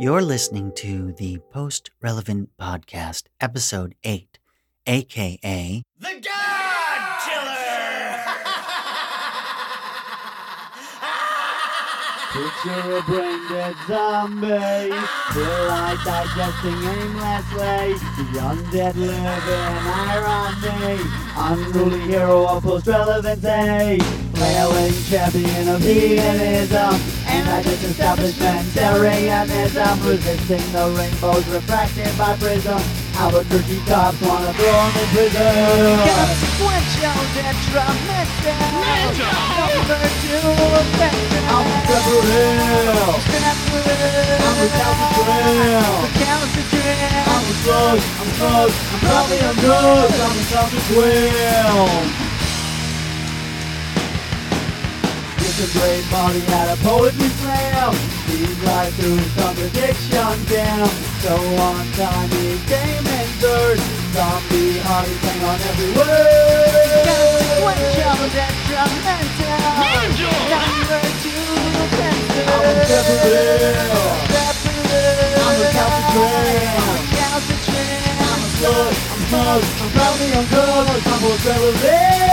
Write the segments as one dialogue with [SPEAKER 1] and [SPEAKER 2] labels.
[SPEAKER 1] You're listening to the Post Relevant Podcast, Episode 8, aka
[SPEAKER 2] The God Killer!
[SPEAKER 3] Picture a brain dead zombie, still I digesting aimlessly, the undead living irony, unruly hero of post-relevancy, flailing champion of hedonism, anti-disestablishmentarianism, resisting the rainbow's refracted by prism, Albuquerque cops wanna throw him in prison. Gotta squinch your detrimental, number two offender. I'm Pepper Hill. I'm the Calvin Trail. I'm a slug, I'm a slug, I'm probably a nose, I'm a selfish whale. It's a great body at a poetry slam. He's right through his contradiction, damn. So on time he came in third. Zombie Hardy sang on every word. Number two, I'm a Jezebel. I'm a Calvin Trail. I'm a slug, I'm smug, I'm probably on drugs, I'm most relevant.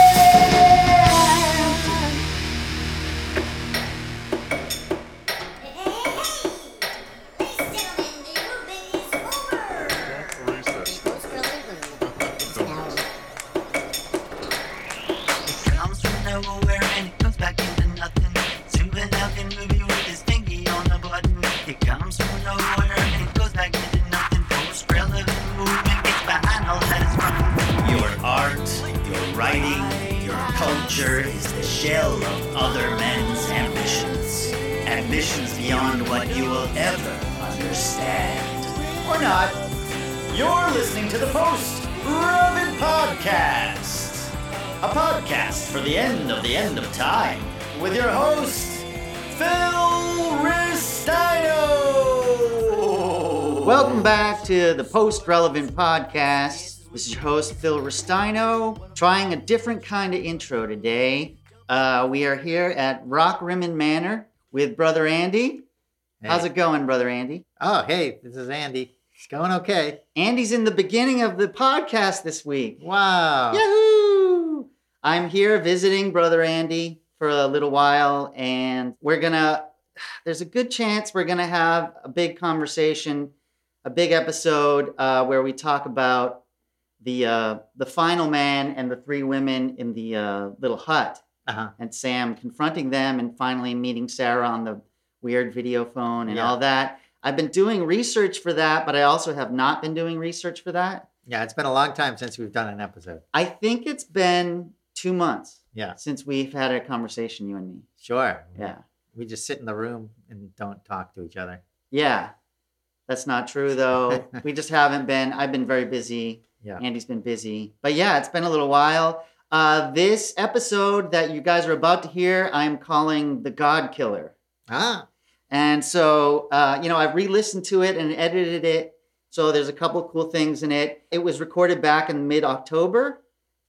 [SPEAKER 1] comes from nowhere and it comes back into nothing. Stupid looking movie with his pinky on the button. It comes from nowhere and it goes back into nothing. Post relevant movement gets behind all that is running.
[SPEAKER 2] Your art, your writing, your culture is the shell of other men's ambitions. Ambitions beyond what you will ever understand. Or not. You're listening to the Post Relevant Podcast, a podcast for the end of the end of time with your host, Phil Ristino.
[SPEAKER 1] Welcome back to the Post Relevant Podcast. This is your host, Phil Restino, trying a different kind of intro today. Uh, we are here at Rock Rimmon Manor with Brother Andy. How's it going, Brother Andy?
[SPEAKER 4] Oh, hey, this is Andy. It's going okay.
[SPEAKER 1] Andy's in the beginning of the podcast this week.
[SPEAKER 4] Wow.
[SPEAKER 1] Yahoo! I'm here visiting Brother Andy for a little while, and we're gonna, there's a good chance we're gonna have a big conversation, a big episode uh, where we talk about the uh, the final man and the three women in the uh, little hut,
[SPEAKER 4] Uh-huh.
[SPEAKER 1] and Sam confronting them, and finally meeting Sarah on the weird video phone and
[SPEAKER 4] Yeah.
[SPEAKER 1] all that. I've been doing research for that, but I also have not been doing research for that.
[SPEAKER 4] Yeah, it's been a long time since we've done an episode.
[SPEAKER 1] I think it's been two months
[SPEAKER 4] Yeah,
[SPEAKER 1] since we've had a conversation, you and me.
[SPEAKER 4] sure.
[SPEAKER 1] Yeah.
[SPEAKER 4] We just sit in the room and don't talk to each other.
[SPEAKER 1] Yeah. That's not true, though. we just haven't been. I've been very busy.
[SPEAKER 4] Yeah.
[SPEAKER 1] Andy's been busy. But yeah, it's been a little while. Uh, this episode that you guys are about to hear, I'm calling The God Killer.
[SPEAKER 4] Ah,
[SPEAKER 1] And so, uh, you know, I've re listened to it and edited it. So there's a couple cool things in it. It was recorded back in mid October.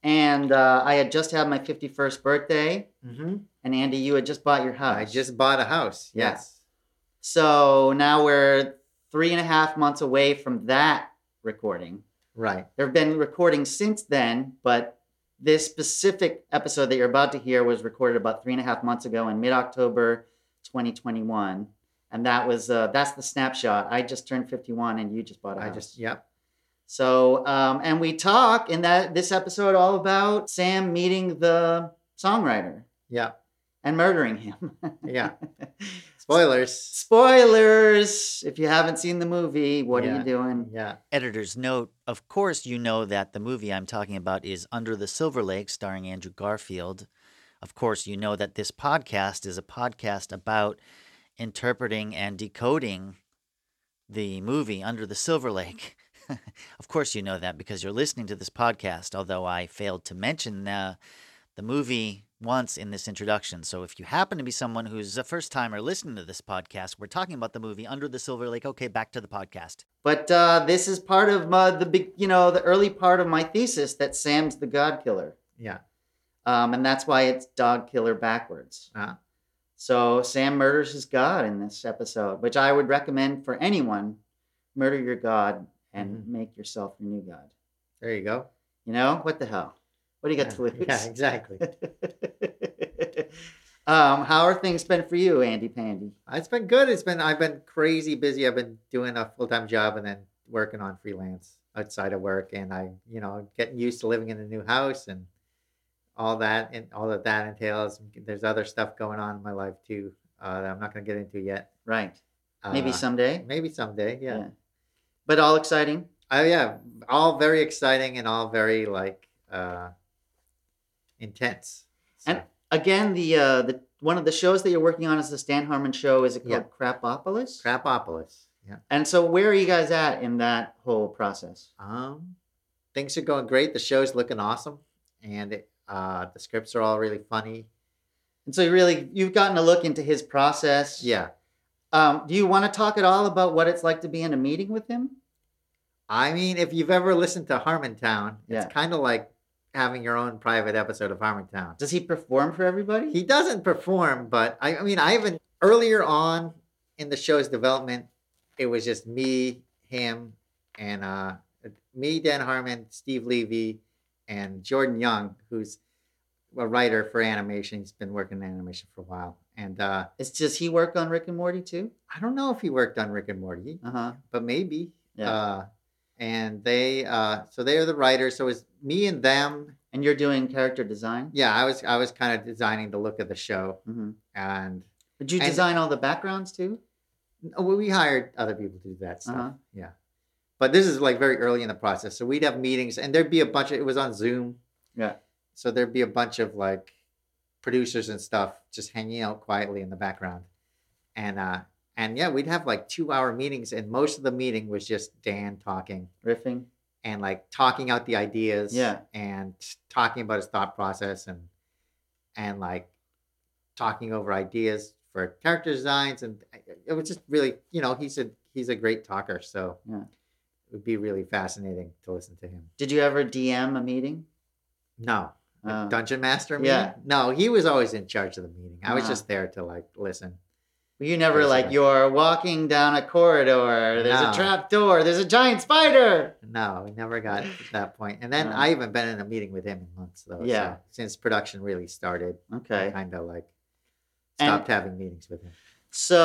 [SPEAKER 1] And uh, I had just had my 51st birthday.
[SPEAKER 4] mm-hmm.
[SPEAKER 1] And Andy, you had just bought your house.
[SPEAKER 4] I just bought a house.
[SPEAKER 1] Yeah.
[SPEAKER 4] Yes.
[SPEAKER 1] So now we're three and a half months away from that recording.
[SPEAKER 4] Right.
[SPEAKER 1] There have been recordings since then, but this specific episode that you're about to hear was recorded about three and a half months ago in mid October 2021. And that was uh, that's the snapshot. I just turned 51, and you just bought a
[SPEAKER 4] I
[SPEAKER 1] house.
[SPEAKER 4] just, yep.
[SPEAKER 1] So, um, and we talk in that this episode all about Sam meeting the songwriter
[SPEAKER 4] Yeah.
[SPEAKER 1] and murdering him.
[SPEAKER 4] Yeah. Spoilers.
[SPEAKER 1] Spoilers! If you haven't seen the movie, what are
[SPEAKER 4] Yeah.
[SPEAKER 1] you doing?
[SPEAKER 4] Yeah.
[SPEAKER 2] Editor's note Of course, you know that the movie I'm talking about is Under the Silver Lake, starring Andrew Garfield. Of course, you know that this podcast is a podcast about interpreting and decoding the movie Under the Silver Lake. of course, you know that because you're listening to this podcast, although I failed to mention uh, the movie once in this introduction. So if you happen to be someone who's a first timer listening to this podcast, we're talking about the movie Under the Silver Lake. Okay, back to the podcast.
[SPEAKER 1] But uh, this is part of uh, the big, you know, the early part of my thesis that Sam's the God Killer,
[SPEAKER 4] Yeah.
[SPEAKER 1] um, and that's why it's Dog Killer backwards.
[SPEAKER 4] Ah.
[SPEAKER 1] So Sam murders his god in this episode, which I would recommend for anyone. Murder your god and
[SPEAKER 4] Mhm.
[SPEAKER 1] make yourself your new god.
[SPEAKER 4] There you go.
[SPEAKER 1] You know what the hell? What do you got to lose?
[SPEAKER 4] Yeah, exactly.
[SPEAKER 1] um, how are things been for you, Andy Pandy?
[SPEAKER 4] It's been good. It's been I've been crazy busy. I've been doing a full time job and then working on freelance outside of work, and I you know getting used to living in a new house and all that and all that that entails. There's other stuff going on in my life too uh, that I'm not going to get into yet.
[SPEAKER 1] Right. Maybe
[SPEAKER 4] Uh,
[SPEAKER 1] someday.
[SPEAKER 4] Maybe someday. Yeah.
[SPEAKER 1] But all exciting.
[SPEAKER 4] Oh yeah, all very exciting and all very like uh, intense. So,
[SPEAKER 1] And- Again, the uh, the one of the shows that you're working on is the Stan Harmon show. Is it
[SPEAKER 4] Yeah.
[SPEAKER 1] called Crapopolis?
[SPEAKER 4] Crapopolis. Yeah.
[SPEAKER 1] And so, where are you guys at in that whole process?
[SPEAKER 4] Um, things are going great. The show's looking awesome, and it, uh, the scripts are all really funny.
[SPEAKER 1] And so, you really you've gotten a look into his process.
[SPEAKER 4] Yeah,
[SPEAKER 1] Um, do you want to talk at all about what it's like to be in a meeting with him?
[SPEAKER 4] I mean, if you've ever listened to Harmontown,
[SPEAKER 1] Yeah.
[SPEAKER 4] it's kind of like having your own private episode of Harmontown.
[SPEAKER 1] Does he perform for everybody?
[SPEAKER 4] He doesn't perform, but I, I mean, I even earlier on in the show's development, it was just me, him, and uh, me, Dan Harmon, Steve Levy, and Jordan Young, who's a writer for animation. He's been working in animation for a while, and uh,
[SPEAKER 1] It's does he work on Rick and Morty too?
[SPEAKER 4] I don't know if he worked on Rick and Morty,
[SPEAKER 1] Uh huh.
[SPEAKER 4] but maybe.
[SPEAKER 1] Yeah.
[SPEAKER 4] Uh, and they, uh, so they are the writers. So it was me and them.
[SPEAKER 1] And you're doing character design.
[SPEAKER 4] Yeah, I was, I was kind of designing the look of the show,
[SPEAKER 1] hmm
[SPEAKER 4] and
[SPEAKER 1] Did you
[SPEAKER 4] And-
[SPEAKER 1] design all the backgrounds too?
[SPEAKER 4] oh, well, we hired other people to do that stuff.
[SPEAKER 1] Uh-huh.
[SPEAKER 4] Yeah, but this is like very early in the process, so we'd have meetings, and there'd be a bunch of. It was on Zoom.
[SPEAKER 1] Yeah.
[SPEAKER 4] So there'd be a bunch of like producers and stuff just hanging out quietly in the background, and uh, and yeah, we'd have like two hour meetings, and most of the meeting was just Dan talking.
[SPEAKER 1] Riffing.
[SPEAKER 4] and like talking out the ideas
[SPEAKER 1] Yeah.
[SPEAKER 4] and talking about his thought process and and like talking over ideas for character designs and it was just really you know he's a he's a great talker so
[SPEAKER 1] Yeah.
[SPEAKER 4] it would be really fascinating to listen to him
[SPEAKER 1] Did you ever DM a meeting?
[SPEAKER 4] no a
[SPEAKER 1] Uh,
[SPEAKER 4] dungeon master meeting?
[SPEAKER 1] yeah.
[SPEAKER 4] no he was always in charge of the meeting i was
[SPEAKER 1] Ah.
[SPEAKER 4] just there to like listen
[SPEAKER 1] You never like
[SPEAKER 4] Basically.
[SPEAKER 1] you're walking down a corridor. There's
[SPEAKER 4] No.
[SPEAKER 1] a trap door. There's a giant spider.
[SPEAKER 4] no we never got to that point and then
[SPEAKER 1] Uh.
[SPEAKER 4] i haven't been in a meeting with him in months though so
[SPEAKER 1] Yeah.
[SPEAKER 4] since production really started
[SPEAKER 1] Okay.
[SPEAKER 4] kind of like
[SPEAKER 1] And-
[SPEAKER 4] stopped having meetings with him
[SPEAKER 1] So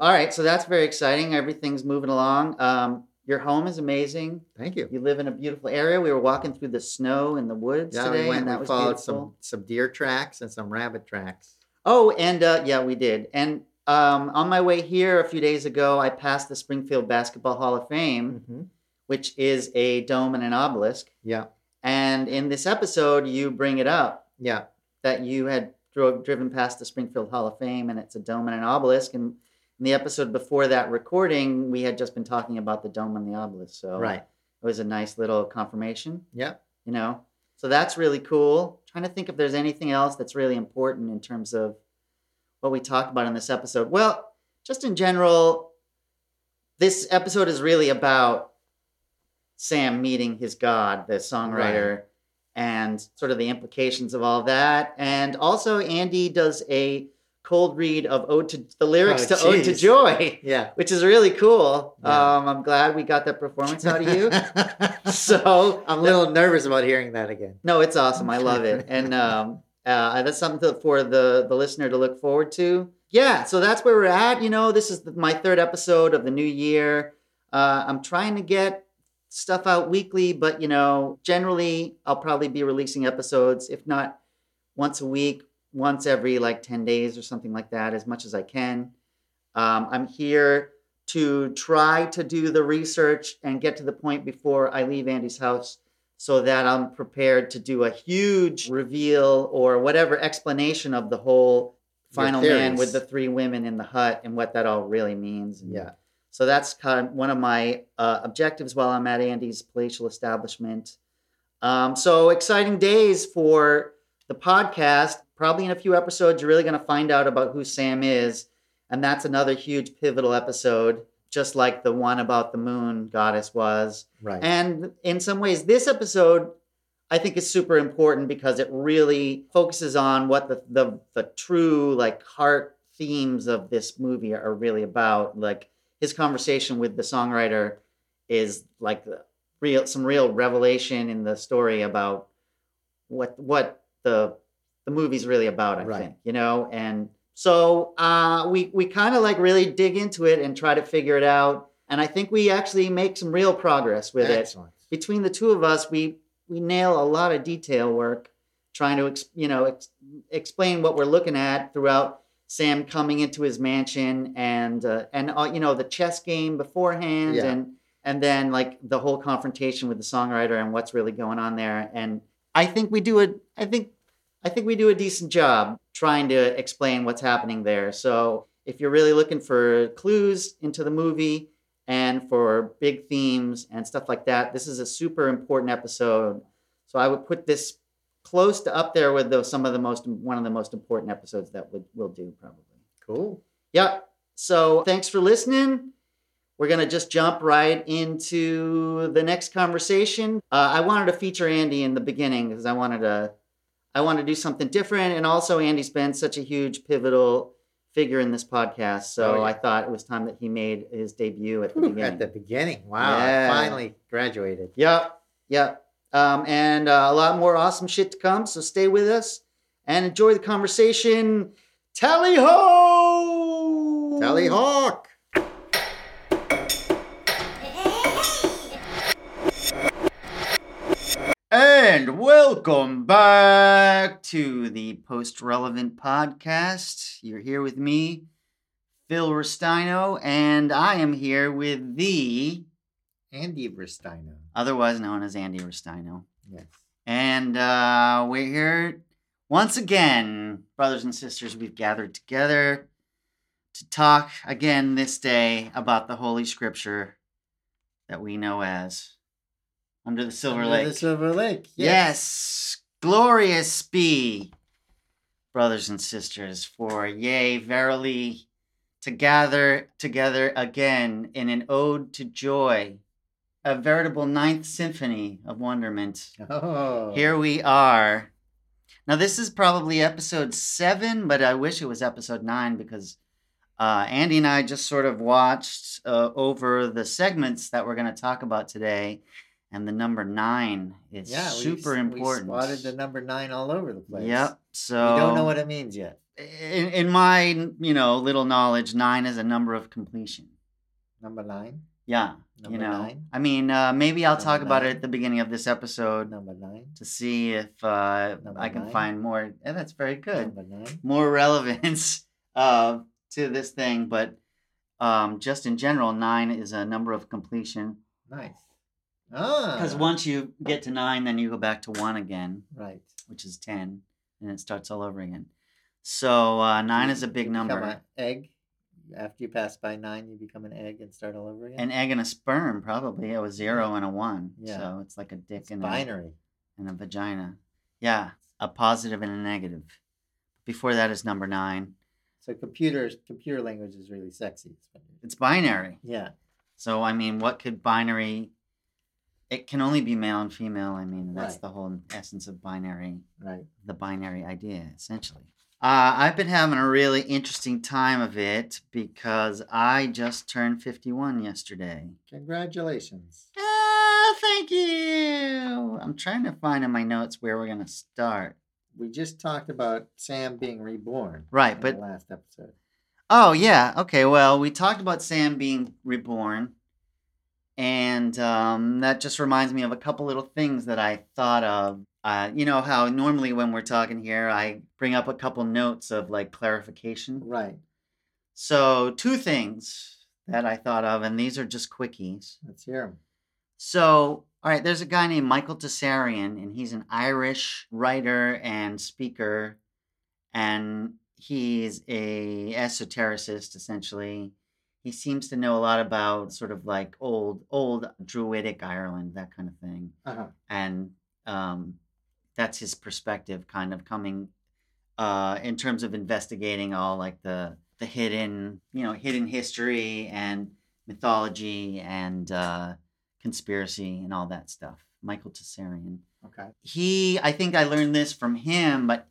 [SPEAKER 1] all right. So that's very exciting. Everything's moving along. Um, your home is amazing.
[SPEAKER 4] Thank you.
[SPEAKER 1] You live in a beautiful area. We were walking through the snow in the woods
[SPEAKER 4] Yeah,
[SPEAKER 1] today,
[SPEAKER 4] we
[SPEAKER 1] and
[SPEAKER 4] went and
[SPEAKER 1] that
[SPEAKER 4] we
[SPEAKER 1] was
[SPEAKER 4] followed
[SPEAKER 1] beautiful.
[SPEAKER 4] some some deer tracks and some rabbit tracks.
[SPEAKER 1] Oh, and uh, yeah, we did. And um, on my way here a few days ago, I passed the Springfield Basketball Hall of Fame, which is a dome and an obelisk.
[SPEAKER 4] Yeah,
[SPEAKER 1] And in this episode, you bring it up
[SPEAKER 4] yeah,
[SPEAKER 1] that you had drove, driven past the Springfield Hall of Fame, and it's a dome and an obelisk. And in the episode before that recording, we had just been talking about the dome and the obelisk. So
[SPEAKER 4] right.
[SPEAKER 1] it was a nice little confirmation,
[SPEAKER 4] Yeah,
[SPEAKER 1] you know. So that's really cool. Trying to think if there's anything else that's really important in terms of what we talked about in this episode. Well, just in general, this episode is really about Sam meeting his God, the songwriter, and sort of the implications of all that. And also, Andy does a cold read of Ode to the lyrics
[SPEAKER 4] Oh,
[SPEAKER 1] to Ode to
[SPEAKER 4] geez.
[SPEAKER 1] Joy,
[SPEAKER 4] yeah.
[SPEAKER 1] which is really cool.
[SPEAKER 4] Yeah.
[SPEAKER 1] Um, I'm glad we got that performance out of you. so
[SPEAKER 4] I'm a little nervous about hearing that again.
[SPEAKER 1] no, it's awesome. I love it, and um, uh, that's something to, for the the listener to look forward to. Yeah, so that's where we're at. You know, this is the, my third episode of the new year. Uh, I'm trying to get stuff out weekly, but you know, generally I'll probably be releasing episodes, if not once a week, once every like ten days or something like that, as much as I can. Um, I'm here to try to do the research and get to the point before I leave Andy's house so that I'm prepared to do a huge reveal or whatever explanation of the whole
[SPEAKER 4] Your
[SPEAKER 1] final man
[SPEAKER 4] theories.
[SPEAKER 1] with the three women in the hut and what that all really means. And
[SPEAKER 4] Yeah,
[SPEAKER 1] So that's kind of one of my uh, objectives while I'm at Andy's palatial establishment. Um, so exciting days for the podcast. Probably in a few episodes, you're really going to find out about who Sam is. And that's another huge pivotal episode, just like the one about the moon goddess was.
[SPEAKER 4] right.
[SPEAKER 1] And in some ways, this episode, I think is super important because it really focuses on what the the, the true like heart themes of this movie are really about. Like his conversation with the songwriter is like the real some real revelation in the story about what what the the movie's really about, I
[SPEAKER 4] Right.
[SPEAKER 1] think, you know? And so uh, we we kind of like really dig into it and try to figure it out. And I think we actually make some real progress with it
[SPEAKER 4] Excellent.
[SPEAKER 1] between the two of us, we we nail a lot of detail work, trying to ex, you know ex, explain what we're looking at throughout. Sam coming into his mansion and uh, and uh, you know the chess game beforehand
[SPEAKER 4] Yeah.
[SPEAKER 1] and and then like the whole confrontation with the songwriter and what's really going on there. And I think we do a I think I think we do a decent job trying to explain what's happening there. So if you're really looking for clues into the movie and for big themes and stuff like that, this is a super important episode. So I would put this close to up there with the, some of the most one of the most important episodes that we, we'll do probably.
[SPEAKER 4] Cool.
[SPEAKER 1] Yep. So thanks for listening. We're gonna just jump right into the next conversation. Uh, I wanted to feature Andy in the beginning because I wanted to, I want to do something different, and also Andy's been such a huge pivotal figure in this podcast. So
[SPEAKER 4] Oh, yeah.
[SPEAKER 1] I thought it was time that he made his debut at the
[SPEAKER 4] Whew,
[SPEAKER 1] beginning.
[SPEAKER 4] At the beginning. Wow. I
[SPEAKER 1] Yeah.
[SPEAKER 4] finally graduated.
[SPEAKER 1] Yep. Yep. Um, and uh, a lot more awesome shit to come. So stay with us and enjoy the conversation. Tally ho!
[SPEAKER 4] Tally Hawk.
[SPEAKER 1] And welcome back to the Post Relevant Podcast. You're here with me, Phil Rustino, and I am here with the
[SPEAKER 4] Andy Rustino.
[SPEAKER 1] otherwise known as Andy Rustino.
[SPEAKER 4] Yes.
[SPEAKER 1] And uh, we're here once again, brothers and sisters. We've gathered together to talk again this day about the Holy Scripture that we know as Under the Silver
[SPEAKER 4] Under
[SPEAKER 1] Lake.
[SPEAKER 4] The Silver Lake. Yes.
[SPEAKER 1] Yes, glorious be, brothers and sisters, for yea, verily, to gather together again in an ode to joy, a veritable ninth symphony of wonderment.
[SPEAKER 4] Oh.
[SPEAKER 1] Here we are. Now, this is probably episode seven, but I wish it was episode nine because uh, Andy and I just sort of watched uh, over the segments that we're going to talk about today. And the number nine is
[SPEAKER 4] Yeah. we-
[SPEAKER 1] super important.
[SPEAKER 4] We spotted the number nine all over the place.
[SPEAKER 1] Yep. So
[SPEAKER 4] we don't know what it means yet.
[SPEAKER 1] in, in my you know little knowledge, nine is a number of completion.
[SPEAKER 4] Number nine.
[SPEAKER 1] Yeah.
[SPEAKER 4] Number
[SPEAKER 1] you know.
[SPEAKER 4] nine.
[SPEAKER 1] I mean, uh, maybe I'll
[SPEAKER 4] Number
[SPEAKER 1] talk about it
[SPEAKER 4] nine.
[SPEAKER 1] at the beginning of this episode.
[SPEAKER 4] Number nine.
[SPEAKER 1] to see if uh,
[SPEAKER 4] Number
[SPEAKER 1] I can
[SPEAKER 4] nine.
[SPEAKER 1] find more. And that's very good.
[SPEAKER 4] Number nine.
[SPEAKER 1] More relevance uh, to this thing, but um, just in general, nine is a number of completion.
[SPEAKER 4] Nice. Ah.
[SPEAKER 1] Because once you get to nine, then you go back to one again,
[SPEAKER 4] Right.
[SPEAKER 1] which is ten, and it starts all over again. So uh, nine is a big
[SPEAKER 4] You Become
[SPEAKER 1] number.
[SPEAKER 4] an egg. After you pass by nine, you become an egg and start all over again.
[SPEAKER 1] An egg and a sperm, probably. It was zero and a one.
[SPEAKER 4] Yeah.
[SPEAKER 1] So it's like a dick
[SPEAKER 4] it's
[SPEAKER 1] and a
[SPEAKER 4] binary.
[SPEAKER 1] and a vagina. Yeah. A positive and a negative. Before that is number nine.
[SPEAKER 4] So computers, computer language is really sexy. It's funny.
[SPEAKER 1] It's binary.
[SPEAKER 4] Yeah.
[SPEAKER 1] So I mean, what could binary? It can only be male and female. I mean, that's
[SPEAKER 4] Right.
[SPEAKER 1] the whole essence of binary,
[SPEAKER 4] Right.
[SPEAKER 1] the binary idea, essentially. Uh, I've been having a really interesting time of it because I just turned 51 yesterday.
[SPEAKER 4] Congratulations.
[SPEAKER 1] Ah, thank you. I'm trying to find in my notes where we're gonna start.
[SPEAKER 4] We just talked about Sam being reborn.
[SPEAKER 1] Right,
[SPEAKER 4] in
[SPEAKER 1] but-
[SPEAKER 4] the last episode.
[SPEAKER 1] Oh yeah. Okay. Well, we talked about Sam being reborn, and um, that just reminds me of a couple little things that I thought of. Uh, you know how normally when we're talking here, I bring up a couple notes of like clarification.
[SPEAKER 4] Right.
[SPEAKER 1] So two things that I thought of, and these are just quickies.
[SPEAKER 4] Let's hear him.
[SPEAKER 1] So, all right, there's a guy named Michael Tessarian, and he's an Irish writer and speaker, and he's a esotericist essentially. He seems to know a lot about sort of like old old Druidic Ireland, that kind of thing,
[SPEAKER 4] Uh-huh.
[SPEAKER 1] and um, that's his perspective, kind of coming uh, in terms of investigating all like the the hidden, you know, hidden history and mythology and uh, conspiracy and all that stuff. Michael Tessarian.
[SPEAKER 4] Okay.
[SPEAKER 1] he i think i learned this from him but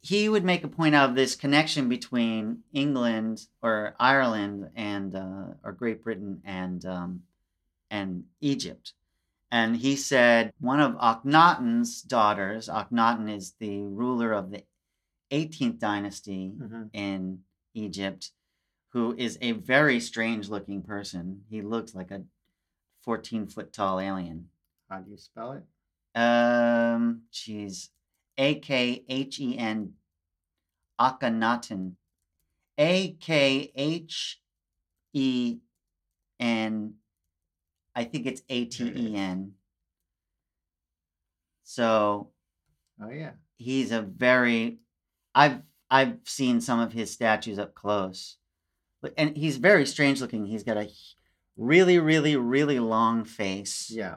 [SPEAKER 1] he would make a point out of this connection between england or ireland and uh, or great britain and um, and egypt and he said one of akhenaten's daughters akhenaten is the ruler of the 18th dynasty
[SPEAKER 4] Mhm.
[SPEAKER 1] in egypt who is a very strange looking person he looks like a 14 foot tall alien
[SPEAKER 4] How do you spell it?
[SPEAKER 1] um, jeez, A K H E N, Akhenaten, A K H E N. I think it's A T E N. So
[SPEAKER 4] Oh yeah.
[SPEAKER 1] he's a very, I've I've seen some of his statues up close, but and he's very strange looking. He's got a h- really really really long face.
[SPEAKER 4] Yeah.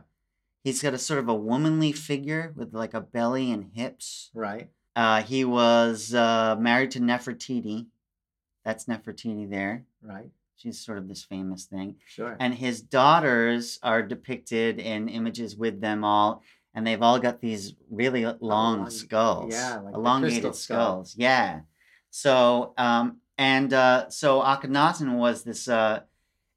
[SPEAKER 1] He's got a sort of a womanly figure with like a belly and hips.
[SPEAKER 4] Right.
[SPEAKER 1] Uh, he was uh, married to Nefertiti. That's Nefertiti there.
[SPEAKER 4] Right.
[SPEAKER 1] She's sort of this famous thing.
[SPEAKER 4] Sure.
[SPEAKER 1] And his daughters are depicted in images with them all. And they've all got these really long
[SPEAKER 4] long-
[SPEAKER 1] skulls,
[SPEAKER 4] Oh,
[SPEAKER 1] uh,
[SPEAKER 4] yeah, like the crystal
[SPEAKER 1] elongated
[SPEAKER 4] skull.
[SPEAKER 1] skulls. Yeah. So, um, and uh, so Akhenaten was this uh,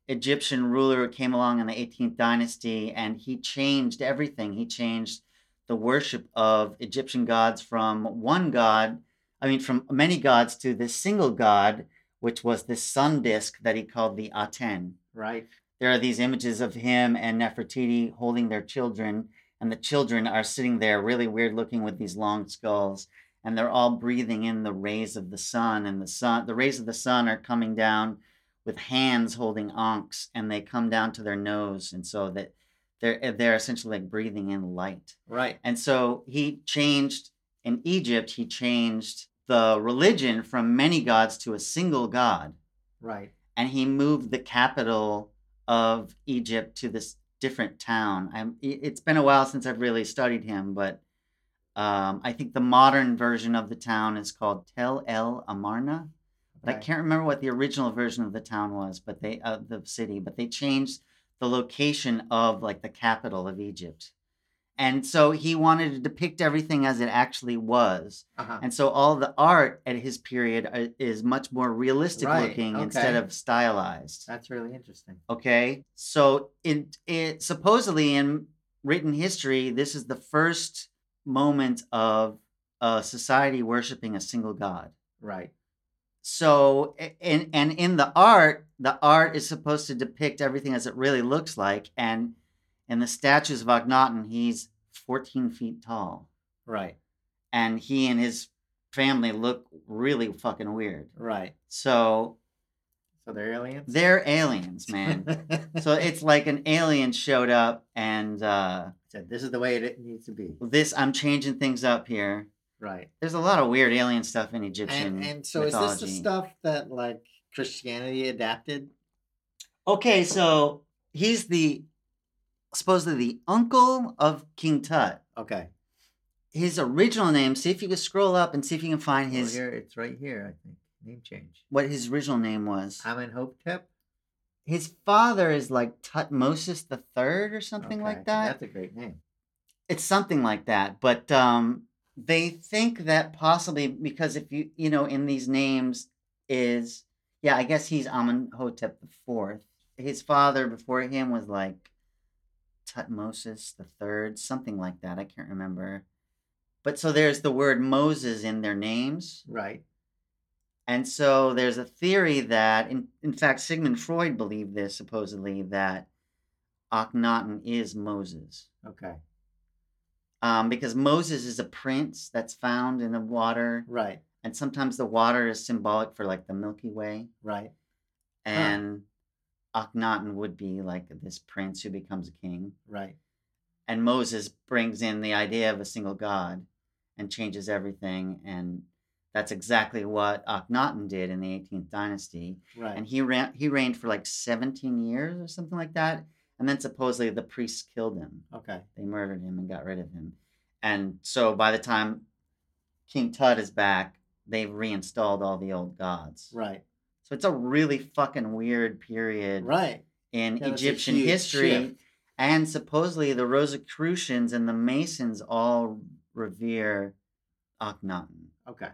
[SPEAKER 1] Egyptian ruler who came along in the 18th dynasty and he changed everything. He changed the worship of Egyptian gods from one god, I mean, from many gods to this single god, which was this sun disk that he called the Aten.
[SPEAKER 4] right.
[SPEAKER 1] There are these images of him and Nefertiti holding their children, and the children are sitting there really weird looking with these long skulls, and they're all breathing in the rays of the sun, and the sun the rays of the sun are coming down with hands holding onks, and they come down to their nose, and so that they're eh, they're essentially like breathing in light.
[SPEAKER 4] Right.
[SPEAKER 1] And so he changed in Egypt, he changed the religion from many gods to a single god
[SPEAKER 4] Right.
[SPEAKER 1] and he moved the capital of Egypt to this different town. I'm, i- it's been a while since I've really studied him, but um, I think the modern version of the town is called Tel El Amarna. But I
[SPEAKER 4] Okay.
[SPEAKER 1] can't remember what the original version of the town was, but they uh, the city, but they changed the location of like the capital of Egypt. And so he wanted to depict everything as it actually was.
[SPEAKER 4] Uh-huh.
[SPEAKER 1] And so all the art at his period i- is much more realistic
[SPEAKER 4] Right,
[SPEAKER 1] looking
[SPEAKER 4] okay.
[SPEAKER 1] instead of stylized.
[SPEAKER 4] That's really interesting.
[SPEAKER 1] Okay. So in it supposedly in written history, this is the first moment of a society worshiping a single god.
[SPEAKER 4] Right.
[SPEAKER 1] So a- and and in the art, the art is supposed to depict everything as it really looks like. And in the statues of Akhenaten, he's 14 feet tall
[SPEAKER 4] Right.
[SPEAKER 1] and he and his family look really fucking weird.
[SPEAKER 4] Right.
[SPEAKER 1] So
[SPEAKER 4] So they're aliens.
[SPEAKER 1] they're aliens, man. so it's like an alien showed up and uh,
[SPEAKER 4] Said, this is the way it needs to be.
[SPEAKER 1] this. I'm changing things up here.
[SPEAKER 4] Right.
[SPEAKER 1] There's a lot of weird alien stuff in Egyptian
[SPEAKER 4] And and so
[SPEAKER 1] mythology.
[SPEAKER 4] is this the stuff that like Christianity adapted?
[SPEAKER 1] Okay, so he's the supposedly the uncle of King Tut.
[SPEAKER 4] Okay.
[SPEAKER 1] His original name. See if you can scroll up and see if you can find
[SPEAKER 4] Well,
[SPEAKER 1] his
[SPEAKER 4] Oh, here it's right here, I think. Name change.
[SPEAKER 1] what his original name was.
[SPEAKER 4] Amenhotep.
[SPEAKER 1] his father is like Tutmosis the third or something like
[SPEAKER 4] Okay,
[SPEAKER 1] that.
[SPEAKER 4] That's a great name.
[SPEAKER 1] It's something like that. But um, they think that possibly because if you you know in these names is yeah I guess he's Amenhotep the fourth. His father before him was like Tutmosis the third, something like that. I can't remember. But so there's the word Moses in their names.
[SPEAKER 4] Right.
[SPEAKER 1] And so there's a theory that, in, in fact, Sigmund Freud believed this supposedly that Akhenaten is Moses.
[SPEAKER 4] Okay.
[SPEAKER 1] Um, because Moses is a prince that's found in the water,
[SPEAKER 4] Right.
[SPEAKER 1] and sometimes the water is symbolic for like the Milky Way,
[SPEAKER 4] Right.
[SPEAKER 1] and Akhenaten would be like this prince who becomes a king,
[SPEAKER 4] Right.
[SPEAKER 1] and Moses brings in the idea of a single god, and changes everything, and that's exactly what Akhenaten did in the 18th dynasty.
[SPEAKER 4] Right.
[SPEAKER 1] and he ran he reigned for like 17 years or something like that and then supposedly the priests killed him
[SPEAKER 4] okay.
[SPEAKER 1] they murdered him and got rid of him and so by the time king tut is back they've reinstalled all the old gods
[SPEAKER 4] Right.
[SPEAKER 1] so it's a really fucking weird period
[SPEAKER 4] Right.
[SPEAKER 1] in
[SPEAKER 4] Yeah, that's a
[SPEAKER 1] egyptian
[SPEAKER 4] huge
[SPEAKER 1] history
[SPEAKER 4] shift.
[SPEAKER 1] And supposedly the Rosicrucians and the Masons all revere Akhenaten.
[SPEAKER 4] Okay.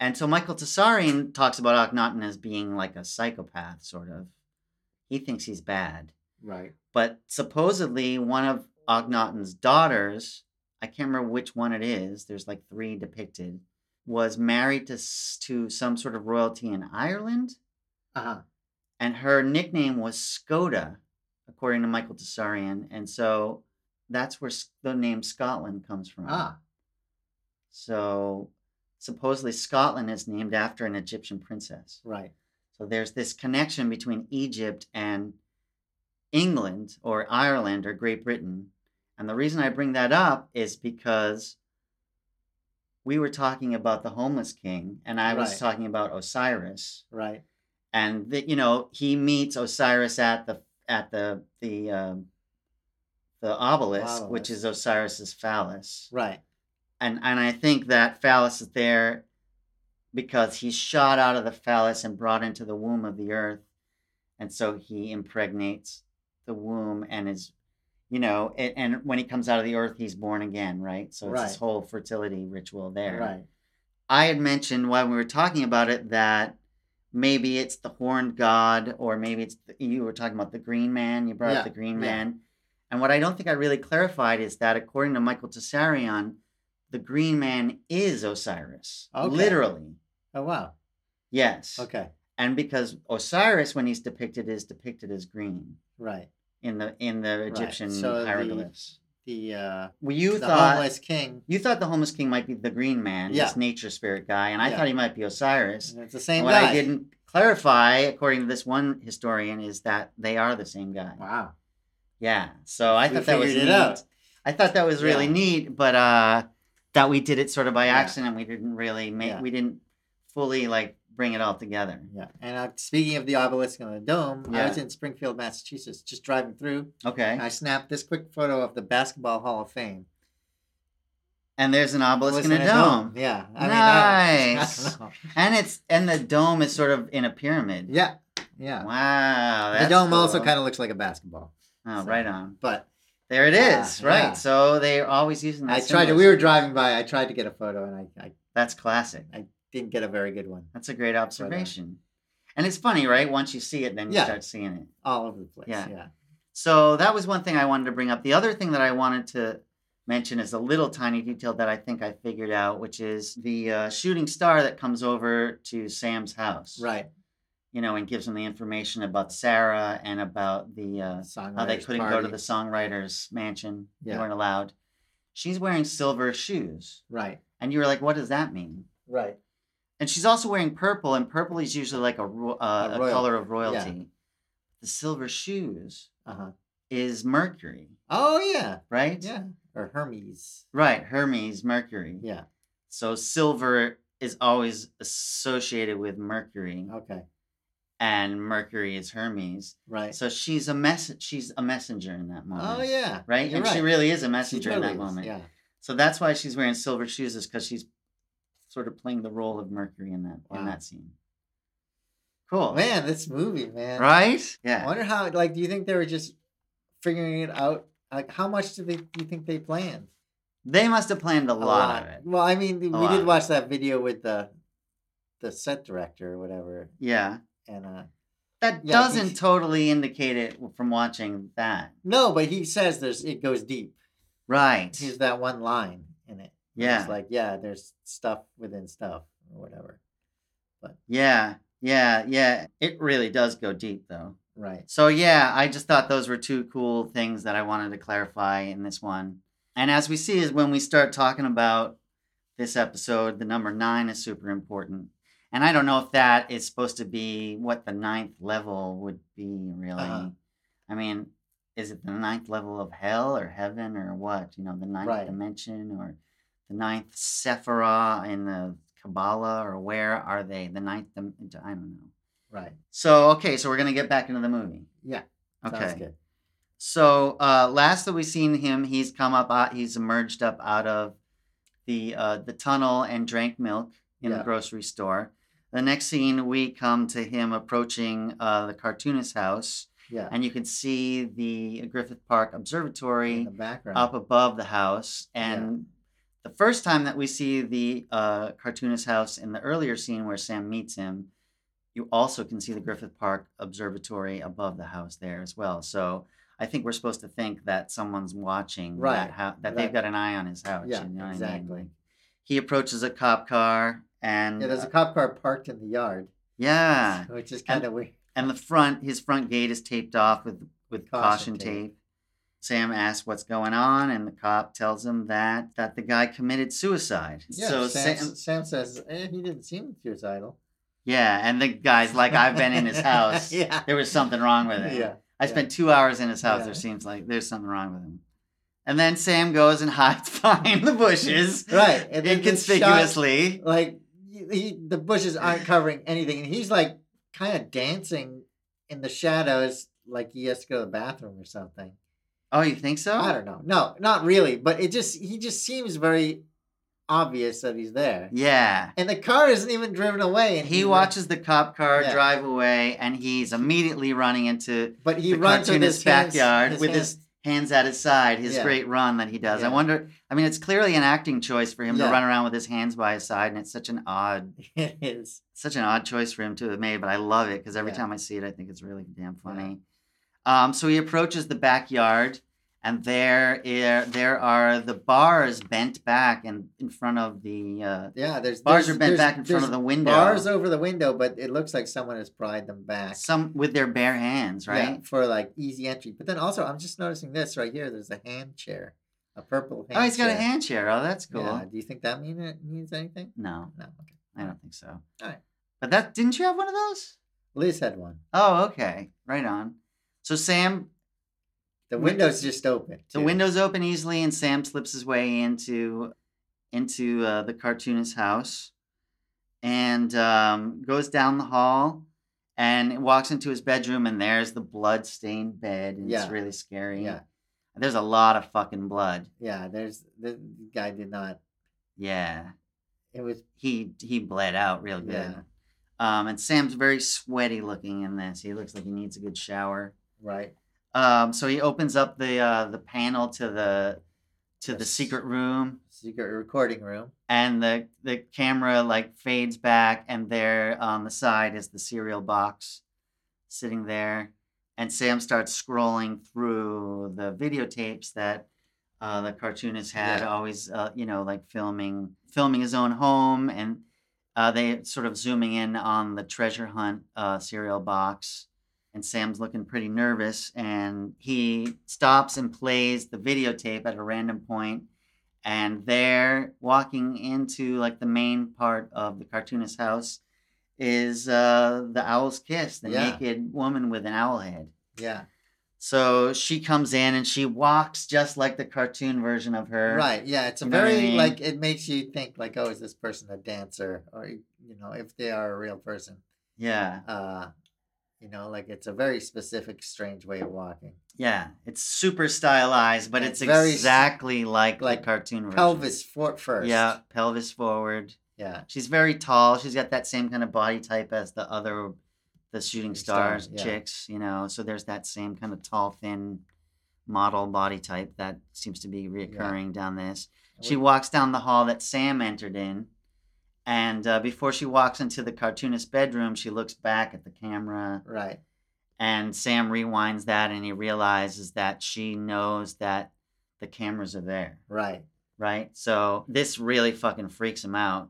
[SPEAKER 1] And so Michael Tessarian talks about Akhenaten as being like a psychopath, sort of. He thinks he's bad.
[SPEAKER 4] Right.
[SPEAKER 1] But supposedly one of Akhenaten's daughters, I can't remember which one it is, there's like three depicted, was married to, s- to some sort of royalty in Ireland
[SPEAKER 4] Uh huh.
[SPEAKER 1] and her nickname was Skoda, according to Michael Tessarian. And so that's where s- the name Scotland comes from.
[SPEAKER 4] Ah.
[SPEAKER 1] So supposedly Scotland is named after an Egyptian princess.
[SPEAKER 4] Right.
[SPEAKER 1] So there's this connection between Egypt and England or Ireland or Great Britain. And the reason I bring that up is because we were talking about the homeless king, and I was
[SPEAKER 4] Right.
[SPEAKER 1] talking about Osiris
[SPEAKER 4] Right.
[SPEAKER 1] and the, you know he meets Osiris at the at the the um, the obelisk, which
[SPEAKER 4] Obelisk.
[SPEAKER 1] is Osiris's phallus,
[SPEAKER 4] Right.
[SPEAKER 1] and and I think that phallus is there because he's shot out of the phallus and brought into the womb of the earth, and so he impregnates the womb and is, you know, and, and when he comes out of the earth, he's born again, right? So it's this
[SPEAKER 4] Right.
[SPEAKER 1] whole fertility ritual there,
[SPEAKER 4] Right.
[SPEAKER 1] I had mentioned while we were talking about it that maybe it's the horned god, or maybe it's the, you were talking about the green man. You brought
[SPEAKER 4] Yeah,
[SPEAKER 1] up the green
[SPEAKER 4] yeah.
[SPEAKER 1] man, and what I don't think I really clarified is that according to Michael Tessarion, the green man is Osiris,
[SPEAKER 4] Okay.
[SPEAKER 1] literally.
[SPEAKER 4] Oh wow.
[SPEAKER 1] Yes.
[SPEAKER 4] Okay.
[SPEAKER 1] And because Osiris, when he's depicted, is depicted as green
[SPEAKER 4] Right.
[SPEAKER 1] in the in the Egyptian
[SPEAKER 4] So the-
[SPEAKER 1] hieroglyphs.
[SPEAKER 4] The uh,
[SPEAKER 1] Well, you
[SPEAKER 4] the
[SPEAKER 1] thought
[SPEAKER 4] homeless king.
[SPEAKER 1] you thought the homeless king might be the green man,
[SPEAKER 4] Yeah.
[SPEAKER 1] this nature spirit guy, and I
[SPEAKER 4] Yeah.
[SPEAKER 1] thought he might be Osiris.
[SPEAKER 4] It's the same
[SPEAKER 1] what
[SPEAKER 4] guy.
[SPEAKER 1] I didn't clarify, according to this one historian, is that they are the same guy.
[SPEAKER 4] Wow.
[SPEAKER 1] Yeah. So I
[SPEAKER 4] We
[SPEAKER 1] thought that was
[SPEAKER 4] figured
[SPEAKER 1] neat.
[SPEAKER 4] it out.
[SPEAKER 1] I thought that was really
[SPEAKER 4] Yeah.
[SPEAKER 1] neat, but uh, that we did it sort of by
[SPEAKER 4] Yeah.
[SPEAKER 1] accident. We didn't really make.
[SPEAKER 4] Yeah.
[SPEAKER 1] We didn't fully like bring it all together.
[SPEAKER 4] Yeah. And uh, speaking of the obelisk and the dome, I was
[SPEAKER 1] Yeah.
[SPEAKER 4] in Springfield, Massachusetts, just driving through.
[SPEAKER 1] Okay.
[SPEAKER 4] And I snapped this quick photo of the Basketball Hall of Fame.
[SPEAKER 1] And there's an obelisk
[SPEAKER 4] Was
[SPEAKER 1] and a
[SPEAKER 4] in
[SPEAKER 1] dome.
[SPEAKER 4] Yeah. I mean, I- I
[SPEAKER 1] Nice.
[SPEAKER 4] don't know.
[SPEAKER 1] And it's and the dome is sort of in a pyramid.
[SPEAKER 4] yeah. Yeah.
[SPEAKER 1] Wow.
[SPEAKER 4] the
[SPEAKER 1] that's
[SPEAKER 4] dome also
[SPEAKER 1] cool.
[SPEAKER 4] kind of looks like a basketball.
[SPEAKER 1] Oh,
[SPEAKER 4] so-
[SPEAKER 1] right on.
[SPEAKER 4] But
[SPEAKER 1] There it
[SPEAKER 4] Yeah,
[SPEAKER 1] is. right.
[SPEAKER 4] yeah.
[SPEAKER 1] So they're always using that.
[SPEAKER 4] I tried to,
[SPEAKER 1] symbolism.
[SPEAKER 4] we were driving by, I tried to get a photo and I, I
[SPEAKER 1] That's classic.
[SPEAKER 4] didn't get a very good one.
[SPEAKER 1] That's a great observation. And it's funny, right? Once you see it, then you
[SPEAKER 4] Yeah.
[SPEAKER 1] start seeing it.
[SPEAKER 4] All over the place.
[SPEAKER 1] Yeah.
[SPEAKER 4] Yeah.
[SPEAKER 1] So that was one thing I wanted to bring up. The other thing that I wanted to mention is a little tiny detail that I think I figured out, which is the uh, shooting star that comes over to Sam's house,
[SPEAKER 4] Right.
[SPEAKER 1] You know, and gives him the information about Sarah and about the uh,
[SPEAKER 4] Songwriters
[SPEAKER 1] how they couldn't go to
[SPEAKER 4] party.
[SPEAKER 1] the songwriters' mansion; they
[SPEAKER 4] Yeah.
[SPEAKER 1] weren't allowed. She's wearing silver shoes,
[SPEAKER 4] Right.
[SPEAKER 1] and you were like, "What does that mean?"
[SPEAKER 4] Right.
[SPEAKER 1] and she's also wearing purple, and purple is usually like a ro- uh,
[SPEAKER 4] A
[SPEAKER 1] a,
[SPEAKER 4] royal-
[SPEAKER 1] color of royalty. The silver shoes
[SPEAKER 4] Uh huh.
[SPEAKER 1] is Mercury,
[SPEAKER 4] Oh, yeah.
[SPEAKER 1] right?
[SPEAKER 4] Yeah. Or Hermes.
[SPEAKER 1] Right, Hermes, Mercury.
[SPEAKER 4] Yeah.
[SPEAKER 1] So silver is always associated with Mercury,
[SPEAKER 4] Okay.
[SPEAKER 1] and Mercury is Hermes.
[SPEAKER 4] Right.
[SPEAKER 1] So she's a mess. She's a messenger in that moment.
[SPEAKER 4] oh, yeah.
[SPEAKER 1] Right,
[SPEAKER 4] You're
[SPEAKER 1] and she really is a messenger
[SPEAKER 4] totally
[SPEAKER 1] in that
[SPEAKER 4] is,
[SPEAKER 1] moment.
[SPEAKER 4] Yeah.
[SPEAKER 1] So that's why she's wearing silver shoes, is because she's sort of playing the role of Mercury in that in
[SPEAKER 4] Wow.
[SPEAKER 1] that scene. Cool.
[SPEAKER 4] Oh, Man, this movie, man.
[SPEAKER 1] Right?
[SPEAKER 4] I
[SPEAKER 1] Yeah.
[SPEAKER 4] wonder how. Like, do you think they were just figuring it out? Like, how much do they? Do you think they planned?
[SPEAKER 1] They must have planned a, lot, of it.
[SPEAKER 4] Well, I mean, we
[SPEAKER 1] lot of
[SPEAKER 4] did
[SPEAKER 1] it.
[SPEAKER 4] watch that video with the, the set director or whatever,
[SPEAKER 1] Yeah.
[SPEAKER 4] and uh,
[SPEAKER 1] That
[SPEAKER 4] Yeah, I think
[SPEAKER 1] doesn't
[SPEAKER 4] she-
[SPEAKER 1] totally indicate it from watching that.
[SPEAKER 4] no, but he says there's it goes deep.
[SPEAKER 1] Right.
[SPEAKER 4] Here's that one line in it.
[SPEAKER 1] Yeah.
[SPEAKER 4] It's like, yeah, there's stuff within stuff or whatever.
[SPEAKER 1] yeah. Yeah. Yeah. It really does go deep, though.
[SPEAKER 4] Right.
[SPEAKER 1] So, yeah, I just thought those were two cool things that I wanted to clarify in this one. And as we see, is when we start talking about this episode, the number nine is super important. And I don't know if that is supposed to be what the ninth level would be, really.
[SPEAKER 4] Uh-huh.
[SPEAKER 1] I mean, is it the ninth level of hell or heaven or what? You know, the ninth
[SPEAKER 4] Right.
[SPEAKER 1] dimension or the ninth Sephiroth in the Kabbalah or where are they? The ninth, dim- I don't know.
[SPEAKER 4] Right.
[SPEAKER 1] So, okay, so we're going to get back into the movie.
[SPEAKER 4] Yeah.
[SPEAKER 1] Okay.
[SPEAKER 4] Sounds good.
[SPEAKER 1] So uh, last that we've seen him, he's come up, out, he's emerged up out of the uh, the tunnel and drank milk in the
[SPEAKER 4] Yeah.
[SPEAKER 1] grocery store. The next scene, we come to him approaching uh, the cartoonist's house,
[SPEAKER 4] Yeah.
[SPEAKER 1] and you can see the Griffith Park
[SPEAKER 4] In
[SPEAKER 1] Observatory
[SPEAKER 4] the background.
[SPEAKER 1] up above the house. And the first time that we see the uh, cartoonist house in the earlier scene where Sam meets him, you also can see the Griffith Park Observatory above the house there as well. So I think we're supposed to think that someone's watching
[SPEAKER 4] Right,
[SPEAKER 1] that hou- that
[SPEAKER 4] right.
[SPEAKER 1] they've got an eye on his house.
[SPEAKER 4] Yeah,
[SPEAKER 1] you know what I mean?
[SPEAKER 4] exactly.
[SPEAKER 1] Like, he approaches a cop car and
[SPEAKER 4] yeah, there's a cop car parked in the yard,
[SPEAKER 1] uh, yeah,
[SPEAKER 4] which is
[SPEAKER 1] And-
[SPEAKER 4] kind of weird.
[SPEAKER 1] and the front his front gate is taped off with with caution,
[SPEAKER 4] Caution tape.
[SPEAKER 1] tape. Sam asks what's going on, and the cop tells him that that the guy committed suicide.
[SPEAKER 4] Yeah,
[SPEAKER 1] so
[SPEAKER 4] Sam,
[SPEAKER 1] Sam,
[SPEAKER 4] Sam says eh, he didn't seem suicidal.
[SPEAKER 1] yeah, and the guy's like, "I've been in his house.
[SPEAKER 4] yeah.
[SPEAKER 1] There was something wrong with him.
[SPEAKER 4] Yeah.
[SPEAKER 1] I spent two hours in his house.
[SPEAKER 4] Yeah.
[SPEAKER 1] There seems like there's something wrong with him." And then Sam goes and hides behind the bushes,
[SPEAKER 4] Right. And then this shot-
[SPEAKER 1] inconspicuously.
[SPEAKER 4] Like he, he- the bushes aren't covering anything, and he's like kind of dancing in the shadows, like he has to go to the bathroom or something.
[SPEAKER 1] Oh, you think so?
[SPEAKER 4] I don't know. No, not really. But it just he just seems very obvious that he's there.
[SPEAKER 1] Yeah.
[SPEAKER 4] And the car isn't even driven away, and
[SPEAKER 1] He watches the cop car
[SPEAKER 4] Yeah.
[SPEAKER 1] drive away, and he's immediately running into
[SPEAKER 4] But he
[SPEAKER 1] the
[SPEAKER 4] runs with
[SPEAKER 1] cartoonist's
[SPEAKER 4] his hands-
[SPEAKER 1] backyard with
[SPEAKER 4] hands-
[SPEAKER 1] his hands at his side, his
[SPEAKER 4] Yeah.
[SPEAKER 1] great run that he does.
[SPEAKER 4] Yeah.
[SPEAKER 1] I wonder, I mean, it's clearly an acting choice for him
[SPEAKER 4] Yeah.
[SPEAKER 1] to run around with his hands by his side, and it's such an odd,
[SPEAKER 4] It is.
[SPEAKER 1] such an odd choice for him to have made, but I love it because every
[SPEAKER 4] Yeah.
[SPEAKER 1] time I see it, I think it's really damn funny. Um, so he approaches the backyard, and there, i- there are the bars bent back and in front of the uh,
[SPEAKER 4] Yeah, there's
[SPEAKER 1] bars
[SPEAKER 4] there's-
[SPEAKER 1] are bent
[SPEAKER 4] there's-
[SPEAKER 1] back in front of
[SPEAKER 4] there's
[SPEAKER 1] the window.
[SPEAKER 4] Bars over the window, but it looks like someone has pried them back.
[SPEAKER 1] some with their bare hands,
[SPEAKER 4] Yeah,
[SPEAKER 1] right?
[SPEAKER 4] for like easy entry. But then also, I'm just noticing this right here. There's a hand chair, a purple hand.
[SPEAKER 1] oh, he's got a
[SPEAKER 4] chair.
[SPEAKER 1] hand chair. Oh, that's cool.
[SPEAKER 4] Yeah. Do you think that mean it means anything?
[SPEAKER 1] No.
[SPEAKER 4] No. Okay.
[SPEAKER 1] I don't think so.
[SPEAKER 4] Alright.
[SPEAKER 1] But that didn't you have one of those?
[SPEAKER 4] Liz had one.
[SPEAKER 1] Oh, okay. Right on. So Sam,
[SPEAKER 4] The
[SPEAKER 1] Win-
[SPEAKER 4] window's just open.
[SPEAKER 1] the
[SPEAKER 4] too.
[SPEAKER 1] windows open easily, and Sam slips his way into into uh, the cartoonist's house, and um, goes down the hall, and walks into his bedroom, and there's the blood stained bed, and
[SPEAKER 4] Yeah.
[SPEAKER 1] it's really scary.
[SPEAKER 4] Yeah.
[SPEAKER 1] There's a lot of fucking blood.
[SPEAKER 4] Yeah. There's the guy did not.
[SPEAKER 1] Yeah.
[SPEAKER 4] It was
[SPEAKER 1] He he bled out real good.
[SPEAKER 4] Yeah.
[SPEAKER 1] Um, and Sam's very sweaty looking in this. He looks like he needs a good shower.
[SPEAKER 4] right.
[SPEAKER 1] Um, so he opens up the uh, the panel to the to the
[SPEAKER 4] Yes.
[SPEAKER 1] secret room,
[SPEAKER 4] Secret recording room.
[SPEAKER 1] and the the camera like fades back, and there on the side is the cereal box sitting there, and Sam starts scrolling through the videotapes that. Uh, the cartoonist had
[SPEAKER 4] Yeah.
[SPEAKER 1] always, uh, you know, like filming filming his own home, and uh, they sort of zooming in on the treasure hunt uh, cereal box and Sam's looking pretty nervous and he stops and plays the videotape at a random point and there walking into like the main part of the cartoonist's house is uh the owl's kiss the
[SPEAKER 4] Yeah.
[SPEAKER 1] naked woman with an owl head
[SPEAKER 4] Yeah.
[SPEAKER 1] so she comes in and she walks just like the cartoon version of her
[SPEAKER 4] Right. Yeah. It's a
[SPEAKER 1] You know what I
[SPEAKER 4] very
[SPEAKER 1] mean?
[SPEAKER 4] like it makes you think like, oh, is this person a dancer or you know, if they are a real person.
[SPEAKER 1] yeah
[SPEAKER 4] uh you know like it's a very specific strange way of walking
[SPEAKER 1] yeah it's super stylized but
[SPEAKER 4] It's
[SPEAKER 1] it's,
[SPEAKER 4] very s-
[SPEAKER 1] exactly like
[SPEAKER 4] like
[SPEAKER 1] like cartoon version
[SPEAKER 4] pelvis for first
[SPEAKER 1] yeah pelvis forward
[SPEAKER 4] yeah
[SPEAKER 1] She's very tall. She's got that same kind of body type as the other, the shooting
[SPEAKER 4] Shooting stars,
[SPEAKER 1] stars
[SPEAKER 4] yeah.
[SPEAKER 1] chicks, you know. So there's that same kind of tall, thin model body type that seems to be reoccurring down this.
[SPEAKER 4] And
[SPEAKER 1] She
[SPEAKER 4] we-
[SPEAKER 1] walks down the hall that Sam entered in. And uh, before she walks into the cartoonist's bedroom, she looks back at the camera.
[SPEAKER 4] right
[SPEAKER 1] And Sam rewinds that and he realizes that she knows that the cameras are there
[SPEAKER 4] right
[SPEAKER 1] right? So this really fucking freaks him out.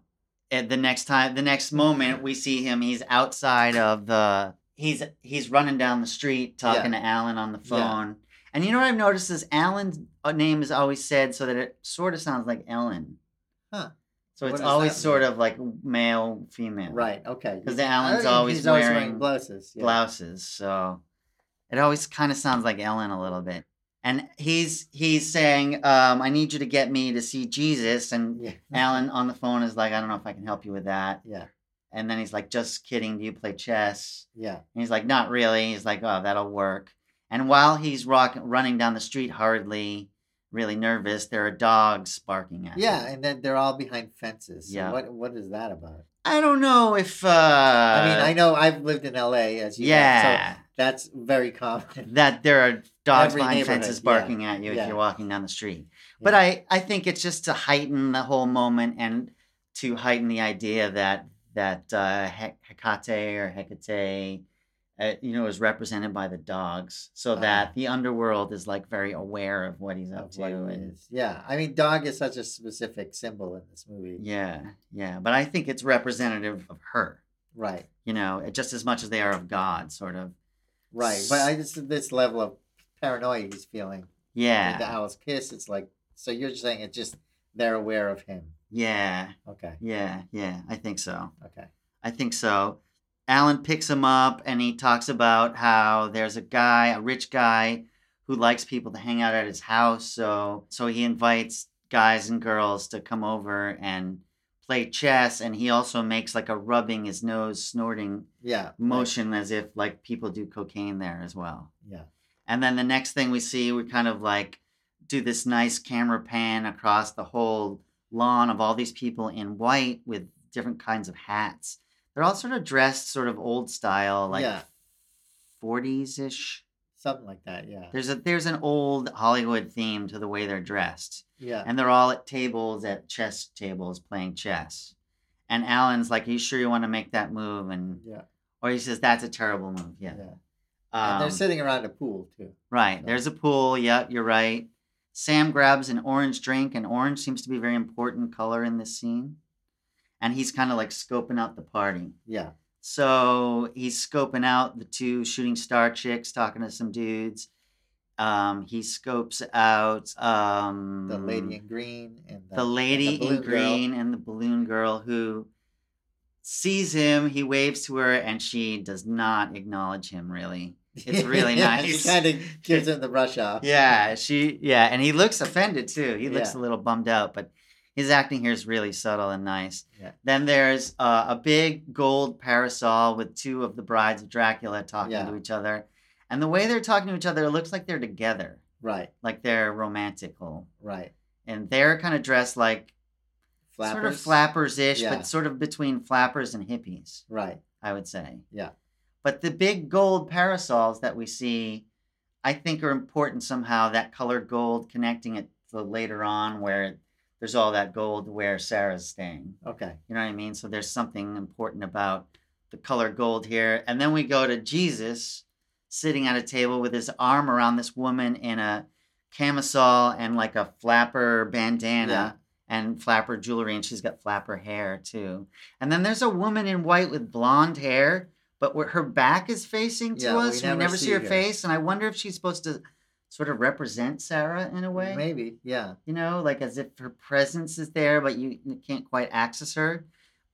[SPEAKER 1] And the next time, the next moment, we see him. He's outside of the. He's he's running down the street talking to Alan on the
[SPEAKER 4] Yeah.
[SPEAKER 1] phone. And you know what I've noticed is Alan's uh, name is always said so that it sort of sounds like Ellen.
[SPEAKER 4] Huh.
[SPEAKER 1] So
[SPEAKER 4] What
[SPEAKER 1] it's
[SPEAKER 4] does
[SPEAKER 1] always
[SPEAKER 4] that
[SPEAKER 1] sort of like male female.
[SPEAKER 4] right okay
[SPEAKER 1] Because the
[SPEAKER 4] I
[SPEAKER 1] Alan's
[SPEAKER 4] think
[SPEAKER 1] always,
[SPEAKER 4] he's
[SPEAKER 1] wearing,
[SPEAKER 4] blouses yeah.
[SPEAKER 1] blouses, so it always kind of sounds like Ellen a little bit. And he's he's saying, um, "I need you to get me to see Jesus." And
[SPEAKER 4] yeah
[SPEAKER 1] Alan on the phone is like, I don't know if I can help you with that.
[SPEAKER 4] yeah
[SPEAKER 1] And then he's like, just kidding. Do you play chess?
[SPEAKER 4] yeah
[SPEAKER 1] And he's like, not really. He's like, oh, that'll work. And while he's rock- running down the street hurriedly, really nervous, there are dogs barking at him.
[SPEAKER 4] yeah and then they're all behind fences so
[SPEAKER 1] Yeah.
[SPEAKER 4] what what is that about
[SPEAKER 1] I don't know if. Uh, I
[SPEAKER 4] I mean, I know I've lived in LA as you know,
[SPEAKER 1] Uh, yeah,
[SPEAKER 4] so that's very common.
[SPEAKER 1] that there are dogs
[SPEAKER 4] Every
[SPEAKER 1] behind
[SPEAKER 4] neighborhood,
[SPEAKER 1] fences
[SPEAKER 4] yeah,
[SPEAKER 1] barking at you if
[SPEAKER 4] yeah.
[SPEAKER 1] you're walking down the street. But
[SPEAKER 4] Yeah.
[SPEAKER 1] I, I think it's just to heighten the whole moment and to heighten the idea that that uh, Hec- Hecate or Hecate, uh, you know, is represented by the dogs, so
[SPEAKER 4] Ah.
[SPEAKER 1] that the underworld is like very aware of what he's up
[SPEAKER 4] Of
[SPEAKER 1] to
[SPEAKER 4] what it
[SPEAKER 1] and
[SPEAKER 4] is. Yeah, I mean, dog is such a specific symbol in this movie.
[SPEAKER 1] Yeah, yeah. But I think it's representative of her,
[SPEAKER 4] Right,
[SPEAKER 1] you know, just as much as they are of God, sort of.
[SPEAKER 4] right. But I just this level of paranoia he's feeling with the
[SPEAKER 1] Yeah,
[SPEAKER 4] owl's kiss. It's like so you're just saying it's just they're aware of him.
[SPEAKER 1] yeah,
[SPEAKER 4] Okay,
[SPEAKER 1] yeah, yeah. I think so.
[SPEAKER 4] okay.
[SPEAKER 1] I think so. Alan picks him up and he talks about how there's a guy, a rich guy, who likes people to hang out at his house. So so he invites guys and girls to come over and play chess and he also makes like a rubbing his nose snorting
[SPEAKER 4] Yeah, right.
[SPEAKER 1] motion as if like people do cocaine there as well.
[SPEAKER 4] Yeah,
[SPEAKER 1] And then the next thing we see, we kind of like do this nice camera pan across the whole lawn of all these people in white with different kinds of hats. They're all sort of dressed sort of old style, like
[SPEAKER 4] Yeah.
[SPEAKER 1] 40s ish.
[SPEAKER 4] something like that. Yeah,
[SPEAKER 1] There's a there's an old Hollywood theme to the way they're dressed.
[SPEAKER 4] yeah.
[SPEAKER 1] And they're all at tables at chess tables playing chess. And Alan's like, Are you sure you want to make that move? And
[SPEAKER 4] Yeah,
[SPEAKER 1] or he says, That's a terrible move. Yeah.
[SPEAKER 4] yeah.
[SPEAKER 1] Um,
[SPEAKER 4] and they're sitting around a pool too.
[SPEAKER 1] Right.
[SPEAKER 4] So-
[SPEAKER 1] There's a pool. Yep, you're right. Sam grabs an orange drink, and orange seems to be a very important color in this scene. And he's kind of like scoping out the party.
[SPEAKER 4] Yeah,
[SPEAKER 1] So he's scoping out the two shooting star chicks, talking to some dudes. Um, he scopes out um,
[SPEAKER 4] the lady in green and the,
[SPEAKER 1] the lady in
[SPEAKER 4] balloon girl.
[SPEAKER 1] green and the balloon girl who sees him. He waves to her, and she does not acknowledge him. Really, it's really
[SPEAKER 4] Yeah,
[SPEAKER 1] nice.
[SPEAKER 4] She kind of gives him the rush off.
[SPEAKER 1] Yeah, she yeah, and he looks offended too. He looks a
[SPEAKER 4] Yeah.
[SPEAKER 1] little bummed out, but his acting here is really subtle and nice.
[SPEAKER 4] Yeah.
[SPEAKER 1] Then there's uh, a big gold parasol with two of the brides of Dracula talking
[SPEAKER 4] Yeah.
[SPEAKER 1] to each other, and the way they're talking to each other, it looks like they're together,
[SPEAKER 4] Right,
[SPEAKER 1] like they're romantical,
[SPEAKER 4] right.
[SPEAKER 1] and they're kind of dressed like
[SPEAKER 4] Flappers.
[SPEAKER 1] sort of flappers ish,
[SPEAKER 4] Yeah.
[SPEAKER 1] but sort of between flappers and hippies.
[SPEAKER 4] Right.
[SPEAKER 1] I would say.
[SPEAKER 4] Yeah.
[SPEAKER 1] But the big gold parasols that we see, I think are important somehow. That color gold connecting it to later on where there's all that gold where Sarah's staying.
[SPEAKER 4] Okay.
[SPEAKER 1] You know what I mean? So there's something important about the color gold here. And then we go to Jesus sitting at a table with his arm around this woman in a camisole and like a flapper bandana
[SPEAKER 4] Yeah.
[SPEAKER 1] and flapper jewelry. And she's got flapper hair too. And then there's a woman in white with blonde hair, but where her back is facing to
[SPEAKER 4] Yeah, we
[SPEAKER 1] us. We never,
[SPEAKER 4] never
[SPEAKER 1] see,
[SPEAKER 4] see
[SPEAKER 1] her
[SPEAKER 4] her.
[SPEAKER 1] face. And I wonder if she's supposed to sort of represent Sarah in a way
[SPEAKER 4] Maybe. Yeah.
[SPEAKER 1] you know, like as if her presence is there, but you, you can't quite access her.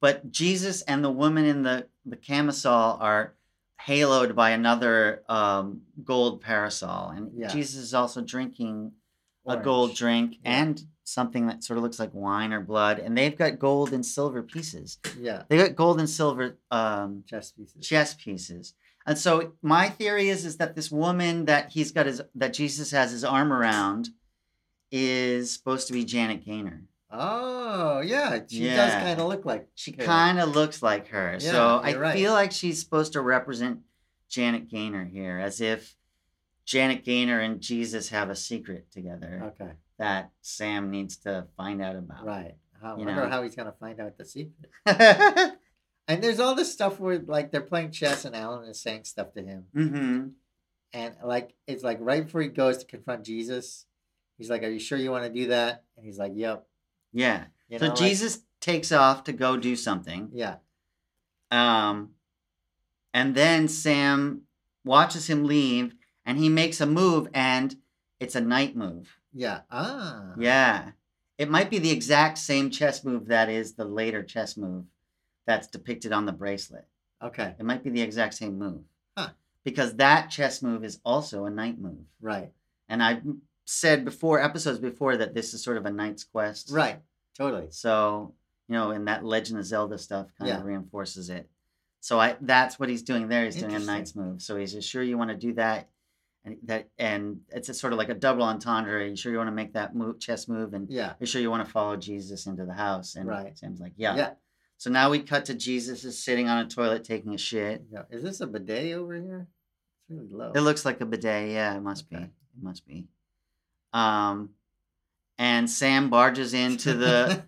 [SPEAKER 1] But Jesus and the woman in the, the camisole are haloed by another um, gold parasol. And
[SPEAKER 4] Yeah.
[SPEAKER 1] Jesus is also drinking a gold
[SPEAKER 4] Orange.
[SPEAKER 1] drink
[SPEAKER 4] Yeah.
[SPEAKER 1] and something that sort of looks like wine or blood. And they've got gold and silver pieces.
[SPEAKER 4] Yeah.
[SPEAKER 1] They've got gold and silver um,
[SPEAKER 4] Chess pieces.
[SPEAKER 1] chess pieces. And so my theory is is that this woman that he's got his that Jesus has his arm around is supposed to be Janet Gaynor.
[SPEAKER 4] Oh, yeah. She does
[SPEAKER 1] Yeah.
[SPEAKER 4] kind of look like.
[SPEAKER 1] She
[SPEAKER 4] her.
[SPEAKER 1] kind of looks like her. so
[SPEAKER 4] Yeah,
[SPEAKER 1] I
[SPEAKER 4] you're right.
[SPEAKER 1] feel like she's supposed to represent Janet Gaynor here as if Janet Gaynor and Jesus have a secret together
[SPEAKER 4] Okay.
[SPEAKER 1] that Sam needs to find out about.
[SPEAKER 4] Right. I
[SPEAKER 1] You
[SPEAKER 4] wonder
[SPEAKER 1] know.
[SPEAKER 4] how he's gonna find out the secret. And there's all this stuff where like they're playing chess and Alan is saying stuff to him,
[SPEAKER 1] mm-hmm.
[SPEAKER 4] and like it's like right before he goes to confront Jesus, he's like, "Are you sure you want to do that?" And he's like, "Yep."
[SPEAKER 1] Yeah.
[SPEAKER 4] You
[SPEAKER 1] so
[SPEAKER 4] know, like-
[SPEAKER 1] Jesus takes off to go do something.
[SPEAKER 4] yeah.
[SPEAKER 1] Um, and then Sam watches him leave and he makes a move and it's a knight move.
[SPEAKER 4] Yeah. Ah.
[SPEAKER 1] Yeah. It might be the exact same chess move that is the later chess move that's depicted on the bracelet.
[SPEAKER 4] Okay.
[SPEAKER 1] It might be the exact same move.
[SPEAKER 4] Huh.
[SPEAKER 1] Because that chess move is also a knight move.
[SPEAKER 4] Right.
[SPEAKER 1] And I've said before, episodes before, that this is sort of a knight's quest.
[SPEAKER 4] Right. Totally.
[SPEAKER 1] So, you know, and that Legend of Zelda stuff kind
[SPEAKER 4] Yeah.
[SPEAKER 1] of reinforces it. So I that's what he's doing there. He's doing a
[SPEAKER 4] Interesting.
[SPEAKER 1] knight's move. So he's just sure you want to do that and that and it's a sort of like a double entendre. Are you sure you want to make that move chess move and
[SPEAKER 4] Yeah.
[SPEAKER 1] you're sure you want to follow Jesus into the house? And
[SPEAKER 4] Right.
[SPEAKER 1] Sam's like, Yeah.
[SPEAKER 4] Yeah.
[SPEAKER 1] So now we cut to Jesus is sitting on a toilet taking a shit.
[SPEAKER 4] Yeah. Is this a bidet over here? It's really low.
[SPEAKER 1] It looks like a bidet. Yeah, it must be.
[SPEAKER 4] Okay.
[SPEAKER 1] It must be. Um, and Sam barges into the.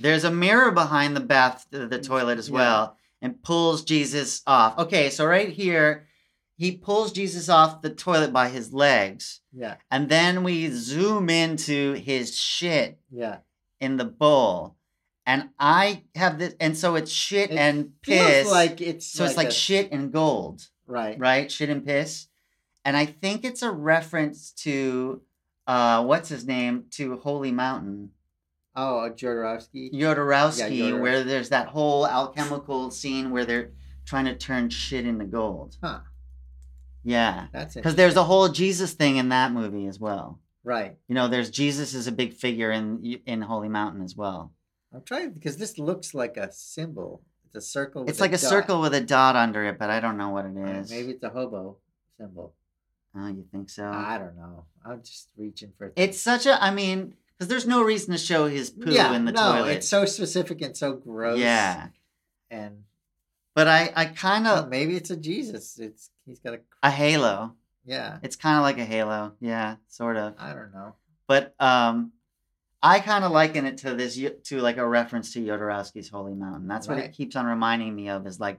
[SPEAKER 1] there's a mirror behind the bath, the, the toilet as
[SPEAKER 4] Yeah.
[SPEAKER 1] well, and pulls Jesus off. Okay, so right here, he pulls Jesus off the toilet by his legs,
[SPEAKER 4] yeah.
[SPEAKER 1] and then we zoom into his shit
[SPEAKER 4] Yeah.
[SPEAKER 1] in the bowl. And I have this, and so it's shit
[SPEAKER 4] It
[SPEAKER 1] and piss.
[SPEAKER 4] Feels like it's
[SPEAKER 1] so it's like
[SPEAKER 4] a-
[SPEAKER 1] shit and gold
[SPEAKER 4] right.
[SPEAKER 1] right? Shit and piss. And I think it's a reference to uh what's his name? To Holy Mountain.
[SPEAKER 4] Oh, a Jodorowsky.
[SPEAKER 1] Yodorowski,
[SPEAKER 4] Yeah, Jodorowsky.
[SPEAKER 1] where there's that whole alchemical scene where they're trying to turn shit into gold.
[SPEAKER 4] Huh.
[SPEAKER 1] Yeah.
[SPEAKER 4] That's it.
[SPEAKER 1] Because there's a whole Jesus thing in that movie as well.
[SPEAKER 4] Right.
[SPEAKER 1] You know, there's Jesus is a big figure in in Holy Mountain as well.
[SPEAKER 4] I'm trying because this looks like a symbol. It's a circle. with
[SPEAKER 1] It's like a
[SPEAKER 4] dot.
[SPEAKER 1] circle with a dot under it, but I don't know what it
[SPEAKER 4] Uh,
[SPEAKER 1] is.
[SPEAKER 4] Maybe it's a hobo symbol.
[SPEAKER 1] Oh, you think so?
[SPEAKER 4] I don't know. I'm just reaching for.
[SPEAKER 1] It's such a. I mean, because there's no reason to show his poo
[SPEAKER 4] yeah,
[SPEAKER 1] in the
[SPEAKER 4] no,
[SPEAKER 1] toilet.
[SPEAKER 4] it's so specific and so gross.
[SPEAKER 1] Yeah,
[SPEAKER 4] and
[SPEAKER 1] but I I kind
[SPEAKER 4] well,
[SPEAKER 1] of
[SPEAKER 4] maybe it's a Jesus. It's he's got a
[SPEAKER 1] a halo.
[SPEAKER 4] yeah.
[SPEAKER 1] It's kind of like a halo. Yeah, sort of.
[SPEAKER 4] I don't know.
[SPEAKER 1] But um, I kind of liken it to this yo- to like a reference to Yodorowski's Holy Mountain. That's what
[SPEAKER 4] Right.
[SPEAKER 1] it keeps on reminding me of is like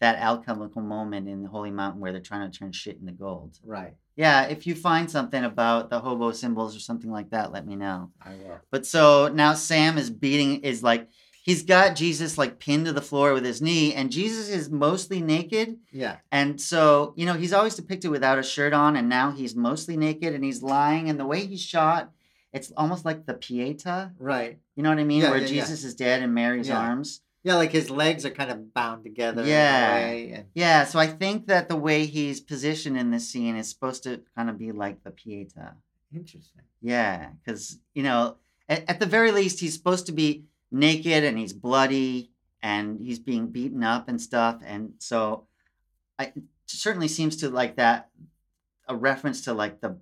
[SPEAKER 1] that alchemical moment in the Holy Mountain where they're trying to turn shit into gold.
[SPEAKER 4] Right.
[SPEAKER 1] Yeah, if you find something about the hobo symbols or something like that, let me know.
[SPEAKER 4] I will.
[SPEAKER 1] But so now Sam is beating is like he's got Jesus like pinned to the floor with his knee, and Jesus is mostly naked.
[SPEAKER 4] Yeah.
[SPEAKER 1] And so, you know, he's always depicted without a shirt on, and now he's mostly naked and he's lying. And the way he's shot, it's almost like the Pieta.
[SPEAKER 4] Right.
[SPEAKER 1] You know what I mean?
[SPEAKER 4] Yeah,
[SPEAKER 1] Where
[SPEAKER 4] yeah, yeah.
[SPEAKER 1] Jesus is dead in Mary's
[SPEAKER 4] Yeah.
[SPEAKER 1] arms.
[SPEAKER 4] Yeah, like his legs are kind of bound together. in a
[SPEAKER 1] Yeah.
[SPEAKER 4] way, and
[SPEAKER 1] Yeah, so I think that the way he's positioned in this scene is supposed to kind of be like the Pieta.
[SPEAKER 4] interesting.
[SPEAKER 1] Yeah, because you know, at, at the very least, he's supposed to be naked and he's bloody and he's being beaten up and stuff, and so I it certainly seems to like that a reference to like the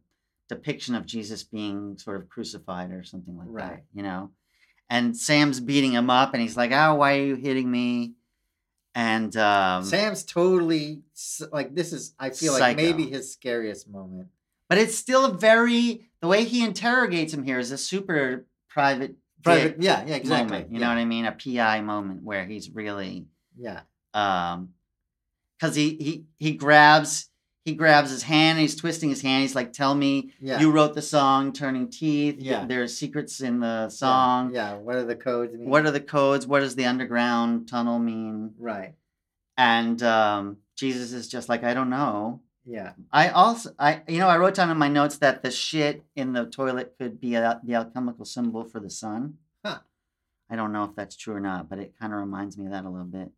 [SPEAKER 1] depiction of Jesus being sort of crucified or something like that,
[SPEAKER 4] Right.
[SPEAKER 1] you know. And Sam's beating him up, and he's like, "Oh, why are you hitting me?" And um,
[SPEAKER 4] Sam's totally s- like this is. I feel like maybe
[SPEAKER 1] Psycho.
[SPEAKER 4] his scariest moment.
[SPEAKER 1] but it's still a very the way he interrogates him here is a super private. dick
[SPEAKER 4] Private. Yeah. Yeah. Exactly.
[SPEAKER 1] moment. You
[SPEAKER 4] yeah.
[SPEAKER 1] know what I mean? A PI moment where he's really
[SPEAKER 4] Yeah.
[SPEAKER 1] um because he he he grabs he grabs his hand and he's twisting his hand. He's like, Tell me
[SPEAKER 4] Yeah.
[SPEAKER 1] you wrote the song Turning Teeth.
[SPEAKER 4] Yeah.
[SPEAKER 1] There's secrets in the
[SPEAKER 4] Yeah,
[SPEAKER 1] song.
[SPEAKER 4] Yeah. What are the codes? Mean?
[SPEAKER 1] What are the codes? What does the underground tunnel mean?
[SPEAKER 4] right?
[SPEAKER 1] And um Jesus is just like, I don't know.
[SPEAKER 4] Yeah.
[SPEAKER 1] I also I you know, I wrote down in my notes that the shit in the toilet could be a, the alchemical symbol for the sun.
[SPEAKER 4] Huh.
[SPEAKER 1] I don't know if that's true or not, but it kind of reminds me of that a little bit.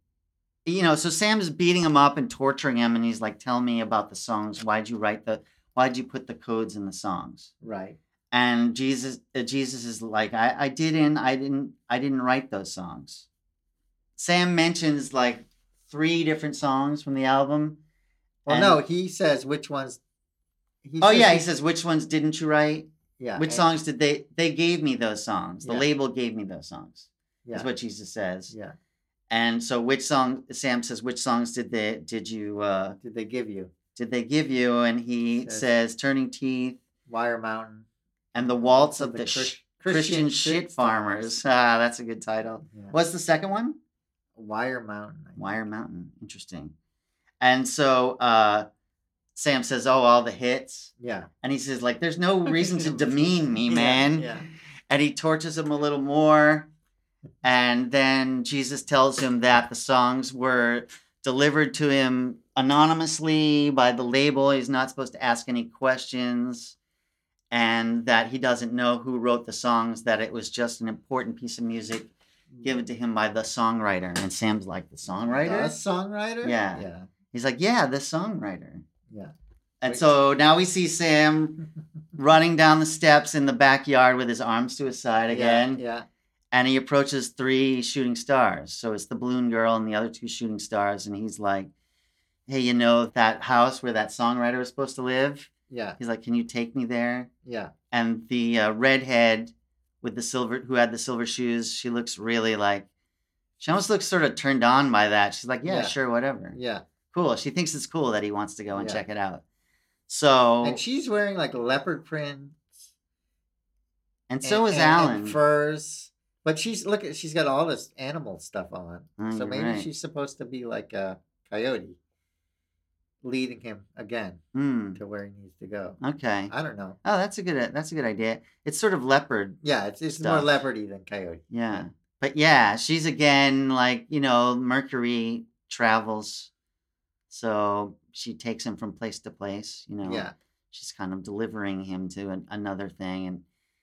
[SPEAKER 1] You know, so Sam's beating him up and torturing him and he's like, "Tell me about the songs. Why'd you write the why'd you put the codes in the songs?"
[SPEAKER 4] Right.
[SPEAKER 1] And Jesus uh, Jesus is like, "I I didn't I didn't I didn't write those songs." Sam mentions like three different songs from the album.
[SPEAKER 4] Well,
[SPEAKER 1] And-
[SPEAKER 4] no. He says which ones. He
[SPEAKER 1] oh yeah, he says, "Which ones didn't you write?
[SPEAKER 4] yeah. eh,
[SPEAKER 1] Which
[SPEAKER 4] and-
[SPEAKER 1] songs did they they gave me those songs? The
[SPEAKER 4] Yeah.
[SPEAKER 1] label gave me those songs."
[SPEAKER 4] Yeah.
[SPEAKER 1] Is what Jesus says.
[SPEAKER 4] yeah.
[SPEAKER 1] And so, which song? Sam says, which songs did they did you uh,
[SPEAKER 4] Did they give you
[SPEAKER 1] did they give you? And he
[SPEAKER 4] Says-
[SPEAKER 1] says, "Turning Teeth"
[SPEAKER 4] Wire Mountain?
[SPEAKER 1] and the Waltz
[SPEAKER 4] Of
[SPEAKER 1] of
[SPEAKER 4] the
[SPEAKER 1] the,
[SPEAKER 4] Chris-
[SPEAKER 1] Sh- Christian, Shit Farmers. Ah, that's a good title.
[SPEAKER 4] Yeah.
[SPEAKER 1] What's the second one?
[SPEAKER 4] Wire Mountain. I think.
[SPEAKER 1] Wire Mountain. Interesting. And so uh, Sam says, "Oh, all the hits,"
[SPEAKER 4] Yeah.
[SPEAKER 1] and he says, "Like, there's no reason to demean me,
[SPEAKER 4] Yeah,
[SPEAKER 1] man."
[SPEAKER 4] Yeah.
[SPEAKER 1] and he tortures him a little more. And then Jesus tells him that the songs were delivered to him anonymously by the label. He's not supposed to ask any questions, and that he doesn't know who wrote the songs, that it was just an important piece of music given to him by the songwriter. And Sam's like, The
[SPEAKER 4] The
[SPEAKER 1] songwriter?
[SPEAKER 4] songwriter.
[SPEAKER 1] Yeah.
[SPEAKER 4] Yeah.
[SPEAKER 1] He's like, Yeah, the songwriter.
[SPEAKER 4] Yeah.
[SPEAKER 1] And
[SPEAKER 4] Wait.
[SPEAKER 1] so now we see Sam running down the steps in the backyard with his arms to his side
[SPEAKER 4] Yeah,
[SPEAKER 1] again
[SPEAKER 4] Yeah.
[SPEAKER 1] and he approaches three shooting stars. So it's the balloon girl and the other two shooting stars, and he's like, "Hey, you know that house where that songwriter was supposed to live?"
[SPEAKER 4] Yeah.
[SPEAKER 1] He's like, "Can you take me there?"
[SPEAKER 4] Yeah.
[SPEAKER 1] And the uh, redhead with the silver, who had the silver shoes, she looks really like She almost looks sort of turned on by that. She's like, yeah,
[SPEAKER 4] Yeah.
[SPEAKER 1] sure, whatever.
[SPEAKER 4] Yeah.
[SPEAKER 1] Cool. She thinks it's cool that he wants to go and
[SPEAKER 4] Yeah.
[SPEAKER 1] check it out. So and,
[SPEAKER 4] And she's wearing like leopard print.
[SPEAKER 1] so
[SPEAKER 4] and-
[SPEAKER 1] is
[SPEAKER 4] and- and
[SPEAKER 1] Alan.
[SPEAKER 4] furs. But she's look at she's got all this animal stuff on.
[SPEAKER 1] Oh,
[SPEAKER 4] so
[SPEAKER 1] you're
[SPEAKER 4] maybe
[SPEAKER 1] right.
[SPEAKER 4] she's supposed to be like a coyote leading him again
[SPEAKER 1] Hmm.
[SPEAKER 4] to where he needs to go.
[SPEAKER 1] Okay.
[SPEAKER 4] I don't know.
[SPEAKER 1] Oh, that's a good that's a good idea. It's sort of leopard.
[SPEAKER 4] Yeah, it's it's
[SPEAKER 1] Stuff.
[SPEAKER 4] more leopardy than coyote.
[SPEAKER 1] Yeah. But yeah, she's again like, you know, Mercury travels. So she takes him from place to place, you know.
[SPEAKER 4] Yeah.
[SPEAKER 1] she's kind of delivering him to an, another thing and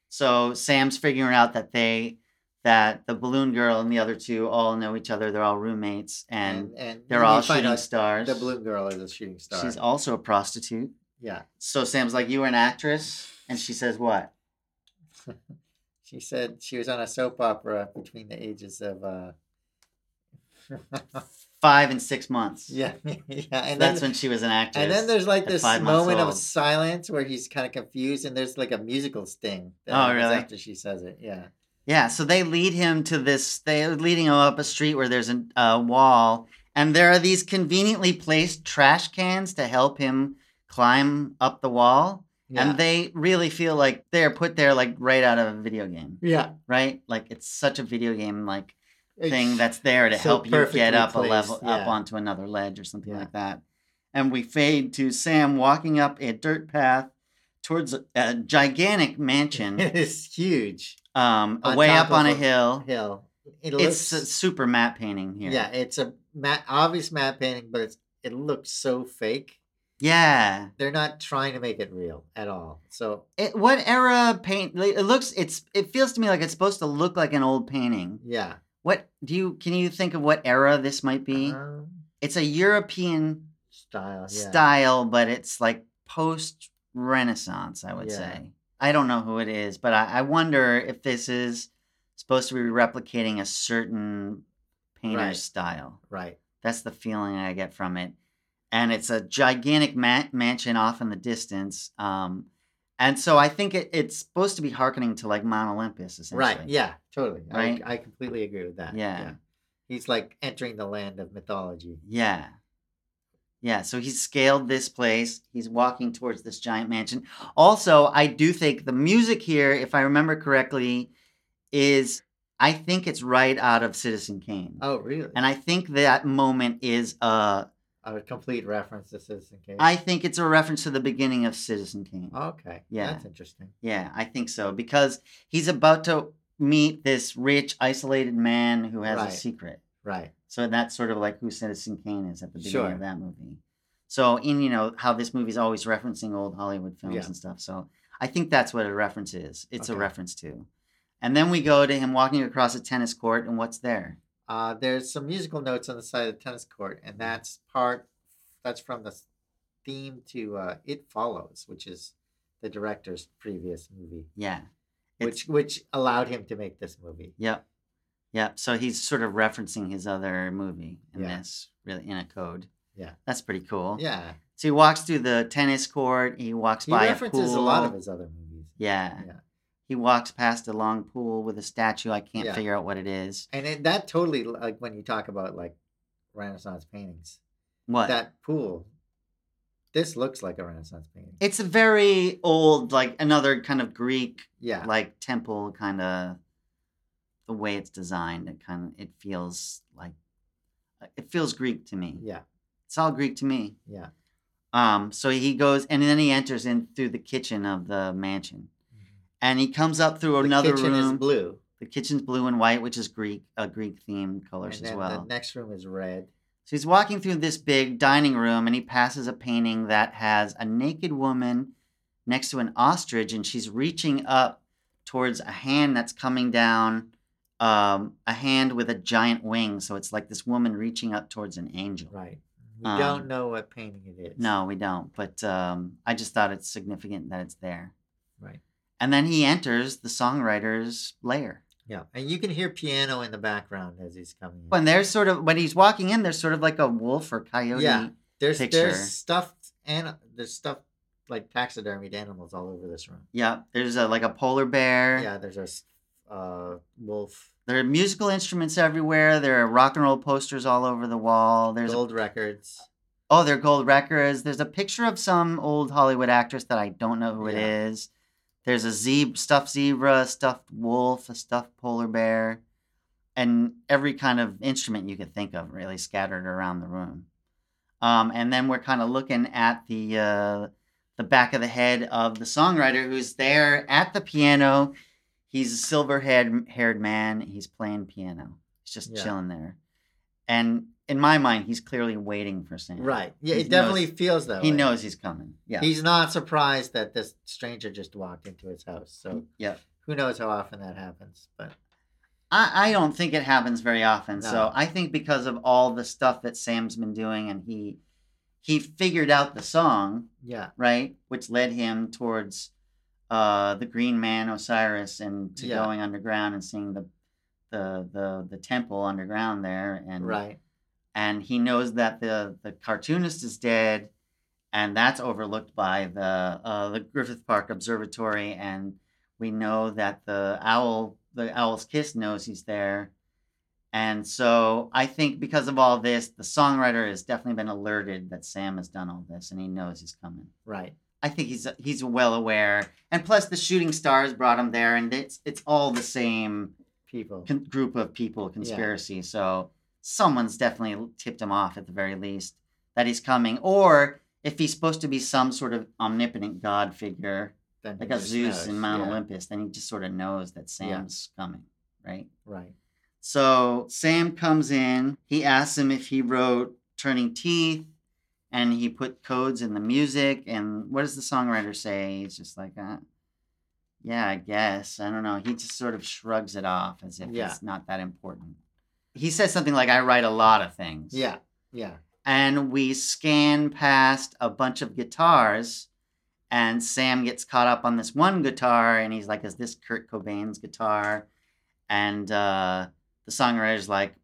[SPEAKER 1] so sam's figuring out that they that the balloon girl and the other two all know each other they're all roommates and,
[SPEAKER 4] and
[SPEAKER 1] they're
[SPEAKER 4] you
[SPEAKER 1] all
[SPEAKER 4] find
[SPEAKER 1] shooting
[SPEAKER 4] out
[SPEAKER 1] stars
[SPEAKER 4] The blue girl is a shooting star.
[SPEAKER 1] she's also a prostitute
[SPEAKER 4] yeah.
[SPEAKER 1] so sam's like you were an actress and she says what
[SPEAKER 4] She said she was on a soap opera between the ages of uh
[SPEAKER 1] five and six months
[SPEAKER 4] yeah, yeah, and
[SPEAKER 1] that's
[SPEAKER 4] then,
[SPEAKER 1] when she was an actress
[SPEAKER 4] And then there's like
[SPEAKER 1] at
[SPEAKER 4] this
[SPEAKER 1] five months
[SPEAKER 4] moment of
[SPEAKER 1] old.
[SPEAKER 4] silence where he's kind of confused, and there's like a musical sting. that
[SPEAKER 1] Oh,
[SPEAKER 4] happens
[SPEAKER 1] really?
[SPEAKER 4] After she says it, yeah,
[SPEAKER 1] Yeah, so they lead him to this. They're leading him up a street where there's a uh, wall, and there are these conveniently placed trash cans to help him climb up the wall.
[SPEAKER 4] yeah,
[SPEAKER 1] And they really feel like they're put there like right out of a video game,
[SPEAKER 4] yeah.
[SPEAKER 1] right? Like it's such a video game like
[SPEAKER 4] It's-
[SPEAKER 1] thing that's there to
[SPEAKER 4] so
[SPEAKER 1] help you get
[SPEAKER 4] perfectly
[SPEAKER 1] up a
[SPEAKER 4] placed,
[SPEAKER 1] level up
[SPEAKER 4] yeah.
[SPEAKER 1] onto another ledge or something
[SPEAKER 4] Yeah.
[SPEAKER 1] like that. And we fade to Sam walking up a dirt path towards a, a gigantic mansion
[SPEAKER 4] it is huge
[SPEAKER 1] um
[SPEAKER 4] On
[SPEAKER 1] way
[SPEAKER 4] top
[SPEAKER 1] up on a
[SPEAKER 4] of a-
[SPEAKER 1] hill
[SPEAKER 4] hill. It
[SPEAKER 1] it's
[SPEAKER 4] looks,
[SPEAKER 1] a super matte painting here.
[SPEAKER 4] yeah, it's a matte, obvious matte painting, but it's it looks so fake.
[SPEAKER 1] Yeah.
[SPEAKER 4] They're not trying to make it real at all. So
[SPEAKER 1] It, what era paint? like, It looks. It's. It feels to me like it's supposed to look like an old painting.
[SPEAKER 4] yeah,
[SPEAKER 1] What do you? Can you think of what era this might be?
[SPEAKER 4] Um,
[SPEAKER 1] It's a European
[SPEAKER 4] style, Uh, yeah.
[SPEAKER 1] style, but it's like post Renaissance. I would
[SPEAKER 4] Yeah.
[SPEAKER 1] say. I don't know who it is, but I, I wonder if this is supposed to be replicating a certain painter's
[SPEAKER 4] Right.
[SPEAKER 1] style.
[SPEAKER 4] right?
[SPEAKER 1] That's the feeling I get from it. And it's a gigantic ma- mansion off in the distance. Um, and so I think it, it's supposed to be hearkening to like Mount Olympus, essentially.
[SPEAKER 4] Right. Yeah. Totally.
[SPEAKER 1] Right?
[SPEAKER 4] I, I completely agree with that.
[SPEAKER 1] Yeah.
[SPEAKER 4] He's like entering the land of mythology.
[SPEAKER 1] Yeah. Yeah. So he's scaled this place. He's walking towards this giant mansion. Also, I do think the music here, if I remember correctly, is I think it's right out of Citizen Kane.
[SPEAKER 4] Oh, really?
[SPEAKER 1] And I think that moment is uh
[SPEAKER 4] a complete reference to Citizen Kane.
[SPEAKER 1] I think it's a reference to the beginning of Citizen Kane.
[SPEAKER 4] Okay.
[SPEAKER 1] Yeah.
[SPEAKER 4] That's interesting.
[SPEAKER 1] Yeah, I think so because he's about to meet this rich, isolated man who has a
[SPEAKER 4] Right.
[SPEAKER 1] secret.
[SPEAKER 4] Right.
[SPEAKER 1] So that's sort of like who Citizen Kane is at the beginning
[SPEAKER 4] Sure.
[SPEAKER 1] of that movie. So in you know how this movie's always referencing old Hollywood films
[SPEAKER 4] Yeah.
[SPEAKER 1] and stuff. So I think that's what a reference is. It's a
[SPEAKER 4] Okay.
[SPEAKER 1] reference to. And then we go to him walking across a tennis court, and what's there?
[SPEAKER 4] Uh, there's some musical notes on the side of the tennis court, and that's part that's from the theme to uh, It Follows, which is the director's previous movie,
[SPEAKER 1] Yeah. It's-
[SPEAKER 4] which which allowed him to make this movie.
[SPEAKER 1] Yep. Yep. So he's sort of referencing his other movie in
[SPEAKER 4] Yeah.
[SPEAKER 1] this, really in a code.
[SPEAKER 4] Yeah.
[SPEAKER 1] That's pretty cool.
[SPEAKER 4] Yeah.
[SPEAKER 1] So he walks through the tennis court. He walks
[SPEAKER 4] He
[SPEAKER 1] by a
[SPEAKER 4] references
[SPEAKER 1] pool.
[SPEAKER 4] a lot of his other movies.
[SPEAKER 1] Yeah.
[SPEAKER 4] Yeah.
[SPEAKER 1] He walks past a long pool with a statue. I can't
[SPEAKER 4] Yeah.
[SPEAKER 1] figure out what it is.
[SPEAKER 4] And it, that totally like when you talk about like Renaissance paintings.
[SPEAKER 1] What?
[SPEAKER 4] That pool. This looks like a Renaissance painting.
[SPEAKER 1] it's a very old, like another kind of Greek,
[SPEAKER 4] Yeah.
[SPEAKER 1] like temple kind of. The way it's designed, it kind of it feels like it feels Greek to me.
[SPEAKER 4] yeah.
[SPEAKER 1] It's all Greek to me.
[SPEAKER 4] Yeah.
[SPEAKER 1] Um, so he goes and then he enters in through the kitchen of the mansion, and he comes up through another
[SPEAKER 4] Mm-hmm. the kitchen
[SPEAKER 1] room.
[SPEAKER 4] is blue.
[SPEAKER 1] The kitchen's blue and white, which is Greek, a Greek themed colors
[SPEAKER 4] and
[SPEAKER 1] as
[SPEAKER 4] then
[SPEAKER 1] well.
[SPEAKER 4] The next room is red.
[SPEAKER 1] so he's walking through this big dining room and he passes a painting that has a naked woman next to an ostrich and she's reaching up towards a hand that's coming down, um, a hand with a giant wing. So it's like this woman reaching up towards an angel.
[SPEAKER 4] Right. We
[SPEAKER 1] Um,
[SPEAKER 4] don't know what painting it is.
[SPEAKER 1] No, we don't. But um, I just thought it's significant that it's there.
[SPEAKER 4] Right.
[SPEAKER 1] And then he enters the songwriter's lair.
[SPEAKER 4] Yeah. And you can hear piano in the background as he's coming in.
[SPEAKER 1] When there's sort of when he's walking in, there's sort of like a wolf or coyote.
[SPEAKER 4] Yeah. There's
[SPEAKER 1] picture.
[SPEAKER 4] there's stuffed and there's stuffed like taxidermied animals all over this room.
[SPEAKER 1] Yeah, there's a like a polar bear.
[SPEAKER 4] Yeah, there's a, s- uh, Wolf,
[SPEAKER 1] There are musical instruments everywhere. There are rock and roll posters all over the wall. There's a,
[SPEAKER 4] Gold Records.
[SPEAKER 1] oh, there are gold records. There's a picture of some old Hollywood actress that I don't know who
[SPEAKER 4] Yeah.
[SPEAKER 1] it is. There's a zeb- stuffed zebra, a stuffed wolf, a stuffed polar bear, and every kind of instrument you could think of really scattered around the room. Um, and then we're kind of looking at the uh, the back of the head of the songwriter who's there at the piano. He's a silver haired haired man. He's playing piano. He's just
[SPEAKER 4] Yeah.
[SPEAKER 1] chilling there. And in my mind, he's clearly waiting for Santa.
[SPEAKER 4] Right. Yeah,
[SPEAKER 1] He
[SPEAKER 4] it definitely
[SPEAKER 1] knows-
[SPEAKER 4] feels that
[SPEAKER 1] He
[SPEAKER 4] way.
[SPEAKER 1] knows he's coming. Yeah.
[SPEAKER 4] He's not surprised that this stranger just walked into his house. So
[SPEAKER 1] yeah.
[SPEAKER 4] who knows how often that happens? But
[SPEAKER 1] I, I don't think it happens very often. So
[SPEAKER 4] No.
[SPEAKER 1] I think because of all the stuff that Sam's been doing and he he figured out the song,
[SPEAKER 4] yeah,
[SPEAKER 1] right? Which led him towards uh, the Green Man Osiris and to
[SPEAKER 4] Yeah.
[SPEAKER 1] going underground and seeing the, the the the temple underground there and
[SPEAKER 4] right.
[SPEAKER 1] and he knows that the the cartoonist is dead and that's overlooked by the uh, the Griffith Park Observatory and we know that the owl the owl's kiss knows he's there and so I think because of all this the songwriter has definitely been alerted that Sam has done all this and he knows he's coming
[SPEAKER 4] Right.
[SPEAKER 1] I think he's he's well aware and plus the shooting stars brought him there and it's it's all the same
[SPEAKER 4] People.
[SPEAKER 1] con- group of people conspiracy. So someone's definitely tipped him off at the very least that he's coming, or if he's supposed to be some sort of omnipotent god figure
[SPEAKER 4] Then he
[SPEAKER 1] like a
[SPEAKER 4] just
[SPEAKER 1] Zeus
[SPEAKER 4] knows.
[SPEAKER 1] in Mount
[SPEAKER 4] Yeah,
[SPEAKER 1] Olympus, then he just sort of knows that Sam's coming, right?
[SPEAKER 4] Right.
[SPEAKER 1] So Sam comes in. He asks him if he wrote "Turning Teeth," and he put codes in the music. And what does the songwriter say? He's just like, uh, "Yeah, I guess. I don't know." He just sort of shrugs it off as if
[SPEAKER 4] Yeah.
[SPEAKER 1] it's not that important. He says something like, "I write a lot of things."
[SPEAKER 4] Yeah. Yeah.
[SPEAKER 1] and we scan past a bunch of guitars and sam gets caught up on this one guitar and he's like is this kurt cobain's guitar and uh, the songwriter's like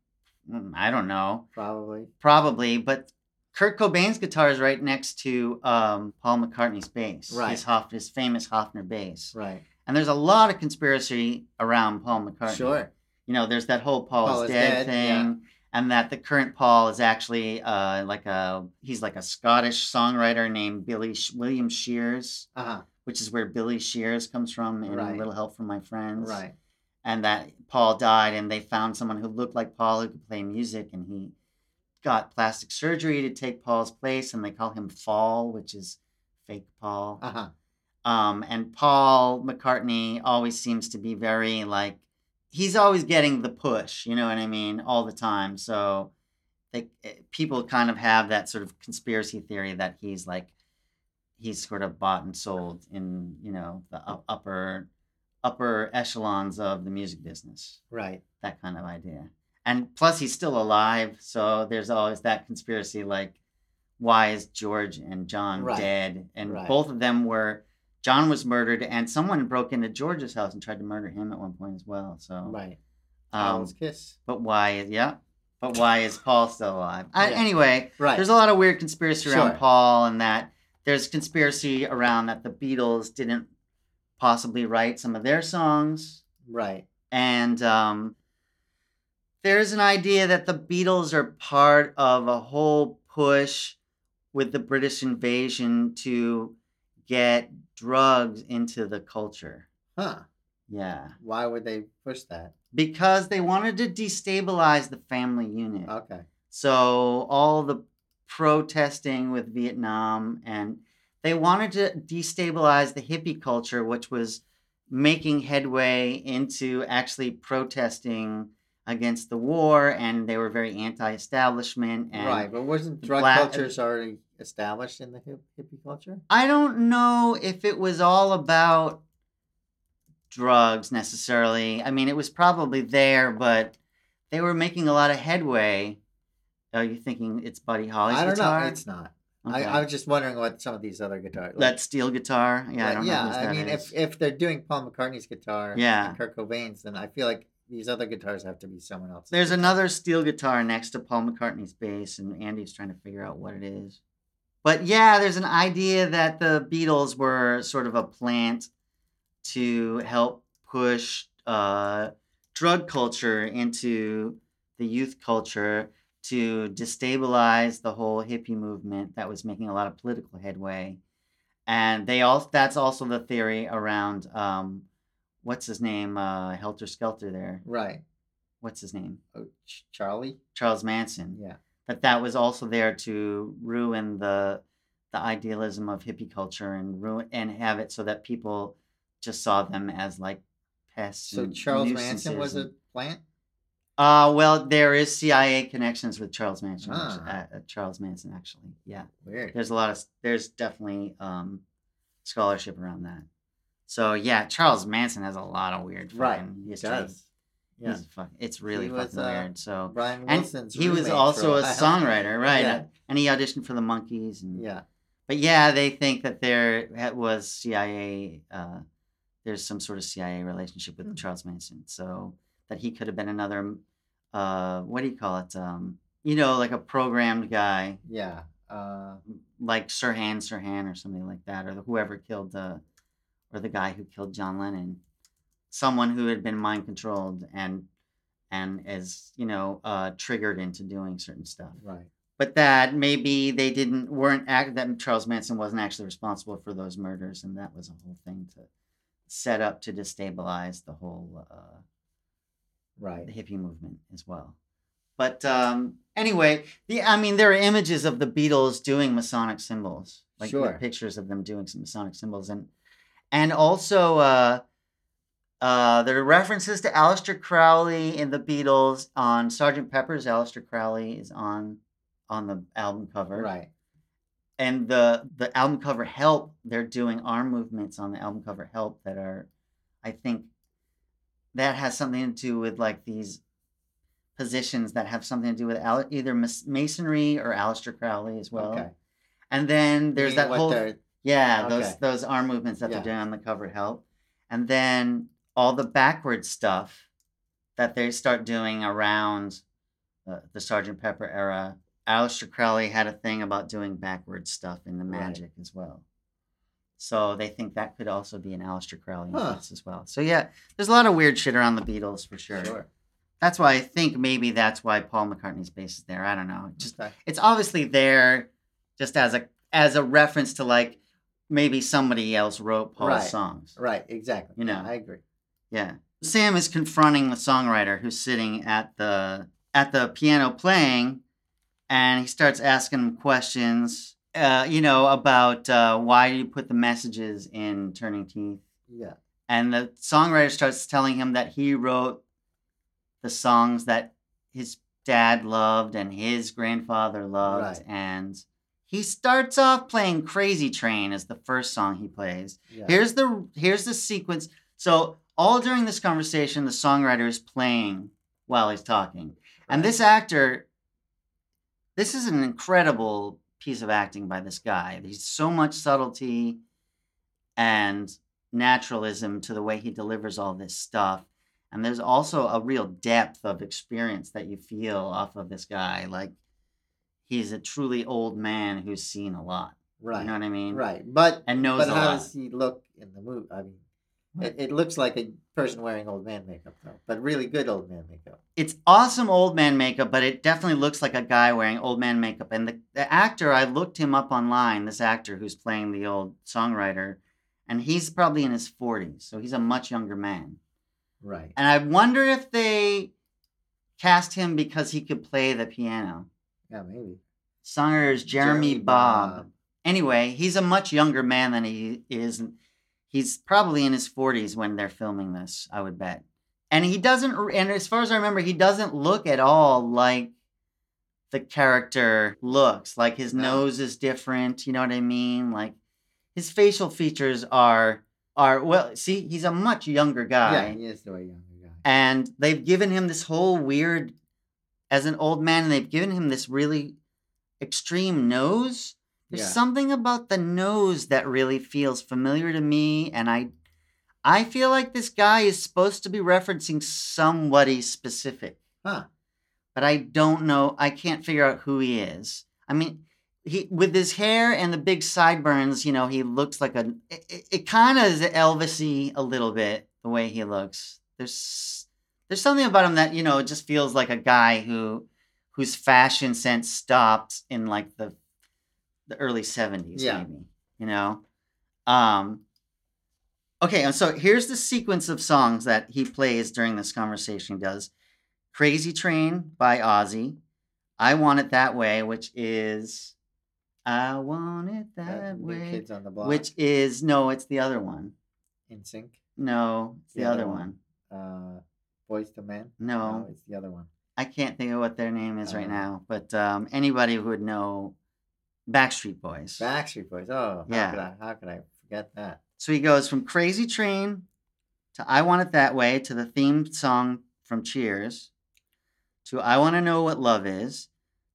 [SPEAKER 1] "Mm, i don't know
[SPEAKER 4] Probably.
[SPEAKER 1] probably but kurt cobain's guitar is right next to um, paul mccartney's bass
[SPEAKER 4] Right.
[SPEAKER 1] his, Hoff- his famous hoffner bass
[SPEAKER 4] Right.
[SPEAKER 1] and there's a lot of conspiracy around paul mccartney
[SPEAKER 4] Sure.
[SPEAKER 1] you know, there's that whole Paul, is, dead,
[SPEAKER 4] yeah.
[SPEAKER 1] thing, and that the current Paul is actually uh, like a he's like a Scottish songwriter named Billy Sh- William Shears,
[SPEAKER 4] Uh huh.
[SPEAKER 1] which is where Billy Shears comes from in
[SPEAKER 4] Right.
[SPEAKER 1] A Little Help from My Friends,
[SPEAKER 4] Right.
[SPEAKER 1] and that Paul died, and they found someone who looked like Paul who could play music, and he got plastic surgery to take Paul's place, and they call him Fall, which is fake Paul.
[SPEAKER 4] Uh huh.
[SPEAKER 1] Um, and Paul McCartney always seems to be very like he's always getting the push, you know what I mean, all the time. So like eh, people kind of have that sort of conspiracy theory that he's like he's sort of bought and sold in you know the u- upper upper echelons of the music business,
[SPEAKER 4] Right.
[SPEAKER 1] that kind of idea. And plus, he's still alive, so there's always that conspiracy like, why is George and John
[SPEAKER 4] Right.
[SPEAKER 1] dead? And
[SPEAKER 4] Right.
[SPEAKER 1] both of them were. John was murdered, and someone broke into George's house and tried to murder him at one point as well. So,
[SPEAKER 4] Right.
[SPEAKER 1] um,
[SPEAKER 4] Owl's kiss.
[SPEAKER 1] but why? Yeah, but why is Paul still alive? I,
[SPEAKER 4] Yeah.
[SPEAKER 1] anyway,
[SPEAKER 4] Right.
[SPEAKER 1] there's a lot of weird conspiracy around
[SPEAKER 4] Sure.
[SPEAKER 1] Paul, and that there's conspiracy around that the Beatles didn't possibly write some of their songs
[SPEAKER 4] right.
[SPEAKER 1] and um, there's an idea that the Beatles are part of a whole push with the British invasion to get drugs into the culture.
[SPEAKER 4] Huh.
[SPEAKER 1] Yeah,
[SPEAKER 4] Why would they push that?
[SPEAKER 1] because they wanted to destabilize the family unit.
[SPEAKER 4] Okay.
[SPEAKER 1] So all the protesting with Vietnam and they wanted to destabilize the hippie culture, which was making headway into actually protesting against the war and they were very anti-establishment and
[SPEAKER 4] right. But wasn't drug
[SPEAKER 1] black-
[SPEAKER 4] cultures already established in the hip- hippie culture?
[SPEAKER 1] I don't know if it was all about drugs necessarily. I mean, it was probably there, but they were making a lot of headway. Are you thinking it's Buddy Holly's
[SPEAKER 4] I don't
[SPEAKER 1] guitar?
[SPEAKER 4] know. It's not.
[SPEAKER 1] Okay.
[SPEAKER 4] I, I was just wondering what some of these other guitars. like-
[SPEAKER 1] that steel guitar. Yeah, I
[SPEAKER 4] Like,
[SPEAKER 1] don't know. whose
[SPEAKER 4] I
[SPEAKER 1] that
[SPEAKER 4] mean,
[SPEAKER 1] is.
[SPEAKER 4] if if they're doing Paul McCartney's guitar,
[SPEAKER 1] Yeah.
[SPEAKER 4] and Kurt Cobain's, then I feel like these other guitars have to be someone else.
[SPEAKER 1] there's another steel guitar next to Paul McCartney's bass, and Andy's trying to figure out what it is. But yeah, there's an idea that the Beatles were sort of a plant to help push uh, drug culture into the youth culture to destabilize the whole hippie movement that was making a lot of political headway. And they all that's also the theory around um, what's his name? Uh, Helter Skelter there.
[SPEAKER 4] Right.
[SPEAKER 1] What's his name?
[SPEAKER 4] Oh, Ch- Charlie.
[SPEAKER 1] Charles Manson.
[SPEAKER 4] Yeah.
[SPEAKER 1] That that was also there to ruin the the idealism of hippie culture and ruin and have it so that people just saw them as like pests.
[SPEAKER 4] So
[SPEAKER 1] and
[SPEAKER 4] Charles
[SPEAKER 1] nuisances
[SPEAKER 4] Manson was
[SPEAKER 1] and-
[SPEAKER 4] a plant.
[SPEAKER 1] Uh, well, there is CIA connections with Charles Manson.
[SPEAKER 4] Ah.
[SPEAKER 1] actu- uh, uh, Charles Manson, actually, yeah.
[SPEAKER 4] Weird.
[SPEAKER 1] There's a lot of there's definitely um, scholarship around that. So yeah, Charles Manson has a lot of weird fucking
[SPEAKER 4] Right, It
[SPEAKER 1] history.
[SPEAKER 4] does. Yeah.
[SPEAKER 1] He's fuck, it's really
[SPEAKER 4] He was,
[SPEAKER 1] fucking
[SPEAKER 4] uh,
[SPEAKER 1] weird. So
[SPEAKER 4] Brian
[SPEAKER 1] and
[SPEAKER 4] Wilson's.
[SPEAKER 1] he was
[SPEAKER 4] roommate
[SPEAKER 1] also
[SPEAKER 4] for
[SPEAKER 1] a
[SPEAKER 4] while.
[SPEAKER 1] songwriter, right?
[SPEAKER 4] Yeah.
[SPEAKER 1] And he auditioned for the Monkees. And,
[SPEAKER 4] Yeah.
[SPEAKER 1] But yeah, they think that there ha- was CIA. Uh, there's some sort of CIA relationship with
[SPEAKER 4] Hmm.
[SPEAKER 1] Charles Manson, so that he could have been another. Uh, what do you call it? Um, you know, like a programmed guy,
[SPEAKER 4] Yeah. Uh,
[SPEAKER 1] like Sirhan Sirhan or somebody like that, or the, whoever killed the, or the guy who killed John Lennon, someone who had been mind controlled and and is you know uh, triggered into doing certain stuff
[SPEAKER 4] right.
[SPEAKER 1] but that maybe they didn't weren't act that Charles Manson wasn't actually responsible for those murders, and that was a whole thing to set up to destabilize the whole uh, the
[SPEAKER 4] Right.
[SPEAKER 1] hippie movement as well. But um, anyway, the I mean, there are images of the Beatles doing Masonic symbols, like the
[SPEAKER 4] Sure.
[SPEAKER 1] pictures of them doing some Masonic symbols, and and also uh, uh, there are references to Aleister Crowley in the Beatles on Sgt. Pepper's. Aleister Crowley is on on the album cover,
[SPEAKER 4] Right.
[SPEAKER 1] and the the album cover help they're doing arm movements on the album cover help that are i think that has something to do with like these positions that have something to do with Ale- either mas- masonry or Aleister crowley as well
[SPEAKER 4] okay.
[SPEAKER 1] and then
[SPEAKER 4] You
[SPEAKER 1] there's
[SPEAKER 4] mean
[SPEAKER 1] that
[SPEAKER 4] what
[SPEAKER 1] whole
[SPEAKER 4] they're-
[SPEAKER 1] yeah those
[SPEAKER 4] Okay.
[SPEAKER 1] those arm movements that
[SPEAKER 4] Yeah.
[SPEAKER 1] they're doing on the cover help and then all the backward stuff that they start doing around uh, the Sergeant Pepper era. Aleister Crowley had a thing about doing backward stuff in the
[SPEAKER 4] Right.
[SPEAKER 1] magic as well. So they think that could also be an Aleister Crowley
[SPEAKER 4] Huh.
[SPEAKER 1] influence as well. So yeah, there's a lot of weird shit around the Beatles for sure.
[SPEAKER 4] Sure.
[SPEAKER 1] That's why I think maybe that's why Paul McCartney's bass is there. I don't know. It Just
[SPEAKER 4] Okay.
[SPEAKER 1] it's obviously there just as a as a reference to like maybe somebody else wrote Paul's
[SPEAKER 4] Right.
[SPEAKER 1] songs.
[SPEAKER 4] Right. Exactly.
[SPEAKER 1] You
[SPEAKER 4] Yeah,
[SPEAKER 1] know.
[SPEAKER 4] I agree.
[SPEAKER 1] Yeah. Sam is confronting the songwriter who's sitting at the at the piano playing, and he starts asking him questions. Uh, you know about uh, why do you put the messages in Turning Teeth?
[SPEAKER 4] Yeah.
[SPEAKER 1] And the songwriter starts telling him that he wrote the songs that his dad loved and his grandfather loved.
[SPEAKER 4] Right.
[SPEAKER 1] And he starts off playing Crazy Train as the first song he plays.
[SPEAKER 4] Yeah.
[SPEAKER 1] Here's the here's the sequence. So all during this conversation, the songwriter is playing while he's talking. And
[SPEAKER 4] Right.
[SPEAKER 1] this actor, this is an incredible piece of acting by this guy. He's so much subtlety and naturalism to the way he delivers all this stuff. And there's also a real depth of experience that you feel off of this guy. Like he's a truly old man who's seen a lot.
[SPEAKER 4] Right.
[SPEAKER 1] You know what I mean?
[SPEAKER 4] Right. But
[SPEAKER 1] And knows
[SPEAKER 4] but
[SPEAKER 1] a
[SPEAKER 4] how
[SPEAKER 1] lot.
[SPEAKER 4] does he look in the movie? I mean, it, it looks like a person wearing old man makeup though, but really good old man makeup.
[SPEAKER 1] it's awesome old man makeup, but it definitely looks like a guy wearing old man makeup. And the, the actor, I looked him up online, this actor who's playing the old songwriter, and he's probably in his 40s, so he's a much younger man.
[SPEAKER 4] Right.
[SPEAKER 1] And I wonder if they cast him because he could play the piano.
[SPEAKER 4] Yeah, maybe.
[SPEAKER 1] Songwriter is Jeremy, Bob. Anyway, he's a much younger man than he is. He's probably in his 40s when they're filming this, I would bet. And he doesn't, and as far as I remember, he doesn't look at all like the character looks. Like his
[SPEAKER 4] No.
[SPEAKER 1] nose is different. You know what I mean? Like his facial features are, are well, see, he's a much younger guy
[SPEAKER 4] Yeah, he is the way younger guy.
[SPEAKER 1] and they've given him this whole weird as an old man and they've given him this really extreme nose there's
[SPEAKER 4] Yeah.
[SPEAKER 1] something about the nose that really feels familiar to me and i i feel like this guy is supposed to be referencing somebody specific
[SPEAKER 4] Huh.
[SPEAKER 1] but i don't know i can't figure out who he is i mean he with his hair and the big sideburns you know he looks like a it, it kind of is elvisy a little bit the way he looks there's there's something about him that you know it just feels like a guy who whose fashion sense stopped in like the the early 70s
[SPEAKER 4] Yeah.
[SPEAKER 1] maybe you know um okay and so here's the sequence of songs that he plays during this conversation he does crazy train by ozzy i want it that way which is i want it that,
[SPEAKER 4] That New
[SPEAKER 1] way
[SPEAKER 4] Kids on the Block.
[SPEAKER 1] which is no it's the other one
[SPEAKER 4] in sync.
[SPEAKER 1] no it's the, other, one, Oh,
[SPEAKER 4] Uh, Boys to Men.
[SPEAKER 1] no
[SPEAKER 4] it's the other one.
[SPEAKER 1] I can't think of what their name is right
[SPEAKER 4] Um,
[SPEAKER 1] now, but um, anybody who would know Backstreet Boys.
[SPEAKER 4] Backstreet Boys. Oh,
[SPEAKER 1] Yeah.
[SPEAKER 4] How could I? How could I forget that?
[SPEAKER 1] so he goes from Crazy Train to I Want It That Way to the theme song from Cheers to I Want to Know What Love Is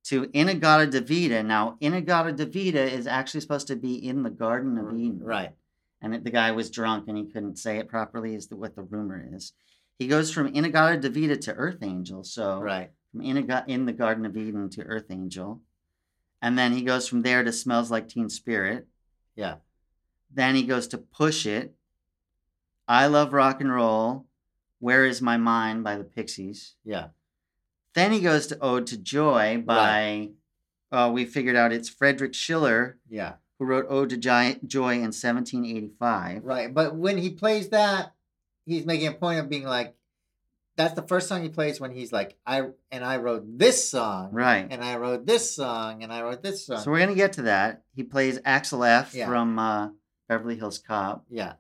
[SPEAKER 1] to Inagata Davida. Now, Inagata Davida is actually supposed to be in the Garden of Eden.
[SPEAKER 4] Right.
[SPEAKER 1] and that the guy was drunk and he couldn't say it properly is the, what the rumor is. He goes from Inagata Davida to Earth Angel, so
[SPEAKER 4] Right.
[SPEAKER 1] from in, a, Ga- in the Garden of Eden to Earth Angel, and then he goes from there to Smells Like Teen Spirit.
[SPEAKER 4] Yeah.
[SPEAKER 1] Then he goes to Push It, I Love Rock and Roll, Where Is My Mind by the Pixies.
[SPEAKER 4] Yeah.
[SPEAKER 1] Then he goes to Ode to Joy by, uh, we figured out it's Frederick Schiller
[SPEAKER 4] Yeah.
[SPEAKER 1] who wrote Ode to Gi- Joy in 1785.
[SPEAKER 4] Right. But when he plays that, he's making a point of being like, that's the first song he plays when he's like, I and I wrote this song,
[SPEAKER 1] Right.
[SPEAKER 4] and I wrote this song, and I wrote this song.
[SPEAKER 1] So we're gonna get to that. He plays Axel F
[SPEAKER 4] Yeah.
[SPEAKER 1] from uh, Beverly Hills Cop.
[SPEAKER 4] yeah.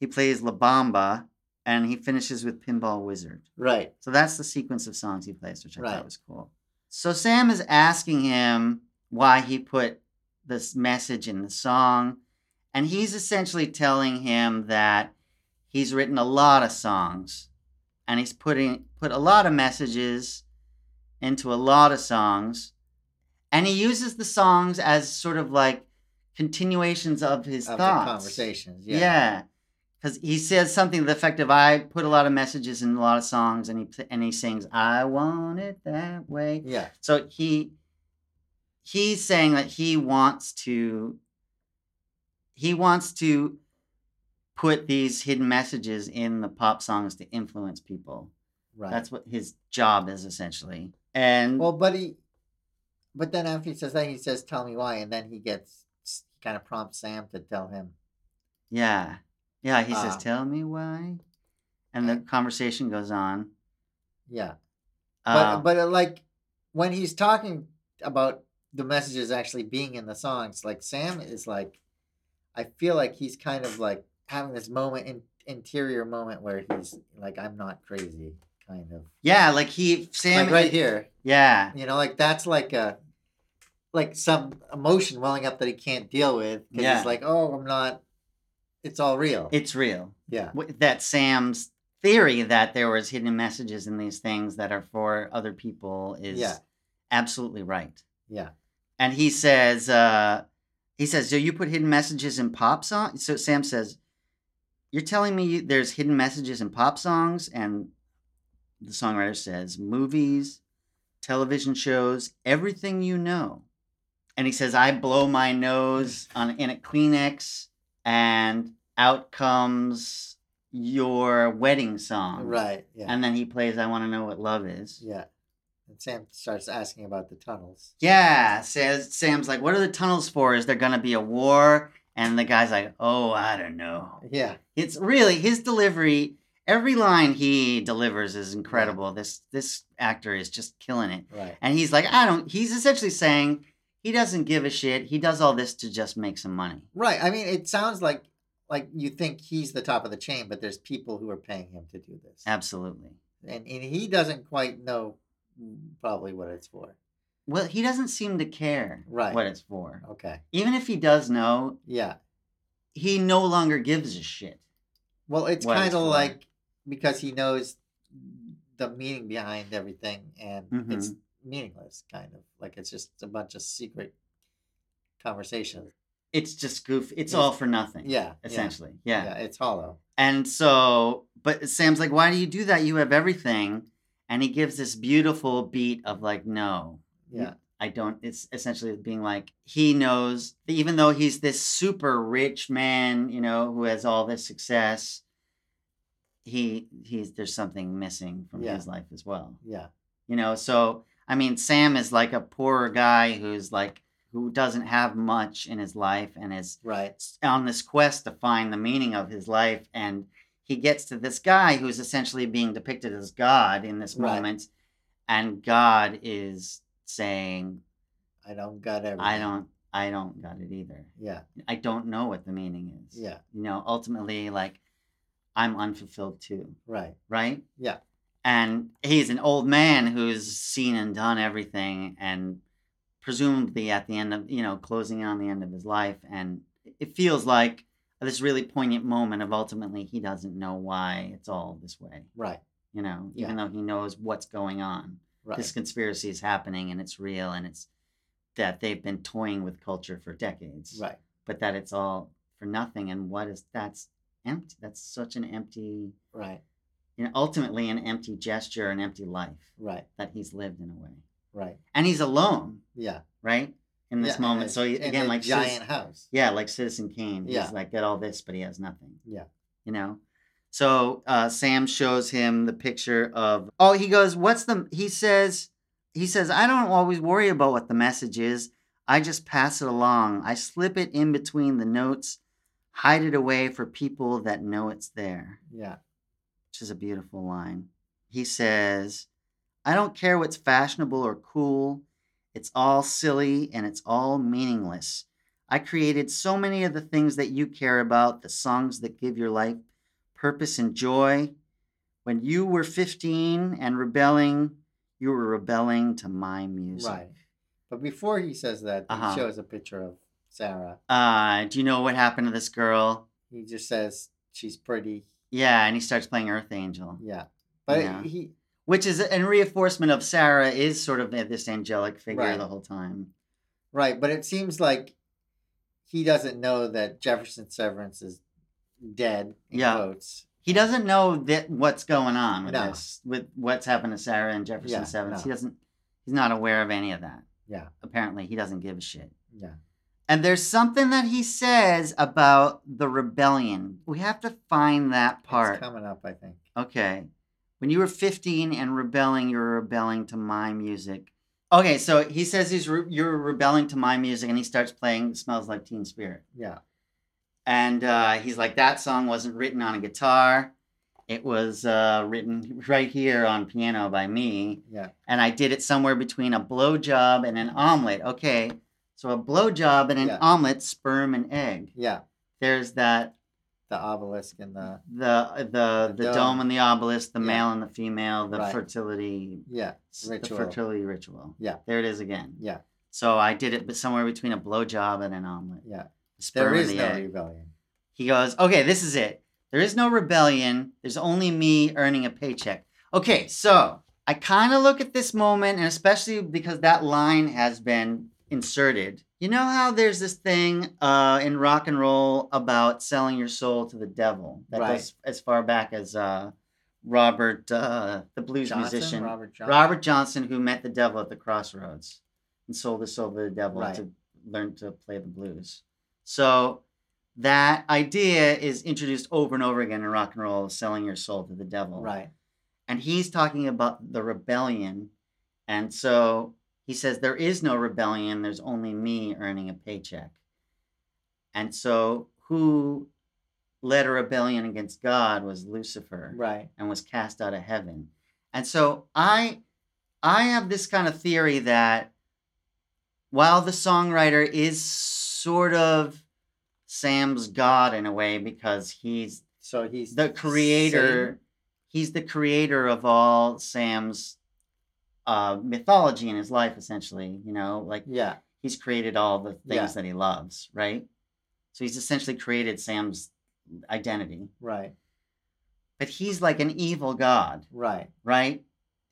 [SPEAKER 1] He plays La Bamba, and he finishes with Pinball Wizard.
[SPEAKER 4] Right.
[SPEAKER 1] So that's the sequence of songs he plays, which I
[SPEAKER 4] Right.
[SPEAKER 1] thought was cool. So Sam is asking him why he put this message in the song, and he's essentially telling him that he's written a lot of songs, and he's putting put a lot of messages into a lot of songs, and he uses the songs as sort of like continuations of his
[SPEAKER 4] Of the
[SPEAKER 1] thoughts.
[SPEAKER 4] conversations. Yeah.
[SPEAKER 1] Yeah. Because he says something to the effect of, I put a lot of messages in a lot of songs, and he and he sings, I want it that way.
[SPEAKER 4] Yeah.
[SPEAKER 1] So he he's saying that he wants to he wants to put these hidden messages in the pop songs to influence people.
[SPEAKER 4] Right.
[SPEAKER 1] That's what his job is essentially. And
[SPEAKER 4] Well, but he, but then after he says that, he says, "Tell me why," and then he gets kind of prompts Sam to tell him.
[SPEAKER 1] Yeah. Yeah, he says,
[SPEAKER 4] Um,
[SPEAKER 1] Tell me why. And the conversation goes on.
[SPEAKER 4] Yeah, but
[SPEAKER 1] Um,
[SPEAKER 4] but uh, like when he's talking about the messages actually being in the songs, like Sam is like, I feel like he's kind of like having this moment in interior moment where he's like, "I'm not crazy," kind of
[SPEAKER 1] Yeah, like he Sam
[SPEAKER 4] like right here.
[SPEAKER 1] Yeah,
[SPEAKER 4] You know, like that's like a like some emotion welling up that he can't deal with because
[SPEAKER 1] Yeah.
[SPEAKER 4] he's like, "Oh, I'm not." It's all real.
[SPEAKER 1] it's real.
[SPEAKER 4] yeah.
[SPEAKER 1] W- That Sam's theory that there was hidden messages in these things that are for other people is
[SPEAKER 4] Yeah.
[SPEAKER 1] absolutely right.
[SPEAKER 4] Yeah.
[SPEAKER 1] And he says, uh, he says, so you put hidden messages in pop songs? So Sam says, you're telling me you, there's hidden messages in pop songs? And the songwriter says, movies, television shows, everything you know. And he says, I blow my nose on in a Kleenex and out comes your wedding song.
[SPEAKER 4] Right. Yeah.
[SPEAKER 1] Um, And then he plays I Want to Know What Love Is.
[SPEAKER 4] yeah. And Sam starts asking about the tunnels.
[SPEAKER 1] Yeah, says Sam's like, what are the tunnels for? Is there gonna be a war? And the guy's like, oh, I don't know.
[SPEAKER 4] Yeah.
[SPEAKER 1] It's really his delivery. Every line he delivers is incredible. This this actor is just killing it.
[SPEAKER 4] Right.
[SPEAKER 1] And he's like, I don't. He's essentially saying he doesn't give a shit. He does all this to just make some money.
[SPEAKER 4] Right. I mean, it sounds like like you think he's the top of the chain, but there's people who are paying him to do this,
[SPEAKER 1] Absolutely.
[SPEAKER 4] and and he doesn't quite know probably what it's for.
[SPEAKER 1] Well, he doesn't seem to care
[SPEAKER 4] Right.
[SPEAKER 1] what it's for.
[SPEAKER 4] Okay.
[SPEAKER 1] Even if he does know,
[SPEAKER 4] Yeah.
[SPEAKER 1] he no longer gives a shit.
[SPEAKER 4] Well, it's
[SPEAKER 1] What it's
[SPEAKER 4] kind of
[SPEAKER 1] for.
[SPEAKER 4] like because he knows the meaning behind everything, and it's
[SPEAKER 1] Mm-hmm.
[SPEAKER 4] meaningless, kind of like it's just a bunch of secret conversations.
[SPEAKER 1] It's just goof. It's
[SPEAKER 4] Yeah.
[SPEAKER 1] all for nothing.
[SPEAKER 4] Yeah.
[SPEAKER 1] Essentially.
[SPEAKER 4] Yeah.
[SPEAKER 1] Yeah.
[SPEAKER 4] yeah it's hollow.
[SPEAKER 1] And so, but Sam's like, why do you do that? You have everything. And he gives this beautiful beat of like, no,
[SPEAKER 4] Yeah.
[SPEAKER 1] I don't. It's essentially being like he knows, even though he's this super rich man, you know, who has all this success, he he's there's something missing from
[SPEAKER 4] Yeah.
[SPEAKER 1] his life as well.
[SPEAKER 4] Yeah.
[SPEAKER 1] You know, so I mean, Sam is like a poorer guy who's like who doesn't have much in his life and is
[SPEAKER 4] Right.
[SPEAKER 1] on this quest to find the meaning of his life and he gets to this guy who's essentially being depicted as god in this
[SPEAKER 4] Right.
[SPEAKER 1] moment and god is saying
[SPEAKER 4] I don't got everything.
[SPEAKER 1] i don't i don't got it either
[SPEAKER 4] Yeah.
[SPEAKER 1] i don't know what the meaning is
[SPEAKER 4] Yeah.
[SPEAKER 1] you know ultimately like i'm unfulfilled too
[SPEAKER 4] Right.
[SPEAKER 1] right
[SPEAKER 4] Yeah.
[SPEAKER 1] and he's an old man who's seen and done everything and presumably at the end of you know closing on the end of his life and it feels like this really poignant moment of ultimately he doesn't know why it's all this way
[SPEAKER 4] Right.
[SPEAKER 1] you know
[SPEAKER 4] Yeah.
[SPEAKER 1] even though he knows what's going on
[SPEAKER 4] Right.
[SPEAKER 1] this conspiracy is happening and it's real and it's that they've been toying with culture for decades
[SPEAKER 4] Right.
[SPEAKER 1] but that it's all for nothing and what is that's empty that's such an empty
[SPEAKER 4] Right.
[SPEAKER 1] you know, ultimately an empty gesture, an empty life
[SPEAKER 4] Right.
[SPEAKER 1] that he's lived in a way.
[SPEAKER 4] Right.
[SPEAKER 1] And he's alone,
[SPEAKER 4] Yeah.
[SPEAKER 1] right? In
[SPEAKER 4] Yeah,
[SPEAKER 1] this
[SPEAKER 4] and
[SPEAKER 1] moment.
[SPEAKER 4] a-
[SPEAKER 1] so he,
[SPEAKER 4] and
[SPEAKER 1] again,
[SPEAKER 4] a
[SPEAKER 1] like
[SPEAKER 4] giant
[SPEAKER 1] Citizen,
[SPEAKER 4] house.
[SPEAKER 1] yeah, like Citizen Kane.
[SPEAKER 4] Yeah.
[SPEAKER 1] He's like got all this, but he has nothing.
[SPEAKER 4] Yeah.
[SPEAKER 1] You know. So uh, Sam shows him the picture of. Oh, he goes, "What's the?" He says, "He says I don't always worry about what the message is. I just pass it along. I slip it in between the notes, hide it away for people that know it's there."
[SPEAKER 4] Yeah.
[SPEAKER 1] which is a beautiful line. He says, I don't care what's fashionable or cool. It's all silly and it's all meaningless. I created so many of the things that you care about, the songs that give your life purpose and joy. When you were 15 and rebelling, you were rebelling to my music.
[SPEAKER 4] Right. But before he says that,
[SPEAKER 1] Uh-huh.
[SPEAKER 4] he shows a picture of Sarah.
[SPEAKER 1] Uh, do you know what happened to this girl?
[SPEAKER 4] He just says she's pretty.
[SPEAKER 1] Yeah, and he starts playing Earth Angel.
[SPEAKER 4] Yeah. But
[SPEAKER 1] Yeah.
[SPEAKER 4] he
[SPEAKER 1] which is a reinforcement of Sarah is sort of uh, this angelic figure
[SPEAKER 4] Right.
[SPEAKER 1] the whole time.
[SPEAKER 4] right, but it seems like he doesn't know that Jefferson Severance is dead in
[SPEAKER 1] Yeah.
[SPEAKER 4] quotes.
[SPEAKER 1] He doesn't know that what's going on with
[SPEAKER 4] No.
[SPEAKER 1] this, with what's happened to Sarah and Jefferson
[SPEAKER 4] Yeah,
[SPEAKER 1] Sevens.
[SPEAKER 4] no.
[SPEAKER 1] He doesn't. He's not aware of any of that.
[SPEAKER 4] Yeah.
[SPEAKER 1] Apparently, he doesn't give a shit.
[SPEAKER 4] Yeah.
[SPEAKER 1] And there's something that he says about the rebellion. We have to find that part.
[SPEAKER 4] It's coming up, I think.
[SPEAKER 1] Okay. When you were 15 and rebelling, you were rebelling to my music. Okay, so he says he's re- you're rebelling to my music, and he starts playing "Smells Like Teen Spirit,"
[SPEAKER 4] Yeah.
[SPEAKER 1] and uh, he's like, "That song wasn't written on a guitar; it was uh, written right here on piano by me,
[SPEAKER 4] Yeah.
[SPEAKER 1] and I did it somewhere between a blowjob and an omelet." Okay, so a blowjob and an
[SPEAKER 4] Yeah.
[SPEAKER 1] omelet, sperm and egg.
[SPEAKER 4] Yeah.
[SPEAKER 1] There's that
[SPEAKER 4] The obelisk and the
[SPEAKER 1] the the the
[SPEAKER 4] dome.
[SPEAKER 1] dome, and the obelisk, the
[SPEAKER 4] Yeah.
[SPEAKER 1] male and the female, the
[SPEAKER 4] Right.
[SPEAKER 1] fertility
[SPEAKER 4] yeah.
[SPEAKER 1] s-
[SPEAKER 4] Ritual.
[SPEAKER 1] the fertility ritual.
[SPEAKER 4] Yeah.
[SPEAKER 1] there it is again.
[SPEAKER 4] Yeah.
[SPEAKER 1] So I did it, but somewhere between a blowjob and an omelet.
[SPEAKER 4] Yeah.
[SPEAKER 1] Sperm
[SPEAKER 4] There
[SPEAKER 1] and
[SPEAKER 4] is
[SPEAKER 1] the
[SPEAKER 4] no
[SPEAKER 1] egg.
[SPEAKER 4] rebellion.
[SPEAKER 1] He goes, okay, this is it. There is no rebellion. There's only me earning a paycheck. Okay, so I kind of look at this moment, and especially because that line has been inserted. You know how there's this thing uh, in rock and roll about selling your soul to the devil that
[SPEAKER 4] Right.
[SPEAKER 1] goes as far back as uh, Robert, uh, the blues musician,
[SPEAKER 4] Robert Johnson.
[SPEAKER 1] Robert Johnson, who met the devil at the crossroads and sold his soul to the devil
[SPEAKER 4] Right.
[SPEAKER 1] to learn to play the blues. So that idea is introduced over and over again in rock and roll, selling your soul to the devil.
[SPEAKER 4] Right.
[SPEAKER 1] And he's talking about the rebellion. And so he says, There is no rebellion, there's only me earning a paycheck. And so who led a rebellion against God was Lucifer
[SPEAKER 4] Right.
[SPEAKER 1] and was cast out of heaven. And so I I have this kind of theory that while the songwriter is sort of Sam's god in a way because he's
[SPEAKER 4] So he's
[SPEAKER 1] the creator
[SPEAKER 4] Satan?
[SPEAKER 1] he's the creator of all Sam's uh mythology in his life essentially, you know, like
[SPEAKER 4] Yeah.
[SPEAKER 1] he's created all the things
[SPEAKER 4] Yeah.
[SPEAKER 1] that he loves, right? So he's essentially created Sam's identity.
[SPEAKER 4] Right.
[SPEAKER 1] But he's like an evil god
[SPEAKER 4] Right.
[SPEAKER 1] right?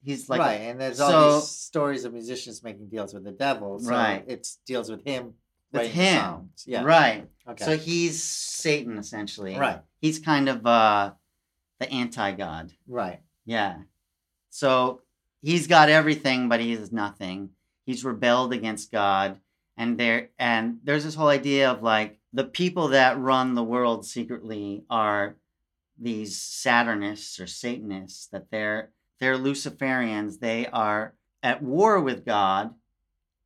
[SPEAKER 1] He's like,
[SPEAKER 4] right, and there's all
[SPEAKER 1] so-
[SPEAKER 4] these stories of musicians making deals with the devil. So
[SPEAKER 1] Right.
[SPEAKER 4] It deals with him.
[SPEAKER 1] With
[SPEAKER 4] writing the
[SPEAKER 1] him.
[SPEAKER 4] songs. Yeah.
[SPEAKER 1] right.
[SPEAKER 4] Okay.
[SPEAKER 1] So he's Satan essentially.
[SPEAKER 4] right.
[SPEAKER 1] He's kind of uh, the anti-god.
[SPEAKER 4] Right.
[SPEAKER 1] Yeah. So he's got everything, but he is nothing. He's rebelled against God, and there and there's this whole idea of like the people that run the world secretly are these Saturnists or Satanists that they're they're Luciferians. They are at war with God,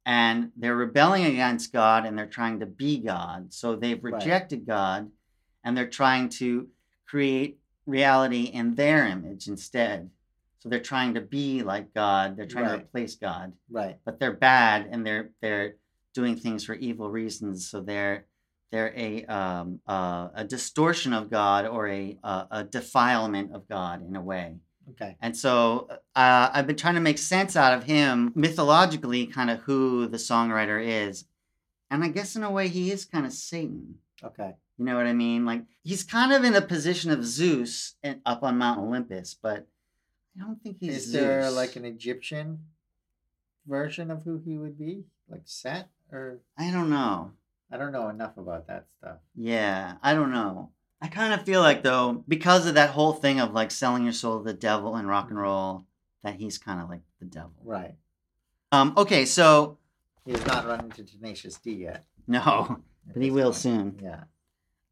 [SPEAKER 1] and they're rebelling against God, and they're trying to be God. So they've
[SPEAKER 3] Right.
[SPEAKER 1] rejected God, and they're trying to create reality in their image instead. So they're trying to be like God. They're trying
[SPEAKER 3] Right.
[SPEAKER 1] to replace God
[SPEAKER 3] Right.
[SPEAKER 1] but they're bad and they're they're doing things for evil reasons so they're they're a um, uh, a distortion of God or a uh, a defilement of God in a way,
[SPEAKER 3] Okay.
[SPEAKER 1] and so uh, I've been trying to make sense out of him mythologically, kind of who the songwriter is, and I guess in a way he is kind of Satan.
[SPEAKER 3] Okay.
[SPEAKER 1] You know what I mean? Like he's kind of in a position of Zeus and up on Mount Olympus, but I don't think he's
[SPEAKER 4] Is there
[SPEAKER 1] Zeus.
[SPEAKER 4] like an Egyptian version of who he would be? Like Set? Or
[SPEAKER 1] I don't know.
[SPEAKER 4] I don't know enough about that stuff.
[SPEAKER 1] Yeah, I don't know. I kind of feel like though, because of that whole thing of like selling your soul to the devil and rock and roll, that he's kind of like the devil.
[SPEAKER 4] Right.
[SPEAKER 1] Um. Okay. So
[SPEAKER 4] He has not run into Tenacious D yet.
[SPEAKER 1] no,
[SPEAKER 4] at
[SPEAKER 1] But he
[SPEAKER 4] this
[SPEAKER 1] will
[SPEAKER 4] point.
[SPEAKER 1] soon.
[SPEAKER 4] Yeah.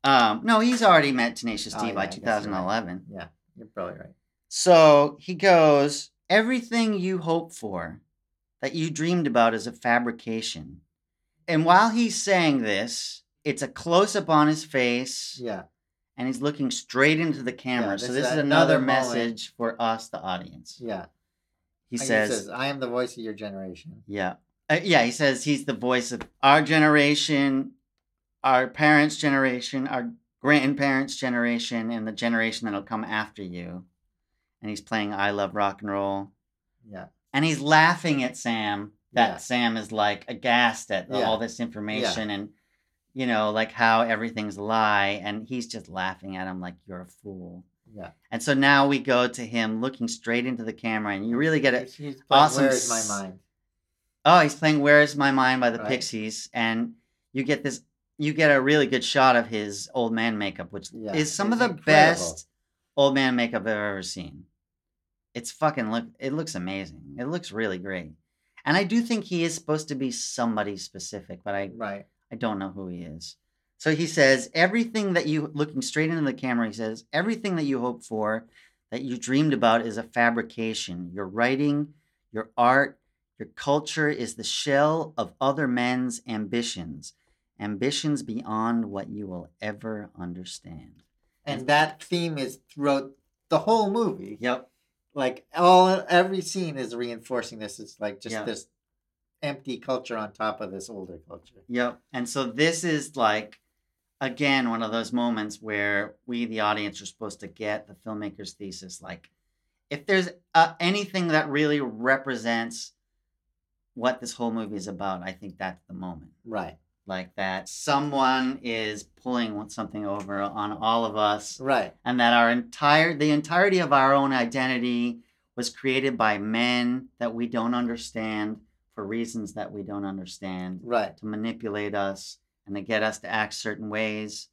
[SPEAKER 1] Um. No, he's already met Tenacious
[SPEAKER 4] Oh,
[SPEAKER 1] D
[SPEAKER 4] yeah, I
[SPEAKER 1] by
[SPEAKER 4] guess you're right.
[SPEAKER 1] 2011.
[SPEAKER 4] Yeah. You're probably right.
[SPEAKER 1] So he goes, everything you hope for, that you dreamed about, is a fabrication. And while he's saying this, it's a close up on his face.
[SPEAKER 4] Yeah.
[SPEAKER 1] and he's looking straight into the camera.
[SPEAKER 4] this
[SPEAKER 1] so
[SPEAKER 4] is
[SPEAKER 1] this is
[SPEAKER 4] another
[SPEAKER 1] another
[SPEAKER 4] moment.
[SPEAKER 1] message for us, the audience.
[SPEAKER 4] Yeah.
[SPEAKER 1] He
[SPEAKER 4] And
[SPEAKER 1] says,
[SPEAKER 4] I am the voice of your generation.
[SPEAKER 1] "Yeah, Uh, yeah." He says he's the voice of our generation, our parents' generation, our grandparents' generation, and the generation that'll come after you. And he's playing "I Love Rock and Roll,"
[SPEAKER 4] Yeah.
[SPEAKER 1] and he's laughing at Sam. That
[SPEAKER 4] Yeah.
[SPEAKER 1] Sam is like aghast at
[SPEAKER 4] Yeah.
[SPEAKER 1] all this information and. You know, like how everything's a lie, and he's just laughing at him like you're a fool.
[SPEAKER 4] Yeah.
[SPEAKER 1] And so now we go to him looking straight into the camera, and you really get it.
[SPEAKER 4] He's, he's playing
[SPEAKER 1] awesome
[SPEAKER 4] Where is my
[SPEAKER 1] s-
[SPEAKER 4] mind?
[SPEAKER 1] Oh, he's playing "Where Is My Mind" by the
[SPEAKER 4] Right.
[SPEAKER 1] Pixies, and you get this. You get a really good shot of his old man makeup, which
[SPEAKER 4] Yeah,
[SPEAKER 1] is some of
[SPEAKER 4] it's
[SPEAKER 1] the
[SPEAKER 4] incredible.
[SPEAKER 1] best old man makeup I've ever seen. It's fucking look. It looks amazing. It looks really great, and I do think he is supposed to be somebody specific, but I
[SPEAKER 4] Right.
[SPEAKER 1] I don't know who he is. So he says, everything that you, looking straight into the camera, he says, everything that you hope for, that you dreamed about is a fabrication. Your writing, your art, your culture is the shell of other men's ambitions, ambitions beyond what you will ever understand. Mm.
[SPEAKER 4] And that theme is throughout the whole movie.
[SPEAKER 1] Yep.
[SPEAKER 4] Like all every scene is reinforcing this. It's like just
[SPEAKER 1] Yeah.
[SPEAKER 4] this empty culture on top of this older culture.
[SPEAKER 1] Yep. And so this is like, again, one of those moments where we, the audience, are supposed to get the filmmaker's thesis. Like, if there's uh, anything that really represents what this whole movie is about, I think that's the moment.
[SPEAKER 4] Right.
[SPEAKER 1] Like, that someone is pulling something over on all of us,
[SPEAKER 4] Right.
[SPEAKER 1] and that our entire, the entirety of our own identity was created by men that we don't understand for reasons that we don't understand
[SPEAKER 4] Right.
[SPEAKER 1] to manipulate us and to get us to act certain ways.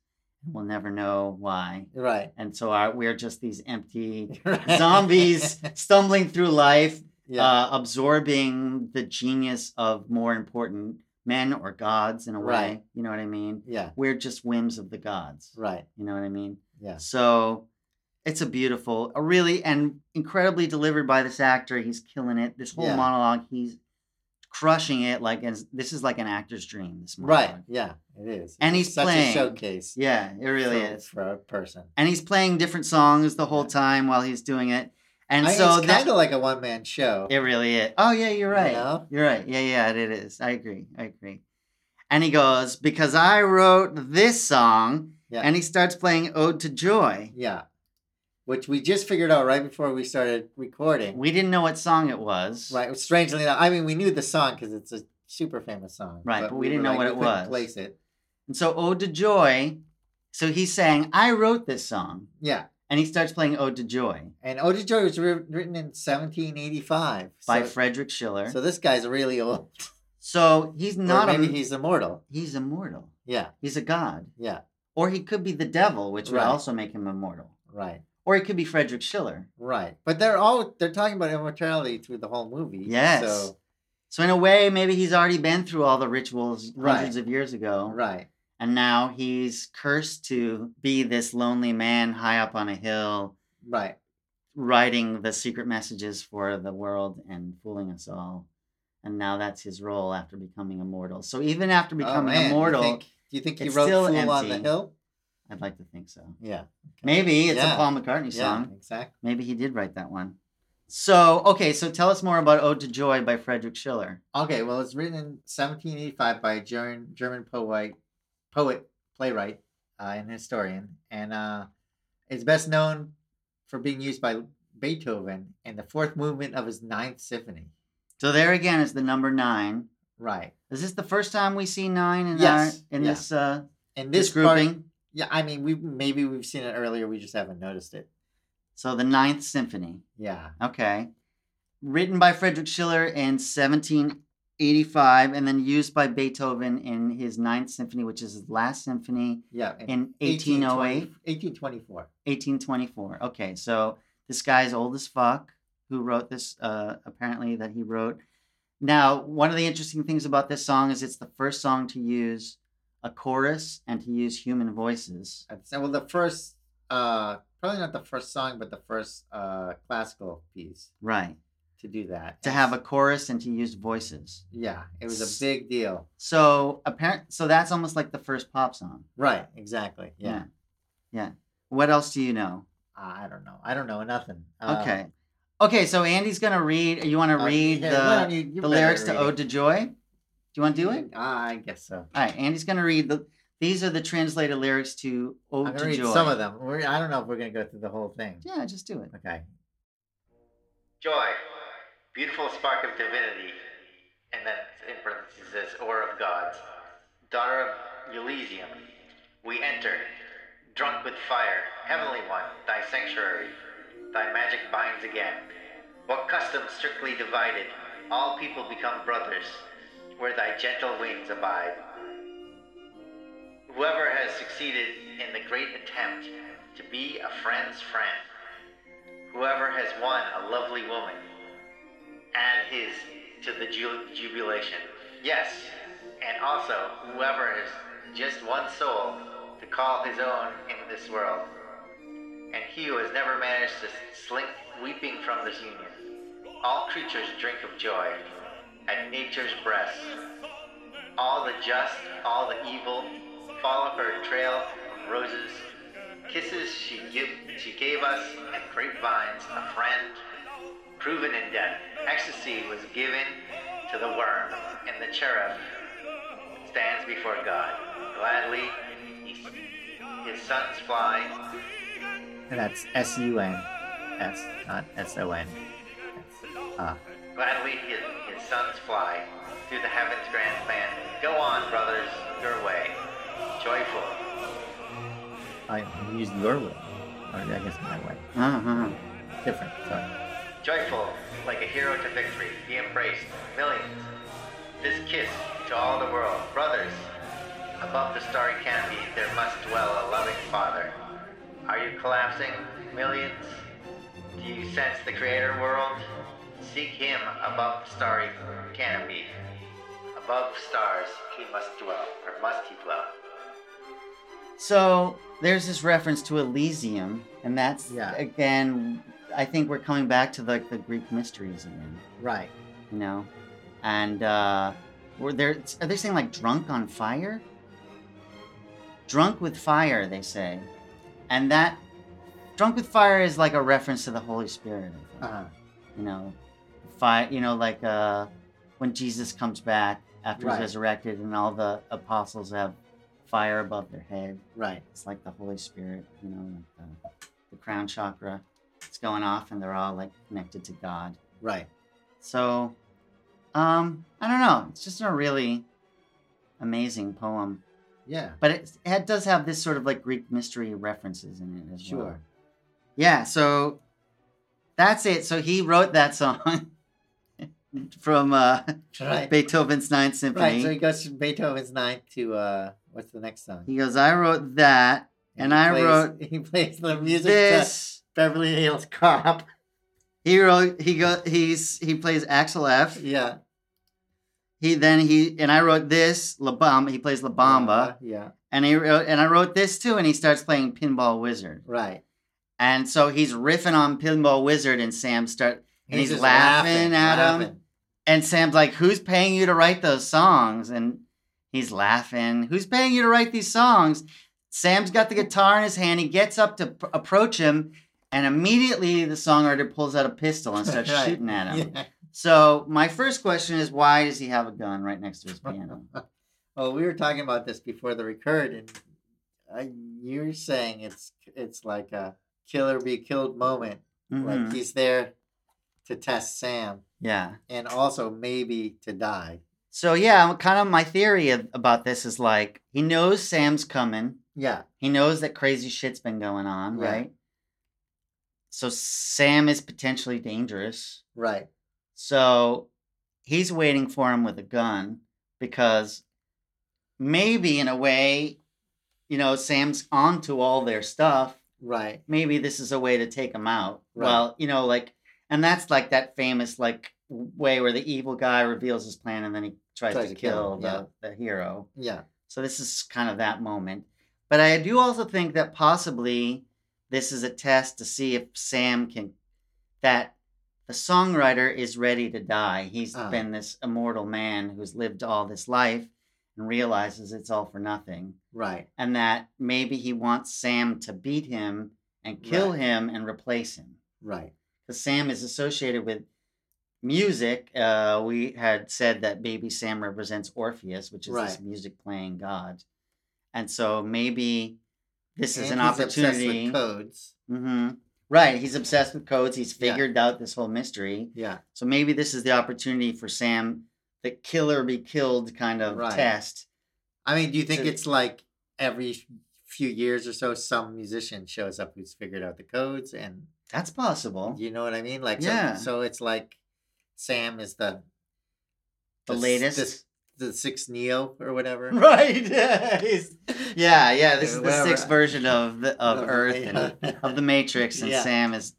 [SPEAKER 1] and We'll never know why.
[SPEAKER 4] Right.
[SPEAKER 1] And so our, we're just these empty
[SPEAKER 4] Right.
[SPEAKER 1] zombies stumbling through life,
[SPEAKER 4] Yeah.
[SPEAKER 1] uh, absorbing the genius of more important men or gods in a way.
[SPEAKER 4] Right.
[SPEAKER 1] You know what I mean?
[SPEAKER 4] yeah.
[SPEAKER 1] We're just whims of the gods.
[SPEAKER 4] Right.
[SPEAKER 1] You know what I mean?
[SPEAKER 4] Yeah.
[SPEAKER 1] So it's a beautiful, a really and incredibly delivered by this actor. He's killing it. This whole
[SPEAKER 4] Yeah.
[SPEAKER 1] monologue, he's crushing it. Like as this is like an actor's dream. This monologue.
[SPEAKER 4] Right. Yeah. It is.
[SPEAKER 1] And
[SPEAKER 4] It's
[SPEAKER 1] he's
[SPEAKER 4] such
[SPEAKER 1] playing.
[SPEAKER 4] a showcase.
[SPEAKER 1] Yeah, it really
[SPEAKER 4] for,
[SPEAKER 1] is.
[SPEAKER 4] for a person.
[SPEAKER 1] And he's playing different songs the whole
[SPEAKER 4] Yeah.
[SPEAKER 1] time while he's doing it. And
[SPEAKER 4] I mean,
[SPEAKER 1] so
[SPEAKER 4] it's
[SPEAKER 1] that
[SPEAKER 4] kind of like a one man show.
[SPEAKER 1] it really is. Oh yeah, you're
[SPEAKER 4] You
[SPEAKER 1] right.
[SPEAKER 4] know?
[SPEAKER 1] You're right. Yeah, yeah, it is. I agree. I agree. And he goes because I wrote this song,
[SPEAKER 4] Yeah.
[SPEAKER 1] and he starts playing "Ode to Joy."
[SPEAKER 4] yeah. Which we just figured out right before we started recording.
[SPEAKER 1] We didn't know what song it was.
[SPEAKER 4] Right. Strangely enough, I mean, we knew the song because it's a super famous song.
[SPEAKER 1] Right, but we didn't
[SPEAKER 4] were
[SPEAKER 1] know what it
[SPEAKER 4] we couldn't
[SPEAKER 1] was.
[SPEAKER 4] Place it.
[SPEAKER 1] And so Ode to Joy, so he's saying, I wrote this song.
[SPEAKER 4] Yeah.
[SPEAKER 1] And he starts playing Ode to Joy
[SPEAKER 4] And Ode to Joy was wri- written in 1785
[SPEAKER 1] by
[SPEAKER 4] so,
[SPEAKER 1] Frederick Schiller.
[SPEAKER 4] So
[SPEAKER 1] So,
[SPEAKER 4] this guy's really old.
[SPEAKER 1] he's
[SPEAKER 4] Or
[SPEAKER 1] not a
[SPEAKER 4] maybe he's immortal.
[SPEAKER 1] he's immortal.
[SPEAKER 4] Yeah.
[SPEAKER 1] He's a god.
[SPEAKER 4] Yeah.
[SPEAKER 1] Or he could be the devil, which would
[SPEAKER 4] Right.
[SPEAKER 1] also make him immortal.
[SPEAKER 4] Right.
[SPEAKER 1] Or he could be Frederick Schiller.
[SPEAKER 4] Right. But they're all they're talking about immortality through the whole movie.
[SPEAKER 1] Yes.
[SPEAKER 4] So
[SPEAKER 1] So in a way, maybe he's already been through all the rituals
[SPEAKER 4] Right.
[SPEAKER 1] hundreds of years ago.
[SPEAKER 4] right.
[SPEAKER 1] And now he's cursed to be this lonely man high up on a hill,
[SPEAKER 5] Right.
[SPEAKER 1] writing the secret messages for the world and fooling us all. And now that's his role after becoming immortal. So even after
[SPEAKER 4] Oh,
[SPEAKER 1] becoming
[SPEAKER 5] Oh, man, you
[SPEAKER 1] immortal,
[SPEAKER 5] think- do you think he
[SPEAKER 1] it's
[SPEAKER 5] wrote
[SPEAKER 1] still
[SPEAKER 5] Fool on the
[SPEAKER 1] empty.
[SPEAKER 5] Hill?
[SPEAKER 1] I'd like to think so. Yeah. Maybe it's
[SPEAKER 5] Yeah.
[SPEAKER 1] a Paul McCartney
[SPEAKER 5] Yeah,
[SPEAKER 1] song.
[SPEAKER 5] exactly.
[SPEAKER 1] Maybe he did write that one. So, okay, so tell us more about Ode to Joy by Frederick Schiller.
[SPEAKER 5] Okay, well, it's written in 1785 by a German, German poet, poet, playwright, uh, and historian, and uh, it's best known for being used by Beethoven in the fourth movement of his Ninth Symphony.
[SPEAKER 1] So there again is the number nine.
[SPEAKER 5] Right.
[SPEAKER 1] Is this the first time we see nine in
[SPEAKER 5] Yes,
[SPEAKER 1] our in
[SPEAKER 5] yeah.
[SPEAKER 1] this uh
[SPEAKER 5] And
[SPEAKER 1] this,
[SPEAKER 5] this, part-
[SPEAKER 1] grouping?
[SPEAKER 5] yeah, I mean, we maybe we've seen it earlier, we just haven't noticed it.
[SPEAKER 1] So the ninth symphony.
[SPEAKER 5] Yeah.
[SPEAKER 1] Okay. Written by Frederick Schiller in 1785 and then used by Beethoven in his ninth symphony, which is his last symphony
[SPEAKER 5] Yeah.
[SPEAKER 1] in 1808.
[SPEAKER 5] 1824.
[SPEAKER 1] 1824. Okay, so this guy's old as fuck who wrote this, uh, apparently, that he wrote. Now, one of the interesting things about this song is it's the first song to use a chorus and to use human voices.
[SPEAKER 5] I'd say- Well, the first, uh, probably not the first song, but the first uh, classical piece
[SPEAKER 1] Right.
[SPEAKER 5] to do that.
[SPEAKER 1] To
[SPEAKER 5] It's-
[SPEAKER 1] have a chorus and to use voices.
[SPEAKER 5] Yeah, it was
[SPEAKER 1] S-
[SPEAKER 5] a big deal.
[SPEAKER 1] So, apparent so that's almost like the first pop song.
[SPEAKER 5] Right, exactly. Yeah.
[SPEAKER 1] Yeah. What else do you know?
[SPEAKER 5] I don't know. I don't know nothing. Uh,
[SPEAKER 1] Okay. Okay, so Andy's going to read. You want to
[SPEAKER 5] uh,
[SPEAKER 1] read
[SPEAKER 5] yeah,
[SPEAKER 1] the,
[SPEAKER 5] why don't you- you
[SPEAKER 1] the
[SPEAKER 5] better
[SPEAKER 1] lyrics to
[SPEAKER 5] read
[SPEAKER 1] Ode
[SPEAKER 5] it. Mm-hmm.
[SPEAKER 1] to Joy? Do you want to do it?
[SPEAKER 5] I guess so.
[SPEAKER 1] All right, Andy's gonna read the. These are the translated lyrics to
[SPEAKER 5] I'm
[SPEAKER 1] "Ode
[SPEAKER 5] gonna
[SPEAKER 1] to
[SPEAKER 5] read
[SPEAKER 1] Joy."
[SPEAKER 5] some of them. We're, I don't know if we're gonna go through the whole thing.
[SPEAKER 1] Yeah, just do it.
[SPEAKER 5] Okay.
[SPEAKER 4] Joy, beautiful spark of divinity, and then in parentheses, it says, or of gods, daughter of Elysium, we enter, drunk with fire, heavenly one, thy sanctuary, thy magic binds again. What custom strictly divided, all people become brothers, where thy gentle wings abide. Whoever has succeeded in the great attempt to be a friend's friend, whoever has won a lovely woman, add his to the ju- jubilation. Yes, and also whoever has just one soul to call his own in this world, and he who has never managed to slink weeping from this union. All creatures drink of joy at nature's breast. All the just, all the evil, follow her trail of roses. Kisses she give, she gave us and grapevines, a friend, proven in death. Ecstasy was given to the worm, and the cherub stands before God. Gladly, he, his sons fly.
[SPEAKER 5] And that's S U N. S, not S O N. Ah,
[SPEAKER 4] Gladly, his, his sons fly through the heavens' grand plan. Go on, brothers, your way, joyful.
[SPEAKER 5] I used your way, or I guess my way.
[SPEAKER 1] Uh-huh.
[SPEAKER 5] Different. Sorry.
[SPEAKER 4] Joyful, like a hero to victory, be embraced, millions. This kiss to all the world, brothers. Above the starry canopy, there must dwell a loving father. Are you collapsing, millions? Do you sense the creator world? Seek him above the starry canopy. Above stars, he must dwell, or must he dwell?
[SPEAKER 1] So there's this reference to Elysium, and that's
[SPEAKER 5] Yeah.
[SPEAKER 1] again. I think we're coming back to like the Greek mysteries again,
[SPEAKER 5] Right.
[SPEAKER 1] you know, and uh, were there are they saying like drunk on fire? Drunk with fire, they say, and that drunk with fire is like a reference to the Holy Spirit. I think.
[SPEAKER 5] Uh,
[SPEAKER 1] you know, fi- you know, like uh, when Jesus comes back after
[SPEAKER 5] Right.
[SPEAKER 1] he's resurrected, and all the apostles have fire above their head.
[SPEAKER 5] right.
[SPEAKER 1] It's like the Holy Spirit, you know, like the, the crown chakra. It's going off, and they're all like connected to God.
[SPEAKER 5] Right.
[SPEAKER 1] So, um, I don't know. It's just a really amazing poem,
[SPEAKER 5] Yeah.
[SPEAKER 1] but it, it does have this sort of like Greek mystery references in it as well.
[SPEAKER 5] Sure.
[SPEAKER 1] Yeah, so that's it. So he wrote that song from uh,
[SPEAKER 5] Right.
[SPEAKER 1] Beethoven's Ninth Symphony.
[SPEAKER 5] Right. So he goes from Beethoven's Ninth to uh, what's the next song?
[SPEAKER 1] He goes, I wrote that, and
[SPEAKER 5] he
[SPEAKER 1] I
[SPEAKER 5] plays-
[SPEAKER 1] wrote
[SPEAKER 5] He plays the music to
[SPEAKER 1] this.
[SPEAKER 5] Beverly Hills Cop.
[SPEAKER 1] He wrote. He go. He's he plays Axel F.
[SPEAKER 5] Yeah.
[SPEAKER 4] Uh,
[SPEAKER 1] He then he and I wrote this La Bamba. He plays La Bamba,
[SPEAKER 5] Yeah.
[SPEAKER 1] and he wrote, and I wrote this too. And he starts playing Pinball Wizard,
[SPEAKER 4] Right.
[SPEAKER 1] and so he's riffing on Pinball Wizard, and Sam start and he's,
[SPEAKER 4] just
[SPEAKER 1] laughing, at him.
[SPEAKER 4] laughing.
[SPEAKER 1] And Sam's like, "Who's paying you to write those songs?" And he's laughing. Who's paying you to write these songs? Sam's got the guitar in his hand. He gets up to p- approach him, and immediately the songwriter pulls out a pistol and starts
[SPEAKER 4] Right.
[SPEAKER 1] shooting at him.
[SPEAKER 4] Yeah.
[SPEAKER 1] So my first question is, why does he have a gun right next to his piano?
[SPEAKER 4] Well, we were talking about this before the record, and I, you're saying it's it's like a killer be killed moment. Like
[SPEAKER 1] Mhm.
[SPEAKER 4] he's there to test Sam,
[SPEAKER 1] Yeah.
[SPEAKER 4] and also maybe to die.
[SPEAKER 1] So yeah, kind of my theory of, about this is like he knows Sam's coming.
[SPEAKER 4] Yeah.
[SPEAKER 1] He knows that crazy shit's been going on,
[SPEAKER 4] Yeah.
[SPEAKER 1] right? So Sam is potentially dangerous.
[SPEAKER 4] Right.
[SPEAKER 1] So he's waiting for him with a gun because maybe in a way, you know, Sam's onto all their stuff.
[SPEAKER 4] Right.
[SPEAKER 1] Maybe this is a way to take him out.
[SPEAKER 4] Right.
[SPEAKER 1] Well, you know, like, and that's like that famous like way where the evil guy reveals his plan and then he tries, to, kill,
[SPEAKER 4] him,
[SPEAKER 1] the,
[SPEAKER 4] yeah.
[SPEAKER 1] the hero.
[SPEAKER 4] Yeah.
[SPEAKER 1] So this is kind of that moment. But I do also think that possibly this is a test to see if Sam can that the songwriter is ready to die. He's
[SPEAKER 4] Ah.
[SPEAKER 1] been this immortal man who's lived all this life and realizes it's all for nothing.
[SPEAKER 4] Right.
[SPEAKER 1] And that maybe he wants Sam to beat him and kill
[SPEAKER 4] Right.
[SPEAKER 1] him and replace him
[SPEAKER 4] Right.
[SPEAKER 1] because Sam is associated with music. Uh, we had said that Baby Sam represents Orpheus, which is this
[SPEAKER 4] Right.
[SPEAKER 1] music playing god, and so maybe this is
[SPEAKER 4] And
[SPEAKER 1] an
[SPEAKER 4] he's obsessed with
[SPEAKER 1] opportunity.
[SPEAKER 4] codes.
[SPEAKER 1] hmm Right, he's obsessed with codes. He's figured out this whole mystery,
[SPEAKER 4] Yeah.
[SPEAKER 1] so maybe this is the opportunity for Sam, the killer be killed kind of
[SPEAKER 4] Right.
[SPEAKER 1] test.
[SPEAKER 4] I mean, do you think
[SPEAKER 1] So-
[SPEAKER 4] it's like every f- few years or so, some musician shows up who's figured out the codes, and
[SPEAKER 1] That's possible.
[SPEAKER 4] you know what I mean? Like, so-
[SPEAKER 1] Yeah.
[SPEAKER 4] So, it's like Sam is the
[SPEAKER 1] the
[SPEAKER 4] s-
[SPEAKER 1] latest.
[SPEAKER 4] s- the sixth Neo or whatever.
[SPEAKER 1] Right. Yeah, he's- yeah, yeah. This is the
[SPEAKER 4] Whatever.
[SPEAKER 1] sixth version of the, of
[SPEAKER 4] Of the
[SPEAKER 1] Earth
[SPEAKER 4] Ma-
[SPEAKER 1] and of the Matrix, and
[SPEAKER 4] Yeah.
[SPEAKER 1] Sam is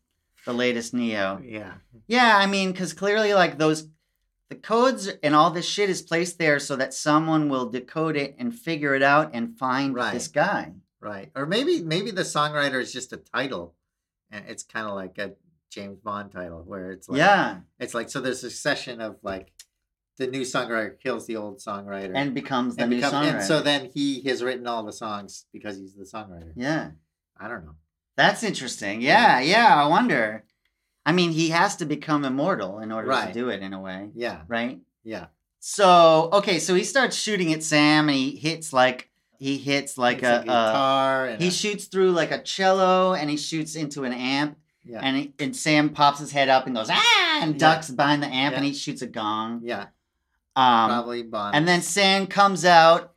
[SPEAKER 1] the latest Neo.
[SPEAKER 4] Yeah.
[SPEAKER 1] Yeah, I mean, because clearly, like those, the codes and all this shit is placed there so that someone will decode it and figure it out and find
[SPEAKER 4] Right.
[SPEAKER 1] this guy.
[SPEAKER 4] Right. Or maybe maybe the songwriter is just a title, and it's kind of like a James Bond title where it's like
[SPEAKER 1] yeah,
[SPEAKER 4] it's like so there's a succession of like the new songwriter kills the old songwriter
[SPEAKER 1] and becomes the
[SPEAKER 4] and
[SPEAKER 1] new
[SPEAKER 4] become-
[SPEAKER 1] songwriter.
[SPEAKER 4] and so then he has written all the songs because he's the songwriter.
[SPEAKER 1] yeah,
[SPEAKER 4] I don't know.
[SPEAKER 1] that's interesting. Yeah, yeah. I wonder. I mean, he has to become immortal in order to
[SPEAKER 4] Right.
[SPEAKER 1] do it in a way,
[SPEAKER 4] Yeah.
[SPEAKER 1] right?
[SPEAKER 4] Yeah.
[SPEAKER 1] So okay, so he starts shooting at Sam, and he hits like he hits like
[SPEAKER 4] It's
[SPEAKER 1] a, uh
[SPEAKER 4] guitar and
[SPEAKER 1] he
[SPEAKER 4] a-
[SPEAKER 1] shoots through like a cello, and he shoots into an amp,
[SPEAKER 4] yeah.
[SPEAKER 1] and he, and Sam pops his head up and goes ah, and
[SPEAKER 4] Yeah.
[SPEAKER 1] ducks behind the amp, and
[SPEAKER 4] Yeah.
[SPEAKER 1] he shoots a gong.
[SPEAKER 4] yeah,
[SPEAKER 1] Um,
[SPEAKER 4] probably Bond.
[SPEAKER 1] and then Sam comes out,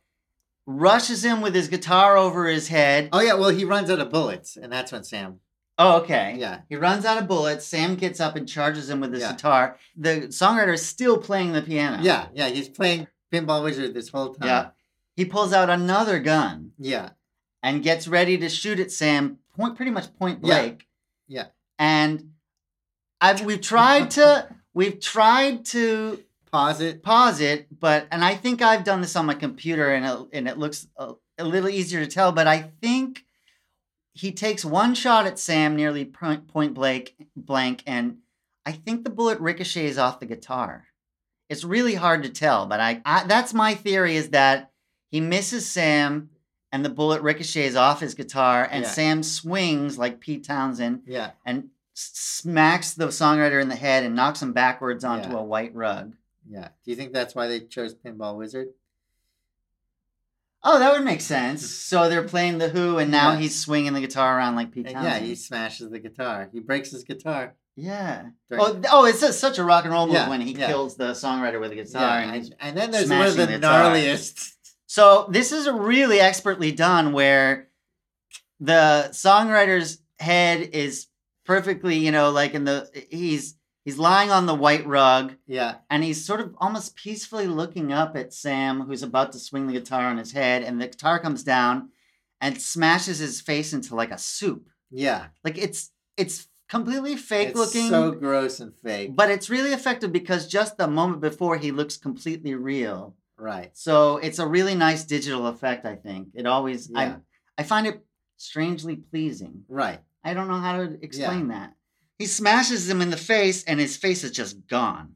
[SPEAKER 1] rushes him with his guitar over his head.
[SPEAKER 4] oh yeah, well he runs out of bullets, and that's when Sam.
[SPEAKER 1] Oh, okay.
[SPEAKER 4] Yeah.
[SPEAKER 1] He runs out of bullets. Sam gets up and charges him with his
[SPEAKER 4] Yeah.
[SPEAKER 1] guitar. The songwriter is still playing the piano.
[SPEAKER 4] Yeah, Uh-huh. yeah, he's playing pinball wizard this whole time.
[SPEAKER 1] Yeah. He pulls out another gun.
[SPEAKER 4] Yeah.
[SPEAKER 1] and gets ready to shoot at Sam point pretty much point
[SPEAKER 4] Yeah.
[SPEAKER 1] blank.
[SPEAKER 4] Yeah.
[SPEAKER 1] And I've we've tried to we've tried to
[SPEAKER 4] Pause it.
[SPEAKER 1] pause it, but and I think I've done this on my computer and it, and it looks a, a little easier to tell, but I think he takes one shot at Sam nearly point, point blank blank and I think the bullet ricochets off the guitar. It's really hard to tell, but I, I that's my theory is that he misses Sam and the bullet ricochets off his guitar and
[SPEAKER 4] Yeah.
[SPEAKER 1] Sam swings like Pete Townsend
[SPEAKER 4] Yeah.
[SPEAKER 1] and s- smacks the songwriter in the head and knocks him backwards onto
[SPEAKER 4] Yeah.
[SPEAKER 1] a white rug.
[SPEAKER 4] Yeah. Do you think that's why they chose Pinball Wizard?
[SPEAKER 1] Oh, that would make sense. So they're playing the Who, and now
[SPEAKER 4] Yeah.
[SPEAKER 1] he's swinging the guitar around like Pete
[SPEAKER 4] And
[SPEAKER 1] Townsend.
[SPEAKER 4] yeah, he smashes the guitar. He breaks his guitar.
[SPEAKER 1] yeah.
[SPEAKER 4] during-
[SPEAKER 1] Oh, th- oh, it's just such a rock and roll move
[SPEAKER 4] Yeah,
[SPEAKER 1] when he
[SPEAKER 4] yeah.
[SPEAKER 1] kills the songwriter with a guitar.
[SPEAKER 4] yeah.
[SPEAKER 1] and he's-
[SPEAKER 4] And, and then there's one of the,
[SPEAKER 1] smashing the guitar.
[SPEAKER 4] gnarliest.
[SPEAKER 1] So this is really expertly done, where the songwriter's head is perfectly, you know, like in the he's he's lying on the white rug,
[SPEAKER 4] Yeah.
[SPEAKER 1] and he's sort of almost peacefully looking up at Sam, who's about to swing the guitar on his head, and the guitar comes down and smashes his face into like a soup.
[SPEAKER 4] Yeah.
[SPEAKER 1] Like it's it's completely fake
[SPEAKER 4] it's
[SPEAKER 1] looking,
[SPEAKER 4] so gross and fake.
[SPEAKER 1] but it's really effective because just the moment before he looks completely real,
[SPEAKER 4] Right.
[SPEAKER 1] So it's a really nice digital effect, I think. It always
[SPEAKER 4] Yeah.
[SPEAKER 1] I I find it strangely pleasing.
[SPEAKER 4] Right.
[SPEAKER 1] I don't know how to explain that. He smashes him in the face and his face is just gone.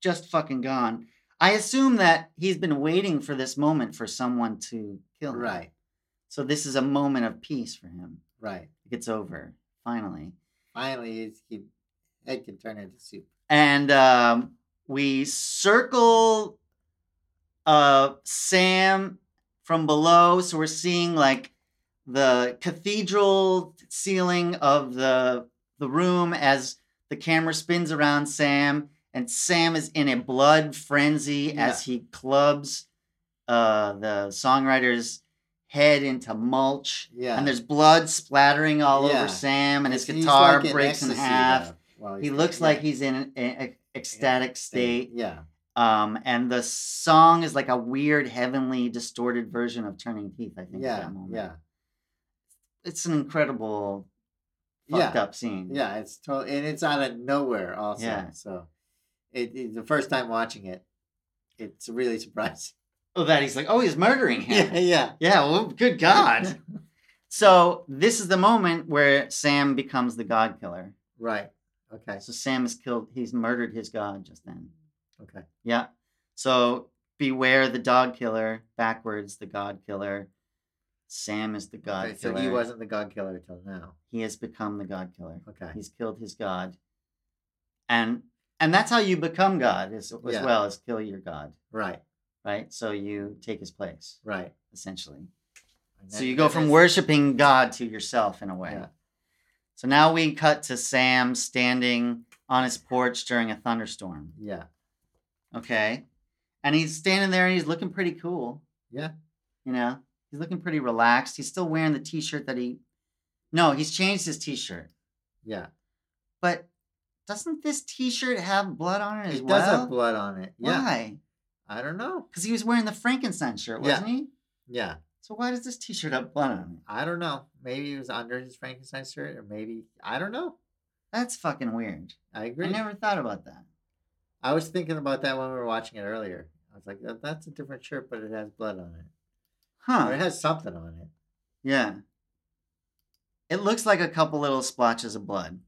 [SPEAKER 1] Just fucking gone. I assume that he's been waiting for this moment for someone to kill him.
[SPEAKER 4] Right.
[SPEAKER 1] So this is a moment of peace for him.
[SPEAKER 4] Right.
[SPEAKER 1] It's over, finally.
[SPEAKER 4] Finally, he's, he head can turn into soup.
[SPEAKER 1] and um, we circle uh, Sam from below. So we're seeing like the cathedral ceiling of the the room as the camera spins around Sam, and Sam is in a blood frenzy as he clubs uh, the songwriter's head into mulch.
[SPEAKER 4] Yeah.
[SPEAKER 1] And there's blood splattering all
[SPEAKER 4] Yeah.
[SPEAKER 1] over Sam, and his
[SPEAKER 4] He's- he's
[SPEAKER 1] guitar
[SPEAKER 4] like
[SPEAKER 1] breaks in
[SPEAKER 4] ecstasy,
[SPEAKER 1] half
[SPEAKER 4] though, while
[SPEAKER 1] he
[SPEAKER 4] he's-
[SPEAKER 1] looks
[SPEAKER 4] yeah,
[SPEAKER 1] like he's in an e- ecstatic state
[SPEAKER 4] Yeah.
[SPEAKER 1] um and the song is like a weird heavenly distorted version of turning teeth i think at
[SPEAKER 4] Yeah.
[SPEAKER 1] that moment.
[SPEAKER 4] Yeah.
[SPEAKER 1] it's an incredible fucked
[SPEAKER 4] Yeah.
[SPEAKER 1] up scene
[SPEAKER 4] Yeah. It's total, and it's out of nowhere also.
[SPEAKER 1] Yeah.
[SPEAKER 4] So, it, it the first time watching it, it's really surprising.
[SPEAKER 1] oh that he's like oh he's murdering him
[SPEAKER 4] Yeah. Yeah.
[SPEAKER 1] yeah well good god so this is the moment where sam becomes the god killer
[SPEAKER 4] Right. Okay.
[SPEAKER 1] so sam is killed he's murdered his god just then
[SPEAKER 4] Okay.
[SPEAKER 1] Yeah. So beware the dog killer, backwards the god killer. Sam is the god
[SPEAKER 4] Okay,
[SPEAKER 1] killer.
[SPEAKER 4] So he wasn't the god killer till now.
[SPEAKER 1] He has become the god killer.
[SPEAKER 4] Okay.
[SPEAKER 1] He's killed his god. And and that's how you become god as, as
[SPEAKER 4] Yeah.
[SPEAKER 1] well as kill your god,
[SPEAKER 4] Right.
[SPEAKER 1] right? So you take his place
[SPEAKER 4] Right.
[SPEAKER 1] essentially.
[SPEAKER 4] And
[SPEAKER 1] So
[SPEAKER 4] then-
[SPEAKER 1] you go
[SPEAKER 4] and
[SPEAKER 1] from
[SPEAKER 4] then-
[SPEAKER 1] worshiping God to yourself in a way.
[SPEAKER 4] Yeah.
[SPEAKER 1] So now we cut to Sam standing on his porch during a thunderstorm.
[SPEAKER 4] Yeah.
[SPEAKER 1] Okay. And he's standing there and he's looking pretty cool.
[SPEAKER 4] Yeah.
[SPEAKER 1] You know, he's looking pretty relaxed. He's still wearing the t shirt that he. No, he's changed his t shirt.
[SPEAKER 4] Yeah.
[SPEAKER 1] But doesn't this t shirt have blood on it as
[SPEAKER 4] It
[SPEAKER 1] well?
[SPEAKER 4] does have blood on it. Yeah.
[SPEAKER 1] Why?
[SPEAKER 4] I don't know.
[SPEAKER 1] Because he was wearing the Frankenstein shirt,
[SPEAKER 4] Yeah.
[SPEAKER 1] wasn't he?
[SPEAKER 4] Yeah.
[SPEAKER 1] So why does this t shirt have blood on it?
[SPEAKER 4] I don't know. Maybe he was under his Frankenstein shirt, or maybe I don't know.
[SPEAKER 1] That's fucking weird.
[SPEAKER 4] I agree.
[SPEAKER 1] I
[SPEAKER 4] I,
[SPEAKER 1] never thought about that.
[SPEAKER 4] was thinking about that when we were watching it earlier. I was like, "That- that's a different shirt, but it has blood on it,
[SPEAKER 1] Huh.
[SPEAKER 4] or it has something on it.
[SPEAKER 1] Yeah. It looks like a couple little splotches of blood.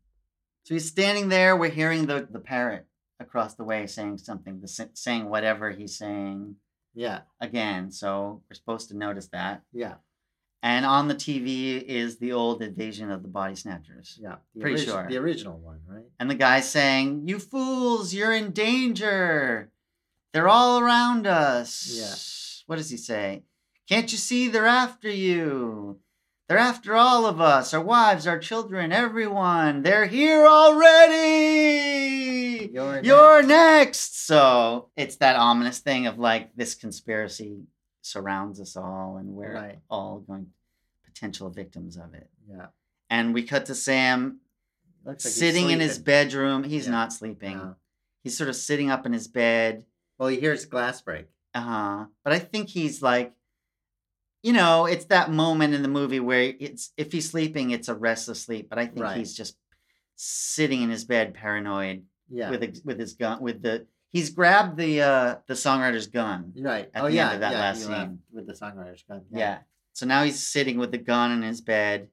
[SPEAKER 1] So he's standing there. We're hearing the, the parrot across the way saying something, the, sa- saying whatever he's saying
[SPEAKER 4] Yeah.
[SPEAKER 1] again. So we're supposed to notice that.
[SPEAKER 4] Yeah.
[SPEAKER 1] And on the TV is the old invasion of the body snatchers.
[SPEAKER 4] Yeah. The
[SPEAKER 1] Pretty
[SPEAKER 4] orig-
[SPEAKER 1] sure.
[SPEAKER 4] The original one, right?
[SPEAKER 1] And the guy's saying, You fools, you're in danger. They're all around us. What does he say? Can't you see they're after you? They're after all of us, our wives, our children, everyone. They're here already.
[SPEAKER 4] You're
[SPEAKER 1] You're next. So it's that ominous thing of like this conspiracy surrounds us all and we're
[SPEAKER 4] Right.
[SPEAKER 1] all going potential victims of it.
[SPEAKER 4] Yeah.
[SPEAKER 1] And we cut to Sam
[SPEAKER 4] Looks he's
[SPEAKER 1] sitting in his
[SPEAKER 4] sleeping.
[SPEAKER 1] bedroom. He's
[SPEAKER 4] Yeah. Uh-huh.
[SPEAKER 1] not sleeping.
[SPEAKER 4] No.
[SPEAKER 1] He's sort of sitting up in his bed.
[SPEAKER 4] Well, he hears glass break.
[SPEAKER 1] Uh-huh. But I think he's like, you know, it's that moment in the movie where it's if he's sleeping, it's a restless sleep. But I think
[SPEAKER 4] Right.
[SPEAKER 1] he's just sitting in his bed, paranoid
[SPEAKER 4] Yeah.
[SPEAKER 1] with ex with his gun with the he's grabbed the uh the songwriter's gun.
[SPEAKER 4] right.
[SPEAKER 1] at
[SPEAKER 4] oh
[SPEAKER 1] the end
[SPEAKER 4] yeah.
[SPEAKER 1] of that
[SPEAKER 4] yeah,
[SPEAKER 1] last
[SPEAKER 4] he left
[SPEAKER 1] scene.
[SPEAKER 4] with the songwriter's gun.
[SPEAKER 1] Yeah. So now he's sitting with the gun in his bed,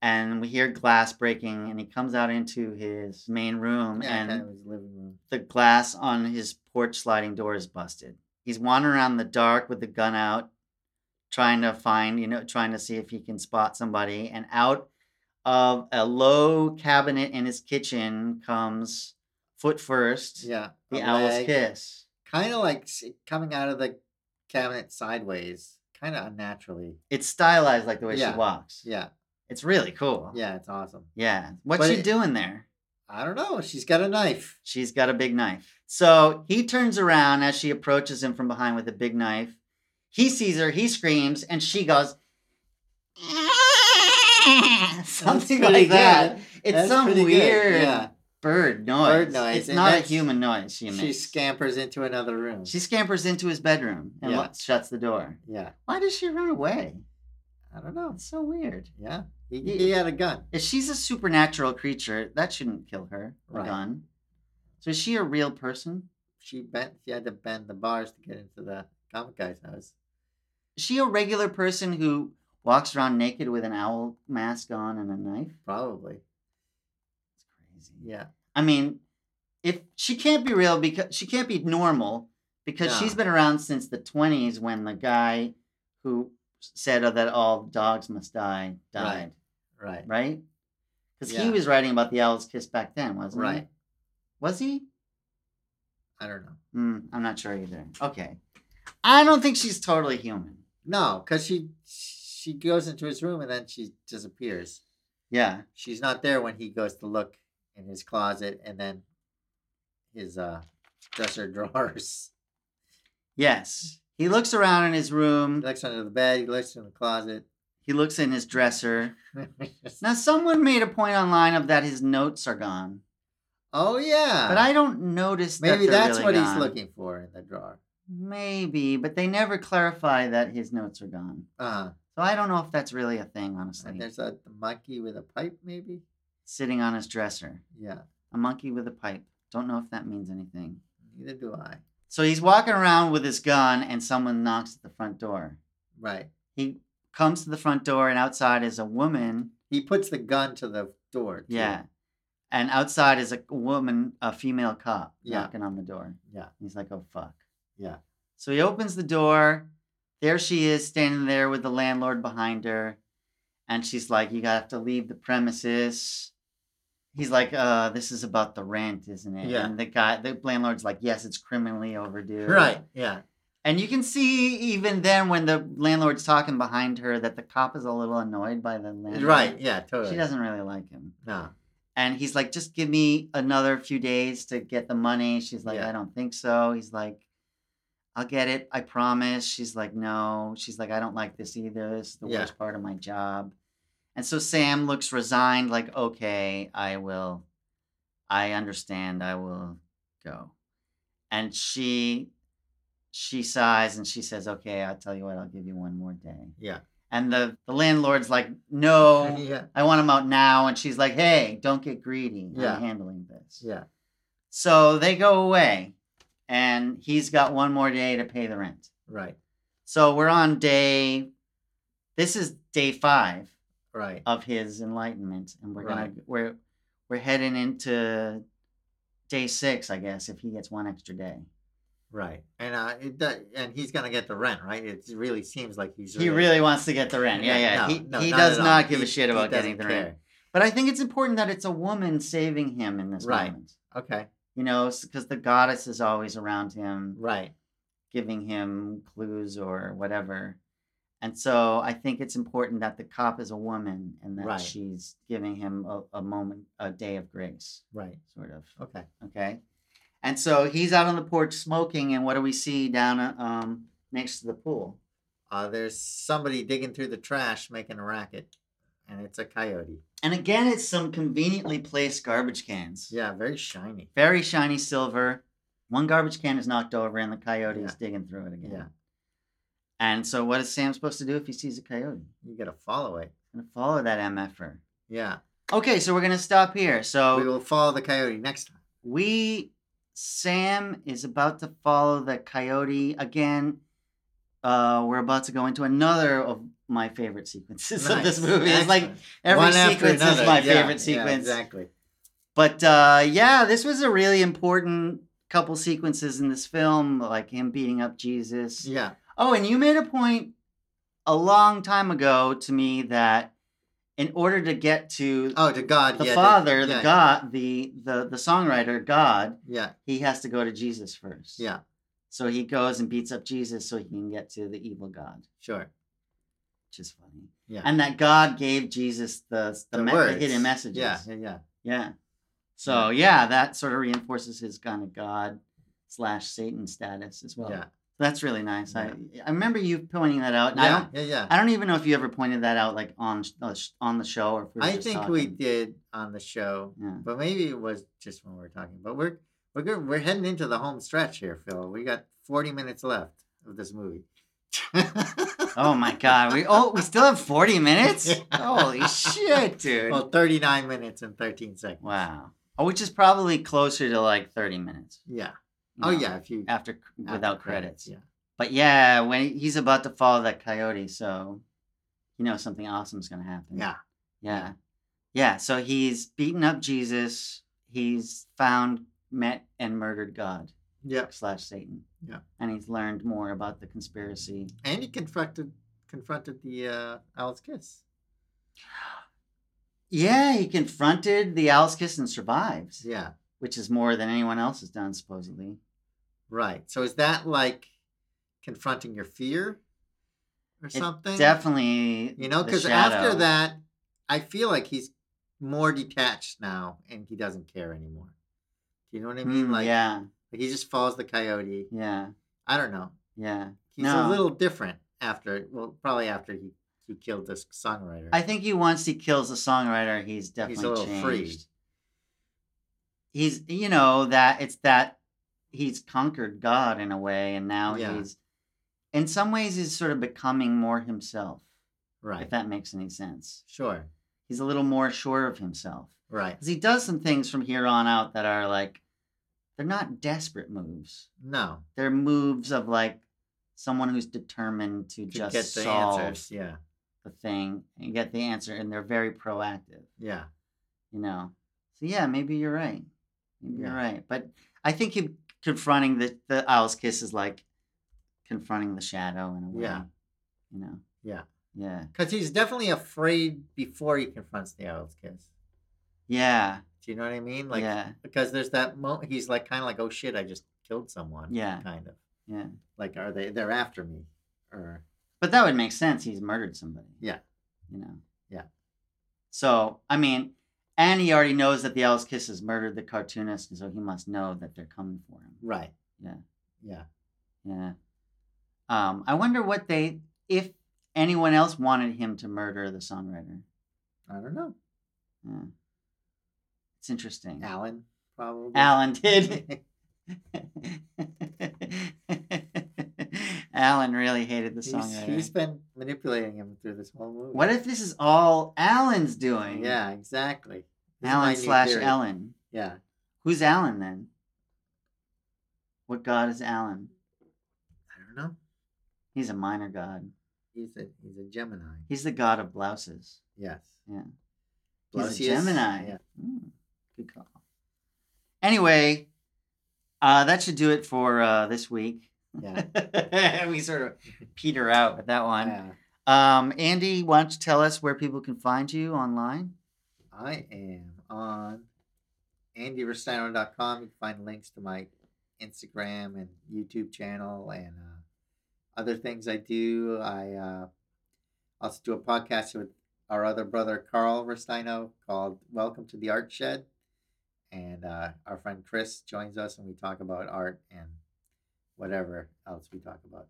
[SPEAKER 1] and we hear glass breaking, and he comes out into his main room,
[SPEAKER 4] Yeah,
[SPEAKER 1] and
[SPEAKER 4] kind of his living room.
[SPEAKER 1] the glass on his porch sliding door is busted. He's wandering around in the dark with the gun out, trying to find, you know, trying to see if he can spot somebody. And out of a low cabinet in his kitchen comes foot first,
[SPEAKER 4] Yeah.
[SPEAKER 1] the
[SPEAKER 4] a
[SPEAKER 1] owl's
[SPEAKER 4] leg.
[SPEAKER 1] kiss.
[SPEAKER 4] kind of like s- coming out of the cabinet sideways, kind of unnaturally.
[SPEAKER 1] It's stylized like the way
[SPEAKER 4] Yeah.
[SPEAKER 1] she walks.
[SPEAKER 4] Yeah,
[SPEAKER 1] It's really cool.
[SPEAKER 4] yeah, it's awesome.
[SPEAKER 1] Yeah. What's
[SPEAKER 4] But
[SPEAKER 1] she
[SPEAKER 4] it-
[SPEAKER 1] doing there?
[SPEAKER 4] I don't know. She's got a knife.
[SPEAKER 1] She's got a big knife. So he turns around as she approaches him from behind with a big knife. He sees her, he screams, and she goes, something
[SPEAKER 4] That's pretty
[SPEAKER 1] like that.
[SPEAKER 4] good.
[SPEAKER 1] It's
[SPEAKER 4] That's
[SPEAKER 1] some
[SPEAKER 4] pretty good,
[SPEAKER 1] weird
[SPEAKER 4] Yeah,
[SPEAKER 1] bird noise.
[SPEAKER 4] Bird noise,
[SPEAKER 1] It's
[SPEAKER 4] and
[SPEAKER 1] not a
[SPEAKER 4] that's-
[SPEAKER 1] human noise she
[SPEAKER 4] she
[SPEAKER 1] makes.
[SPEAKER 4] scampers into another room.
[SPEAKER 1] She scampers into his bedroom and
[SPEAKER 4] Yeah.
[SPEAKER 1] lo- shuts the door.
[SPEAKER 4] yeah,
[SPEAKER 1] Why does she run away?
[SPEAKER 4] I don't know.
[SPEAKER 1] That's so weird.
[SPEAKER 4] Yeah, he,
[SPEAKER 1] Ye-
[SPEAKER 4] he had a gun.
[SPEAKER 1] If she's a supernatural creature, that shouldn't kill her, a
[SPEAKER 4] Right.
[SPEAKER 1] gun. So is she a real person?
[SPEAKER 4] she bent. She had to bend the bars to get into the comic guy's house.
[SPEAKER 1] Is she a regular person who walks around naked with an owl mask on and a knife?
[SPEAKER 4] Probably.
[SPEAKER 1] It's crazy.
[SPEAKER 4] Yeah.
[SPEAKER 1] I mean, if she can't be real because she can't be normal because
[SPEAKER 4] No.
[SPEAKER 1] she's been around since the 20s when the guy who said "Oh, that all dogs must die died,
[SPEAKER 4] Right.
[SPEAKER 1] right? Because he
[SPEAKER 4] Yeah.
[SPEAKER 1] was writing about the owl's kiss back then, wasn't he?
[SPEAKER 4] Right.
[SPEAKER 1] Was he?
[SPEAKER 4] I don't know.
[SPEAKER 1] Mm, I'm not sure either. Okay. I don't think she's totally human.
[SPEAKER 4] No, because she she goes into his room and then she disappears.
[SPEAKER 1] Yeah.
[SPEAKER 4] She's not there when he goes to look in his closet and then his uh dresser drawers.
[SPEAKER 1] Yes. He looks around in his room.
[SPEAKER 4] He looks under the bed. He looks in the closet.
[SPEAKER 1] He looks in his dresser. Now, someone made a point online of that his notes are gone,
[SPEAKER 4] oh yeah.
[SPEAKER 1] but I don't notice. that
[SPEAKER 4] maybe
[SPEAKER 1] they're
[SPEAKER 4] that's
[SPEAKER 1] really
[SPEAKER 4] what
[SPEAKER 1] gone.
[SPEAKER 4] he's looking for in the drawer.
[SPEAKER 1] Maybe, but they never clarify that his notes are gone.
[SPEAKER 4] Uh
[SPEAKER 1] So I don't know if that's really a thing, honestly.
[SPEAKER 4] and there's a monkey with a pipe, maybe.
[SPEAKER 1] Sitting on his dresser,
[SPEAKER 4] Yeah.
[SPEAKER 1] a monkey with a pipe. Don't know if that means anything.
[SPEAKER 4] Neither do I.
[SPEAKER 1] So he's walking around with his gun, and someone knocks at the front door.
[SPEAKER 4] Right.
[SPEAKER 1] He comes to the front door, and outside is a woman.
[SPEAKER 4] He puts the gun to the door. too.
[SPEAKER 1] Yeah. And outside is a woman, a female cop,
[SPEAKER 4] Yeah.
[SPEAKER 1] knocking on the door.
[SPEAKER 4] Yeah.
[SPEAKER 1] He's like, oh, fuck.
[SPEAKER 4] Yeah.
[SPEAKER 1] So he opens the door. There she is, standing there with the landlord behind her. And she's like, you have to leave the premises. He's like, uh, this is about the rent, isn't it?
[SPEAKER 4] Yeah.
[SPEAKER 1] And the guy, the landlord's like, yes, it's criminally overdue.
[SPEAKER 4] Right. Yeah.
[SPEAKER 1] And you can see even then when the landlord's talking behind her that the cop is a little annoyed by the landlord.
[SPEAKER 4] Right. Yeah. Totally.
[SPEAKER 1] She doesn't really like him.
[SPEAKER 4] No.
[SPEAKER 1] And he's like, just give me another few days to get the money. She's like,
[SPEAKER 4] Yeah.
[SPEAKER 1] I don't think so. He's like, I'll get it. I promise. She's like, no. She's like, I don't like this either. This is the
[SPEAKER 4] Yeah.
[SPEAKER 1] worst part of my job. And so Sam looks resigned, like, okay, I will. I understand. I will go. And she she sighs and she says, Okay, I'll tell you what, I'll give you one more day.
[SPEAKER 4] Yeah.
[SPEAKER 1] And the, the landlord's like, No.
[SPEAKER 4] Yeah.
[SPEAKER 1] I want him out now. And she's like, hey, don't get greedy.
[SPEAKER 4] Yeah.
[SPEAKER 1] I'm handling this.
[SPEAKER 4] Yeah.
[SPEAKER 1] So they go away, and he's got one more day to pay the rent.
[SPEAKER 4] Right.
[SPEAKER 1] So we're on day, this is day five
[SPEAKER 4] Right.
[SPEAKER 1] of his enlightenment, and we're gonna
[SPEAKER 4] Right.
[SPEAKER 1] we're we're heading into day six, I guess, if he gets one extra day.
[SPEAKER 4] Right. And uh, it does, and he's gonna get the rent, right? It really seems like he's.
[SPEAKER 1] He really wants to get the rent. Yeah, yeah.
[SPEAKER 4] No,
[SPEAKER 1] he
[SPEAKER 4] no,
[SPEAKER 1] he
[SPEAKER 4] not
[SPEAKER 1] does
[SPEAKER 4] at all.
[SPEAKER 1] not give
[SPEAKER 4] He-
[SPEAKER 1] a shit
[SPEAKER 4] he
[SPEAKER 1] about getting
[SPEAKER 4] doesn't
[SPEAKER 1] the rent. But I think it's important that it's a woman saving him in this
[SPEAKER 4] Right.
[SPEAKER 1] moment.
[SPEAKER 4] care. Okay.
[SPEAKER 1] you know, because the goddess is always around him,
[SPEAKER 4] Right.
[SPEAKER 1] giving him clues or whatever. And so I think it's important that the cop is a woman and that
[SPEAKER 4] Right.
[SPEAKER 1] she's giving him a, a moment, a day of grace,
[SPEAKER 4] Right.
[SPEAKER 1] sort of.
[SPEAKER 4] Okay.
[SPEAKER 1] Okay. And so he's out on the porch smoking, and what do we see down uh, um, next to the pool?
[SPEAKER 4] Uh, there's somebody digging through the trash, making a racket, and it's a coyote.
[SPEAKER 1] And again, it's some conveniently placed garbage cans.
[SPEAKER 4] Yeah. Very shiny.
[SPEAKER 1] Very shiny silver. One garbage can is knocked over, and the coyote is
[SPEAKER 4] Yeah.
[SPEAKER 1] digging through it again.
[SPEAKER 4] Yeah.
[SPEAKER 1] And so, what is Sam supposed to do if he sees a coyote?
[SPEAKER 4] You gotta follow it.
[SPEAKER 1] Gonna follow that mf'er.
[SPEAKER 4] Yeah.
[SPEAKER 1] Okay, so we're gonna stop here.
[SPEAKER 4] we
[SPEAKER 1] So
[SPEAKER 4] will follow the coyote next time.
[SPEAKER 1] we, Sam is about to follow the coyote again. Uh, we're about to go into another of my favorite sequences of this
[SPEAKER 4] Nice.
[SPEAKER 1] movie. It's like
[SPEAKER 4] Excellent.
[SPEAKER 1] every
[SPEAKER 4] One after
[SPEAKER 1] sequence is
[SPEAKER 4] another.
[SPEAKER 1] my
[SPEAKER 4] Yeah,
[SPEAKER 1] favorite
[SPEAKER 4] yeah,
[SPEAKER 1] sequence.
[SPEAKER 4] exactly.
[SPEAKER 1] But uh, yeah, this was a really important couple sequences in this film, like him beating up Jesus.
[SPEAKER 4] Yeah.
[SPEAKER 1] Oh, and you made a point a long time ago to me that in order to get to
[SPEAKER 4] Oh, to God.
[SPEAKER 1] the
[SPEAKER 4] yeah, to-
[SPEAKER 1] Father, the
[SPEAKER 4] yeah,
[SPEAKER 1] God, the the the songwriter God,
[SPEAKER 4] Yeah.
[SPEAKER 1] he has to go to Jesus first.
[SPEAKER 4] Yeah.
[SPEAKER 1] So he goes and beats up Jesus so he can get to the evil God,
[SPEAKER 4] Sure.
[SPEAKER 1] which is funny.
[SPEAKER 4] Yeah.
[SPEAKER 1] And that God gave Jesus the the, me- the
[SPEAKER 4] words.
[SPEAKER 1] hidden messages.
[SPEAKER 4] Yeah. Yeah. Yeah.
[SPEAKER 1] Yeah. So yeah, that sort of reinforces his kind of God slash Satan status as well.
[SPEAKER 4] yeah.
[SPEAKER 1] That's really nice. I I remember you pointing that out. And I don't
[SPEAKER 4] yeah, yeah.
[SPEAKER 1] I don't even know if you ever pointed that out, like on sh- uh, sh- on the show, or if we were
[SPEAKER 4] I
[SPEAKER 1] just
[SPEAKER 4] think
[SPEAKER 1] talking.
[SPEAKER 4] we did on the show,
[SPEAKER 1] Yeah.
[SPEAKER 4] but maybe it was just when we were talking. But we're we're good. we're heading into the home stretch here, Phil. We got forty minutes left of this movie.
[SPEAKER 1] Oh my god, we oh we still have forty minutes. Holy shit, dude!
[SPEAKER 4] well, thirty nine minutes and thirteen seconds.
[SPEAKER 1] wow. Oh, which is probably closer to like thirty minutes.
[SPEAKER 4] Yeah,
[SPEAKER 1] you
[SPEAKER 4] Oh
[SPEAKER 1] know,
[SPEAKER 4] yeah, if you
[SPEAKER 1] after
[SPEAKER 4] after
[SPEAKER 1] without credits.
[SPEAKER 4] yeah.
[SPEAKER 1] But yeah, when he's about to follow that coyote, so you know something awesome's gonna happen.
[SPEAKER 4] Yeah.
[SPEAKER 1] Yeah. Yeah. So he's beaten up Jesus. He's found, met, and murdered God
[SPEAKER 4] Yeah.
[SPEAKER 1] slash Satan.
[SPEAKER 4] Yeah.
[SPEAKER 1] And he's learned more about the conspiracy.
[SPEAKER 4] And he confronted confronted the uh Owl's Kiss.
[SPEAKER 1] Yeah, he confronted the Owl's Kiss and survives,
[SPEAKER 4] Yeah.
[SPEAKER 1] which is more than anyone else has done, supposedly.
[SPEAKER 4] Right. So is that like confronting your fear or
[SPEAKER 1] It's
[SPEAKER 4] something?
[SPEAKER 1] Definitely.
[SPEAKER 4] You know,
[SPEAKER 1] the
[SPEAKER 4] because after
[SPEAKER 1] shadow.
[SPEAKER 4] that, I feel like he's more detached now and he doesn't care anymore. Do you know what I mean?
[SPEAKER 1] Mm,
[SPEAKER 4] like,
[SPEAKER 1] yeah,
[SPEAKER 4] like he just follows the coyote.
[SPEAKER 1] yeah,
[SPEAKER 4] I don't know.
[SPEAKER 1] yeah.
[SPEAKER 4] He's
[SPEAKER 1] No.
[SPEAKER 4] a little different after, well, probably after he, he killed this songwriter.
[SPEAKER 1] I think he once he kills the songwriter, he's definitely
[SPEAKER 4] he's a little
[SPEAKER 1] changed.
[SPEAKER 4] free.
[SPEAKER 1] He's you know that it's that he's conquered God in a way, and now
[SPEAKER 4] Yeah.
[SPEAKER 1] he's in some ways he's sort of becoming more himself.
[SPEAKER 4] Right.
[SPEAKER 1] If that makes any sense,
[SPEAKER 4] Sure.
[SPEAKER 1] he's a little more sure of himself
[SPEAKER 4] Right.
[SPEAKER 1] because he does some things from here on out that are like they're not desperate moves.
[SPEAKER 4] No.
[SPEAKER 1] They're moves of like someone who's determined to,
[SPEAKER 4] To
[SPEAKER 1] just
[SPEAKER 4] get the
[SPEAKER 1] solve
[SPEAKER 4] answers. Yeah.
[SPEAKER 1] the thing and get the answer, and they're very proactive.
[SPEAKER 4] Yeah.
[SPEAKER 1] you know. So yeah, maybe you're right. Maybe
[SPEAKER 4] Yeah.
[SPEAKER 1] You're right. But I think you confronting the the owl's kiss is like confronting the shadow in a way.
[SPEAKER 4] Yeah.
[SPEAKER 1] You know.
[SPEAKER 4] Yeah.
[SPEAKER 1] Yeah.
[SPEAKER 4] Because he's definitely afraid before he confronts the Owl's Kiss.
[SPEAKER 1] Yeah.
[SPEAKER 4] Do you know what I mean? Like,
[SPEAKER 1] yeah.
[SPEAKER 4] because there's that moment he's like kind of like oh shit i just killed someone
[SPEAKER 1] Yeah.
[SPEAKER 4] kind of
[SPEAKER 1] Yeah.
[SPEAKER 4] like are they they're after me or
[SPEAKER 1] But that would make sense. He's murdered somebody.
[SPEAKER 4] Yeah.
[SPEAKER 1] You know.
[SPEAKER 4] Yeah.
[SPEAKER 1] So I mean, and he already knows that the owl's kiss has murdered the cartoonist, and so he must know that they're coming for him.
[SPEAKER 4] right
[SPEAKER 1] Yeah.
[SPEAKER 4] yeah
[SPEAKER 1] Yeah. Um, I wonder what they if anyone else wanted him to murder the songwriter.
[SPEAKER 4] i don't know
[SPEAKER 1] Yeah. It's interesting.
[SPEAKER 4] alan probably
[SPEAKER 1] Alan did. Alan really hated the
[SPEAKER 4] he's, he's
[SPEAKER 1] songwriter.
[SPEAKER 4] been manipulating him through this whole movie
[SPEAKER 1] What if this is all Alan's doing?
[SPEAKER 4] yeah exactly This is my
[SPEAKER 1] Alan
[SPEAKER 4] new
[SPEAKER 1] slash
[SPEAKER 4] theory.
[SPEAKER 1] Ellen.
[SPEAKER 4] yeah
[SPEAKER 1] Who's Alan then? What god is Alan?
[SPEAKER 4] i don't know
[SPEAKER 1] He's a minor god.
[SPEAKER 4] he's a he's a gemini
[SPEAKER 1] He's the god of blouses.
[SPEAKER 4] yes
[SPEAKER 1] Yeah.
[SPEAKER 4] Blasius.
[SPEAKER 1] He's a Gemini.
[SPEAKER 4] yeah
[SPEAKER 1] Mm, good call. Anyway, uh, that should do it for uh, this week.
[SPEAKER 4] yeah,
[SPEAKER 1] we sort of peter out with that one.
[SPEAKER 4] yeah.
[SPEAKER 1] Um, Andy, why don't you tell us where people can find you online?
[SPEAKER 4] I am on andyrustino.com. You can find links to my Instagram and YouTube channel and uh, other things I do. I uh, also do a podcast with our other brother, Carl Rustino, called Welcome to the Art Shed. And uh, our friend Chris joins us and we talk about art and whatever else we talk about.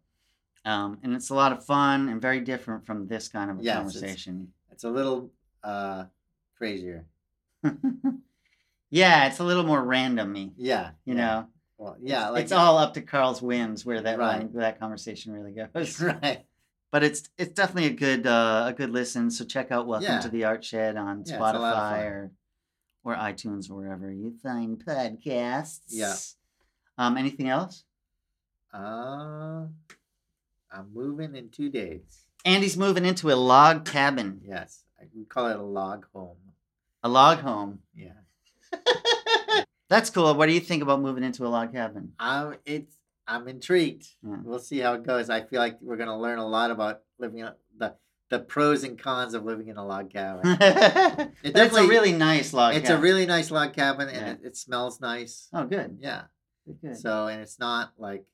[SPEAKER 1] Um, and it's a lot of fun and very different from this kind of a
[SPEAKER 4] Yes, it's-
[SPEAKER 1] conversation.
[SPEAKER 4] It's a little uh, crazier.
[SPEAKER 1] yeah, it's a little more random y,
[SPEAKER 4] Yeah.
[SPEAKER 1] you
[SPEAKER 4] yeah.
[SPEAKER 1] know.
[SPEAKER 4] Well, yeah.
[SPEAKER 1] it's,
[SPEAKER 4] like,
[SPEAKER 1] it's all up to Carl's whims where that
[SPEAKER 4] Right.
[SPEAKER 1] one, that conversation really goes.
[SPEAKER 4] right.
[SPEAKER 1] But it's it's definitely a good uh, a good listen. So check out Welcome
[SPEAKER 4] Yeah.
[SPEAKER 1] to the Art Shed on
[SPEAKER 4] Yeah, it's a lot of
[SPEAKER 1] Spotify
[SPEAKER 4] fun.
[SPEAKER 1] or or iTunes or wherever you find podcasts.
[SPEAKER 4] Yeah.
[SPEAKER 1] Um, anything else?
[SPEAKER 4] Uh, I'm moving in two days.
[SPEAKER 1] Andy's moving into a log cabin.
[SPEAKER 4] Yes, I, we call it a log home.
[SPEAKER 1] A log home.
[SPEAKER 4] Yeah,
[SPEAKER 1] That's cool. What do you think about moving into a log cabin?
[SPEAKER 4] I'm. Um, It's. I'm intrigued.
[SPEAKER 1] Yeah.
[SPEAKER 4] We'll see how it goes. I feel like we're gonna learn a lot about living in a- the the pros and cons of living in a log cabin.
[SPEAKER 1] But That's a
[SPEAKER 4] definitely-
[SPEAKER 1] really nice log
[SPEAKER 4] it's a
[SPEAKER 1] cabin.
[SPEAKER 4] really nice log cabin, and
[SPEAKER 1] Yeah.
[SPEAKER 4] it, it smells nice.
[SPEAKER 1] Oh, good.
[SPEAKER 4] Yeah.
[SPEAKER 1] Good, good.
[SPEAKER 4] So and it's not like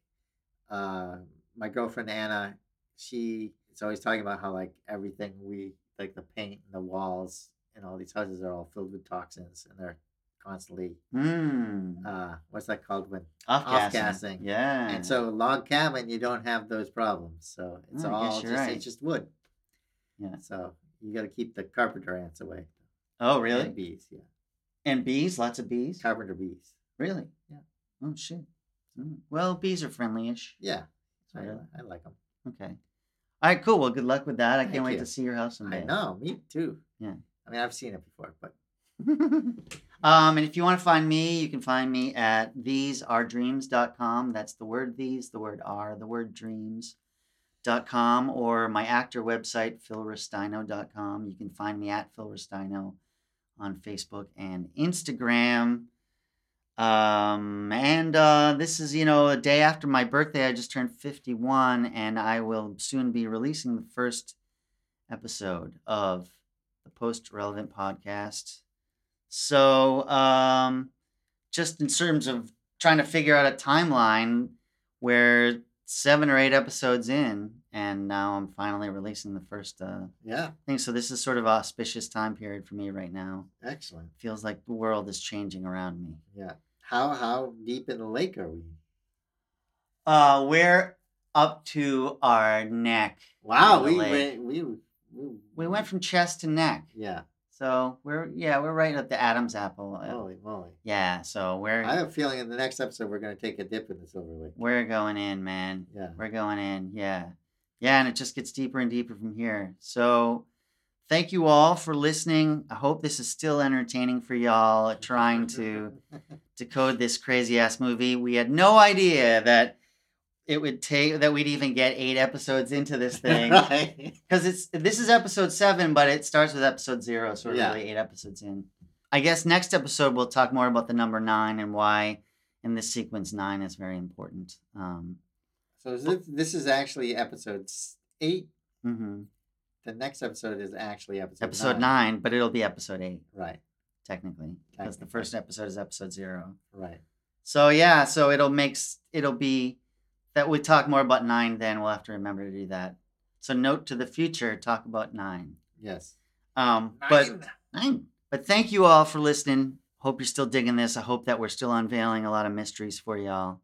[SPEAKER 4] uh my girlfriend Anna, she is always talking about how like everything we like the paint and the walls and all these houses are all filled with toxins and they're constantly
[SPEAKER 1] Mm.
[SPEAKER 4] uh what's that called when
[SPEAKER 1] Off-gassing.
[SPEAKER 4] off-gassing.
[SPEAKER 1] Yeah.
[SPEAKER 4] and so log cabin you don't have those problems. So it's
[SPEAKER 1] Oh, I guess
[SPEAKER 4] all
[SPEAKER 1] you're
[SPEAKER 4] just
[SPEAKER 1] right.
[SPEAKER 4] it's just wood.
[SPEAKER 1] Yeah.
[SPEAKER 4] So you gotta keep the carpenter ants away.
[SPEAKER 1] Oh,
[SPEAKER 4] and
[SPEAKER 1] really? And,
[SPEAKER 4] bees, yeah.
[SPEAKER 1] bees? Lots of bees?
[SPEAKER 4] Carpenter bees.
[SPEAKER 1] Really?
[SPEAKER 4] Yeah.
[SPEAKER 1] Oh, shit. Mm. Well, bees are friendly-ish.
[SPEAKER 4] Yeah. I,
[SPEAKER 1] Really?
[SPEAKER 4] I like them.
[SPEAKER 1] Okay. All right, cool. Well, good luck with that. I can't
[SPEAKER 4] Thank
[SPEAKER 1] wait
[SPEAKER 4] you.
[SPEAKER 1] to see your house someday.
[SPEAKER 4] I know, me too.
[SPEAKER 1] Yeah.
[SPEAKER 4] I mean I've seen it before, but
[SPEAKER 1] know. Um, and if you want to find me, you can find me at thesearedreams.com. That's the word these, the word are, the word dreams.com, or my actor website, philrestino.com. You can find me at philrestino on Facebook and Instagram. Um, and uh, this is, you know, a day after my birthday. I just turned 51, and I will soon be releasing the first episode of the Post Relevant podcast. So, um, just in terms of trying to figure out a timeline, we're seven or eight episodes in, and now I'm finally releasing the first uh,
[SPEAKER 4] Yeah,
[SPEAKER 1] thing. So, this is sort of an auspicious time period for me right now.
[SPEAKER 4] excellent.
[SPEAKER 1] feels like the world is changing around me.
[SPEAKER 4] Yeah. How how deep in the lake are we?
[SPEAKER 1] Uh, we're up to our neck.
[SPEAKER 4] Wow,
[SPEAKER 1] the
[SPEAKER 4] we
[SPEAKER 1] lake.
[SPEAKER 4] went we, we
[SPEAKER 1] We went from chest to neck.
[SPEAKER 4] Yeah.
[SPEAKER 1] So we're yeah, we're right at the Adam's apple. Uh,
[SPEAKER 4] Holy moly.
[SPEAKER 1] Yeah, so we're
[SPEAKER 4] Oh. I have a feeling in the next episode we're gonna take a dip in the silver lake.
[SPEAKER 1] we're going in, man.
[SPEAKER 4] Yeah.
[SPEAKER 1] We're going in. Yeah. Yeah, and it just gets deeper and deeper from here. So thank you all for listening. I hope this is still entertaining for y'all trying to decode this crazy ass movie. We had no idea that it would take that we'd even get 8 episodes into this thing.
[SPEAKER 4] Right.
[SPEAKER 1] because it's this is episode seven, but it starts with episode zero, so we're
[SPEAKER 4] Yeah.
[SPEAKER 1] really eight episodes in. I guess next episode we'll talk more about the number nine and why in this sequence nine is very important. Um,
[SPEAKER 4] So is this, this is actually episode s- eight.
[SPEAKER 1] mhm.
[SPEAKER 4] The next episode is actually episode
[SPEAKER 1] Episode nine. but it'll be episode eight
[SPEAKER 4] Right.
[SPEAKER 1] technically because the
[SPEAKER 4] Technically.
[SPEAKER 1] first episode is episode zero.
[SPEAKER 4] Right.
[SPEAKER 1] So yeah, so it'll makes it'll be that we talk more about nine. Then we'll have to remember to do that. So note to the future: talk about nine.
[SPEAKER 4] Yes.
[SPEAKER 1] Um, but Nine. But thank you all for listening. Hope you're still digging this. I hope that we're still unveiling a lot of mysteries for y'all.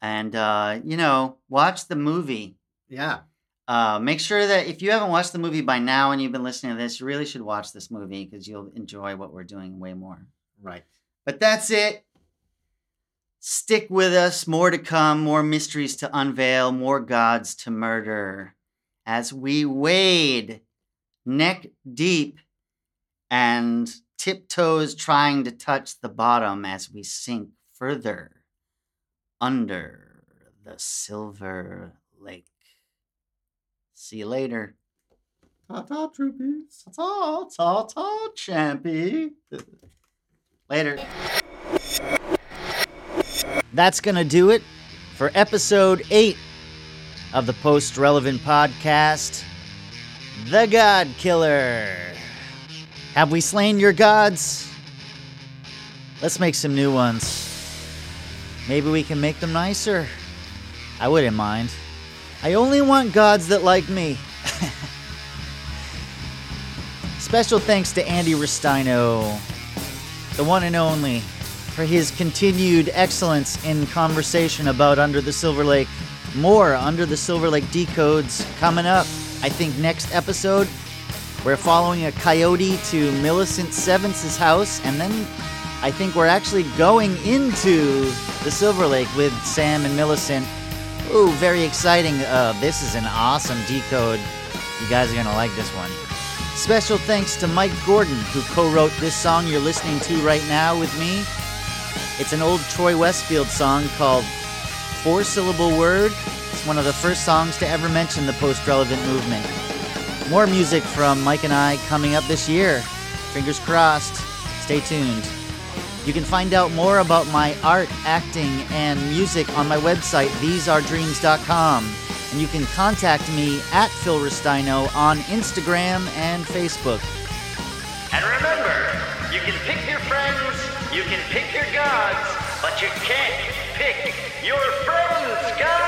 [SPEAKER 1] And uh, you know, watch the movie.
[SPEAKER 4] Yeah.
[SPEAKER 1] Uh, make sure that if you haven't watched the movie by now and you've been listening to this, you really should watch this movie because you'll enjoy what we're doing way more.
[SPEAKER 4] Right.
[SPEAKER 1] But that's it. Stick with us. More to come, more mysteries to unveil, more gods to murder as we wade neck deep and tiptoes trying to touch the bottom as we sink further under the silver lake. See you later.
[SPEAKER 4] Ta ta, troopies.
[SPEAKER 1] Ta ta ta, champy. Later.
[SPEAKER 2] That's going to do it for episode eight of the Post Relevant Podcast The God Killer. Have we slain your gods? Let's make some new ones. Maybe we can make them nicer. I wouldn't mind. I only want gods that like me. Special thanks to Andy Restino, the one and only, for his continued excellence in conversation about Under the Silver Lake. More Under the Silver Lake decodes coming up. I think next episode, we're following a coyote to Millicent Sevence's house, and then I think we're actually going into the Silver Lake with Sam and Millicent. Ooh, very exciting. Uh, this is an awesome decode. You guys are going to like this one. Special thanks to Mike Gordon, who co wrote this song you're listening to right now with me. It's an old Troy Westfield song called Four Syllable Word. It's one of the first songs to ever mention the post relevant movement. More music from Mike and I coming up this year. Fingers crossed. Stay tuned. You can find out more about my art, acting, and music on my website, thesearedreams.com. And you can contact me at Phil Restino on Instagram and Facebook.
[SPEAKER 6] And remember, you can pick your friends, you can pick your gods, but you can't pick your friends, guys!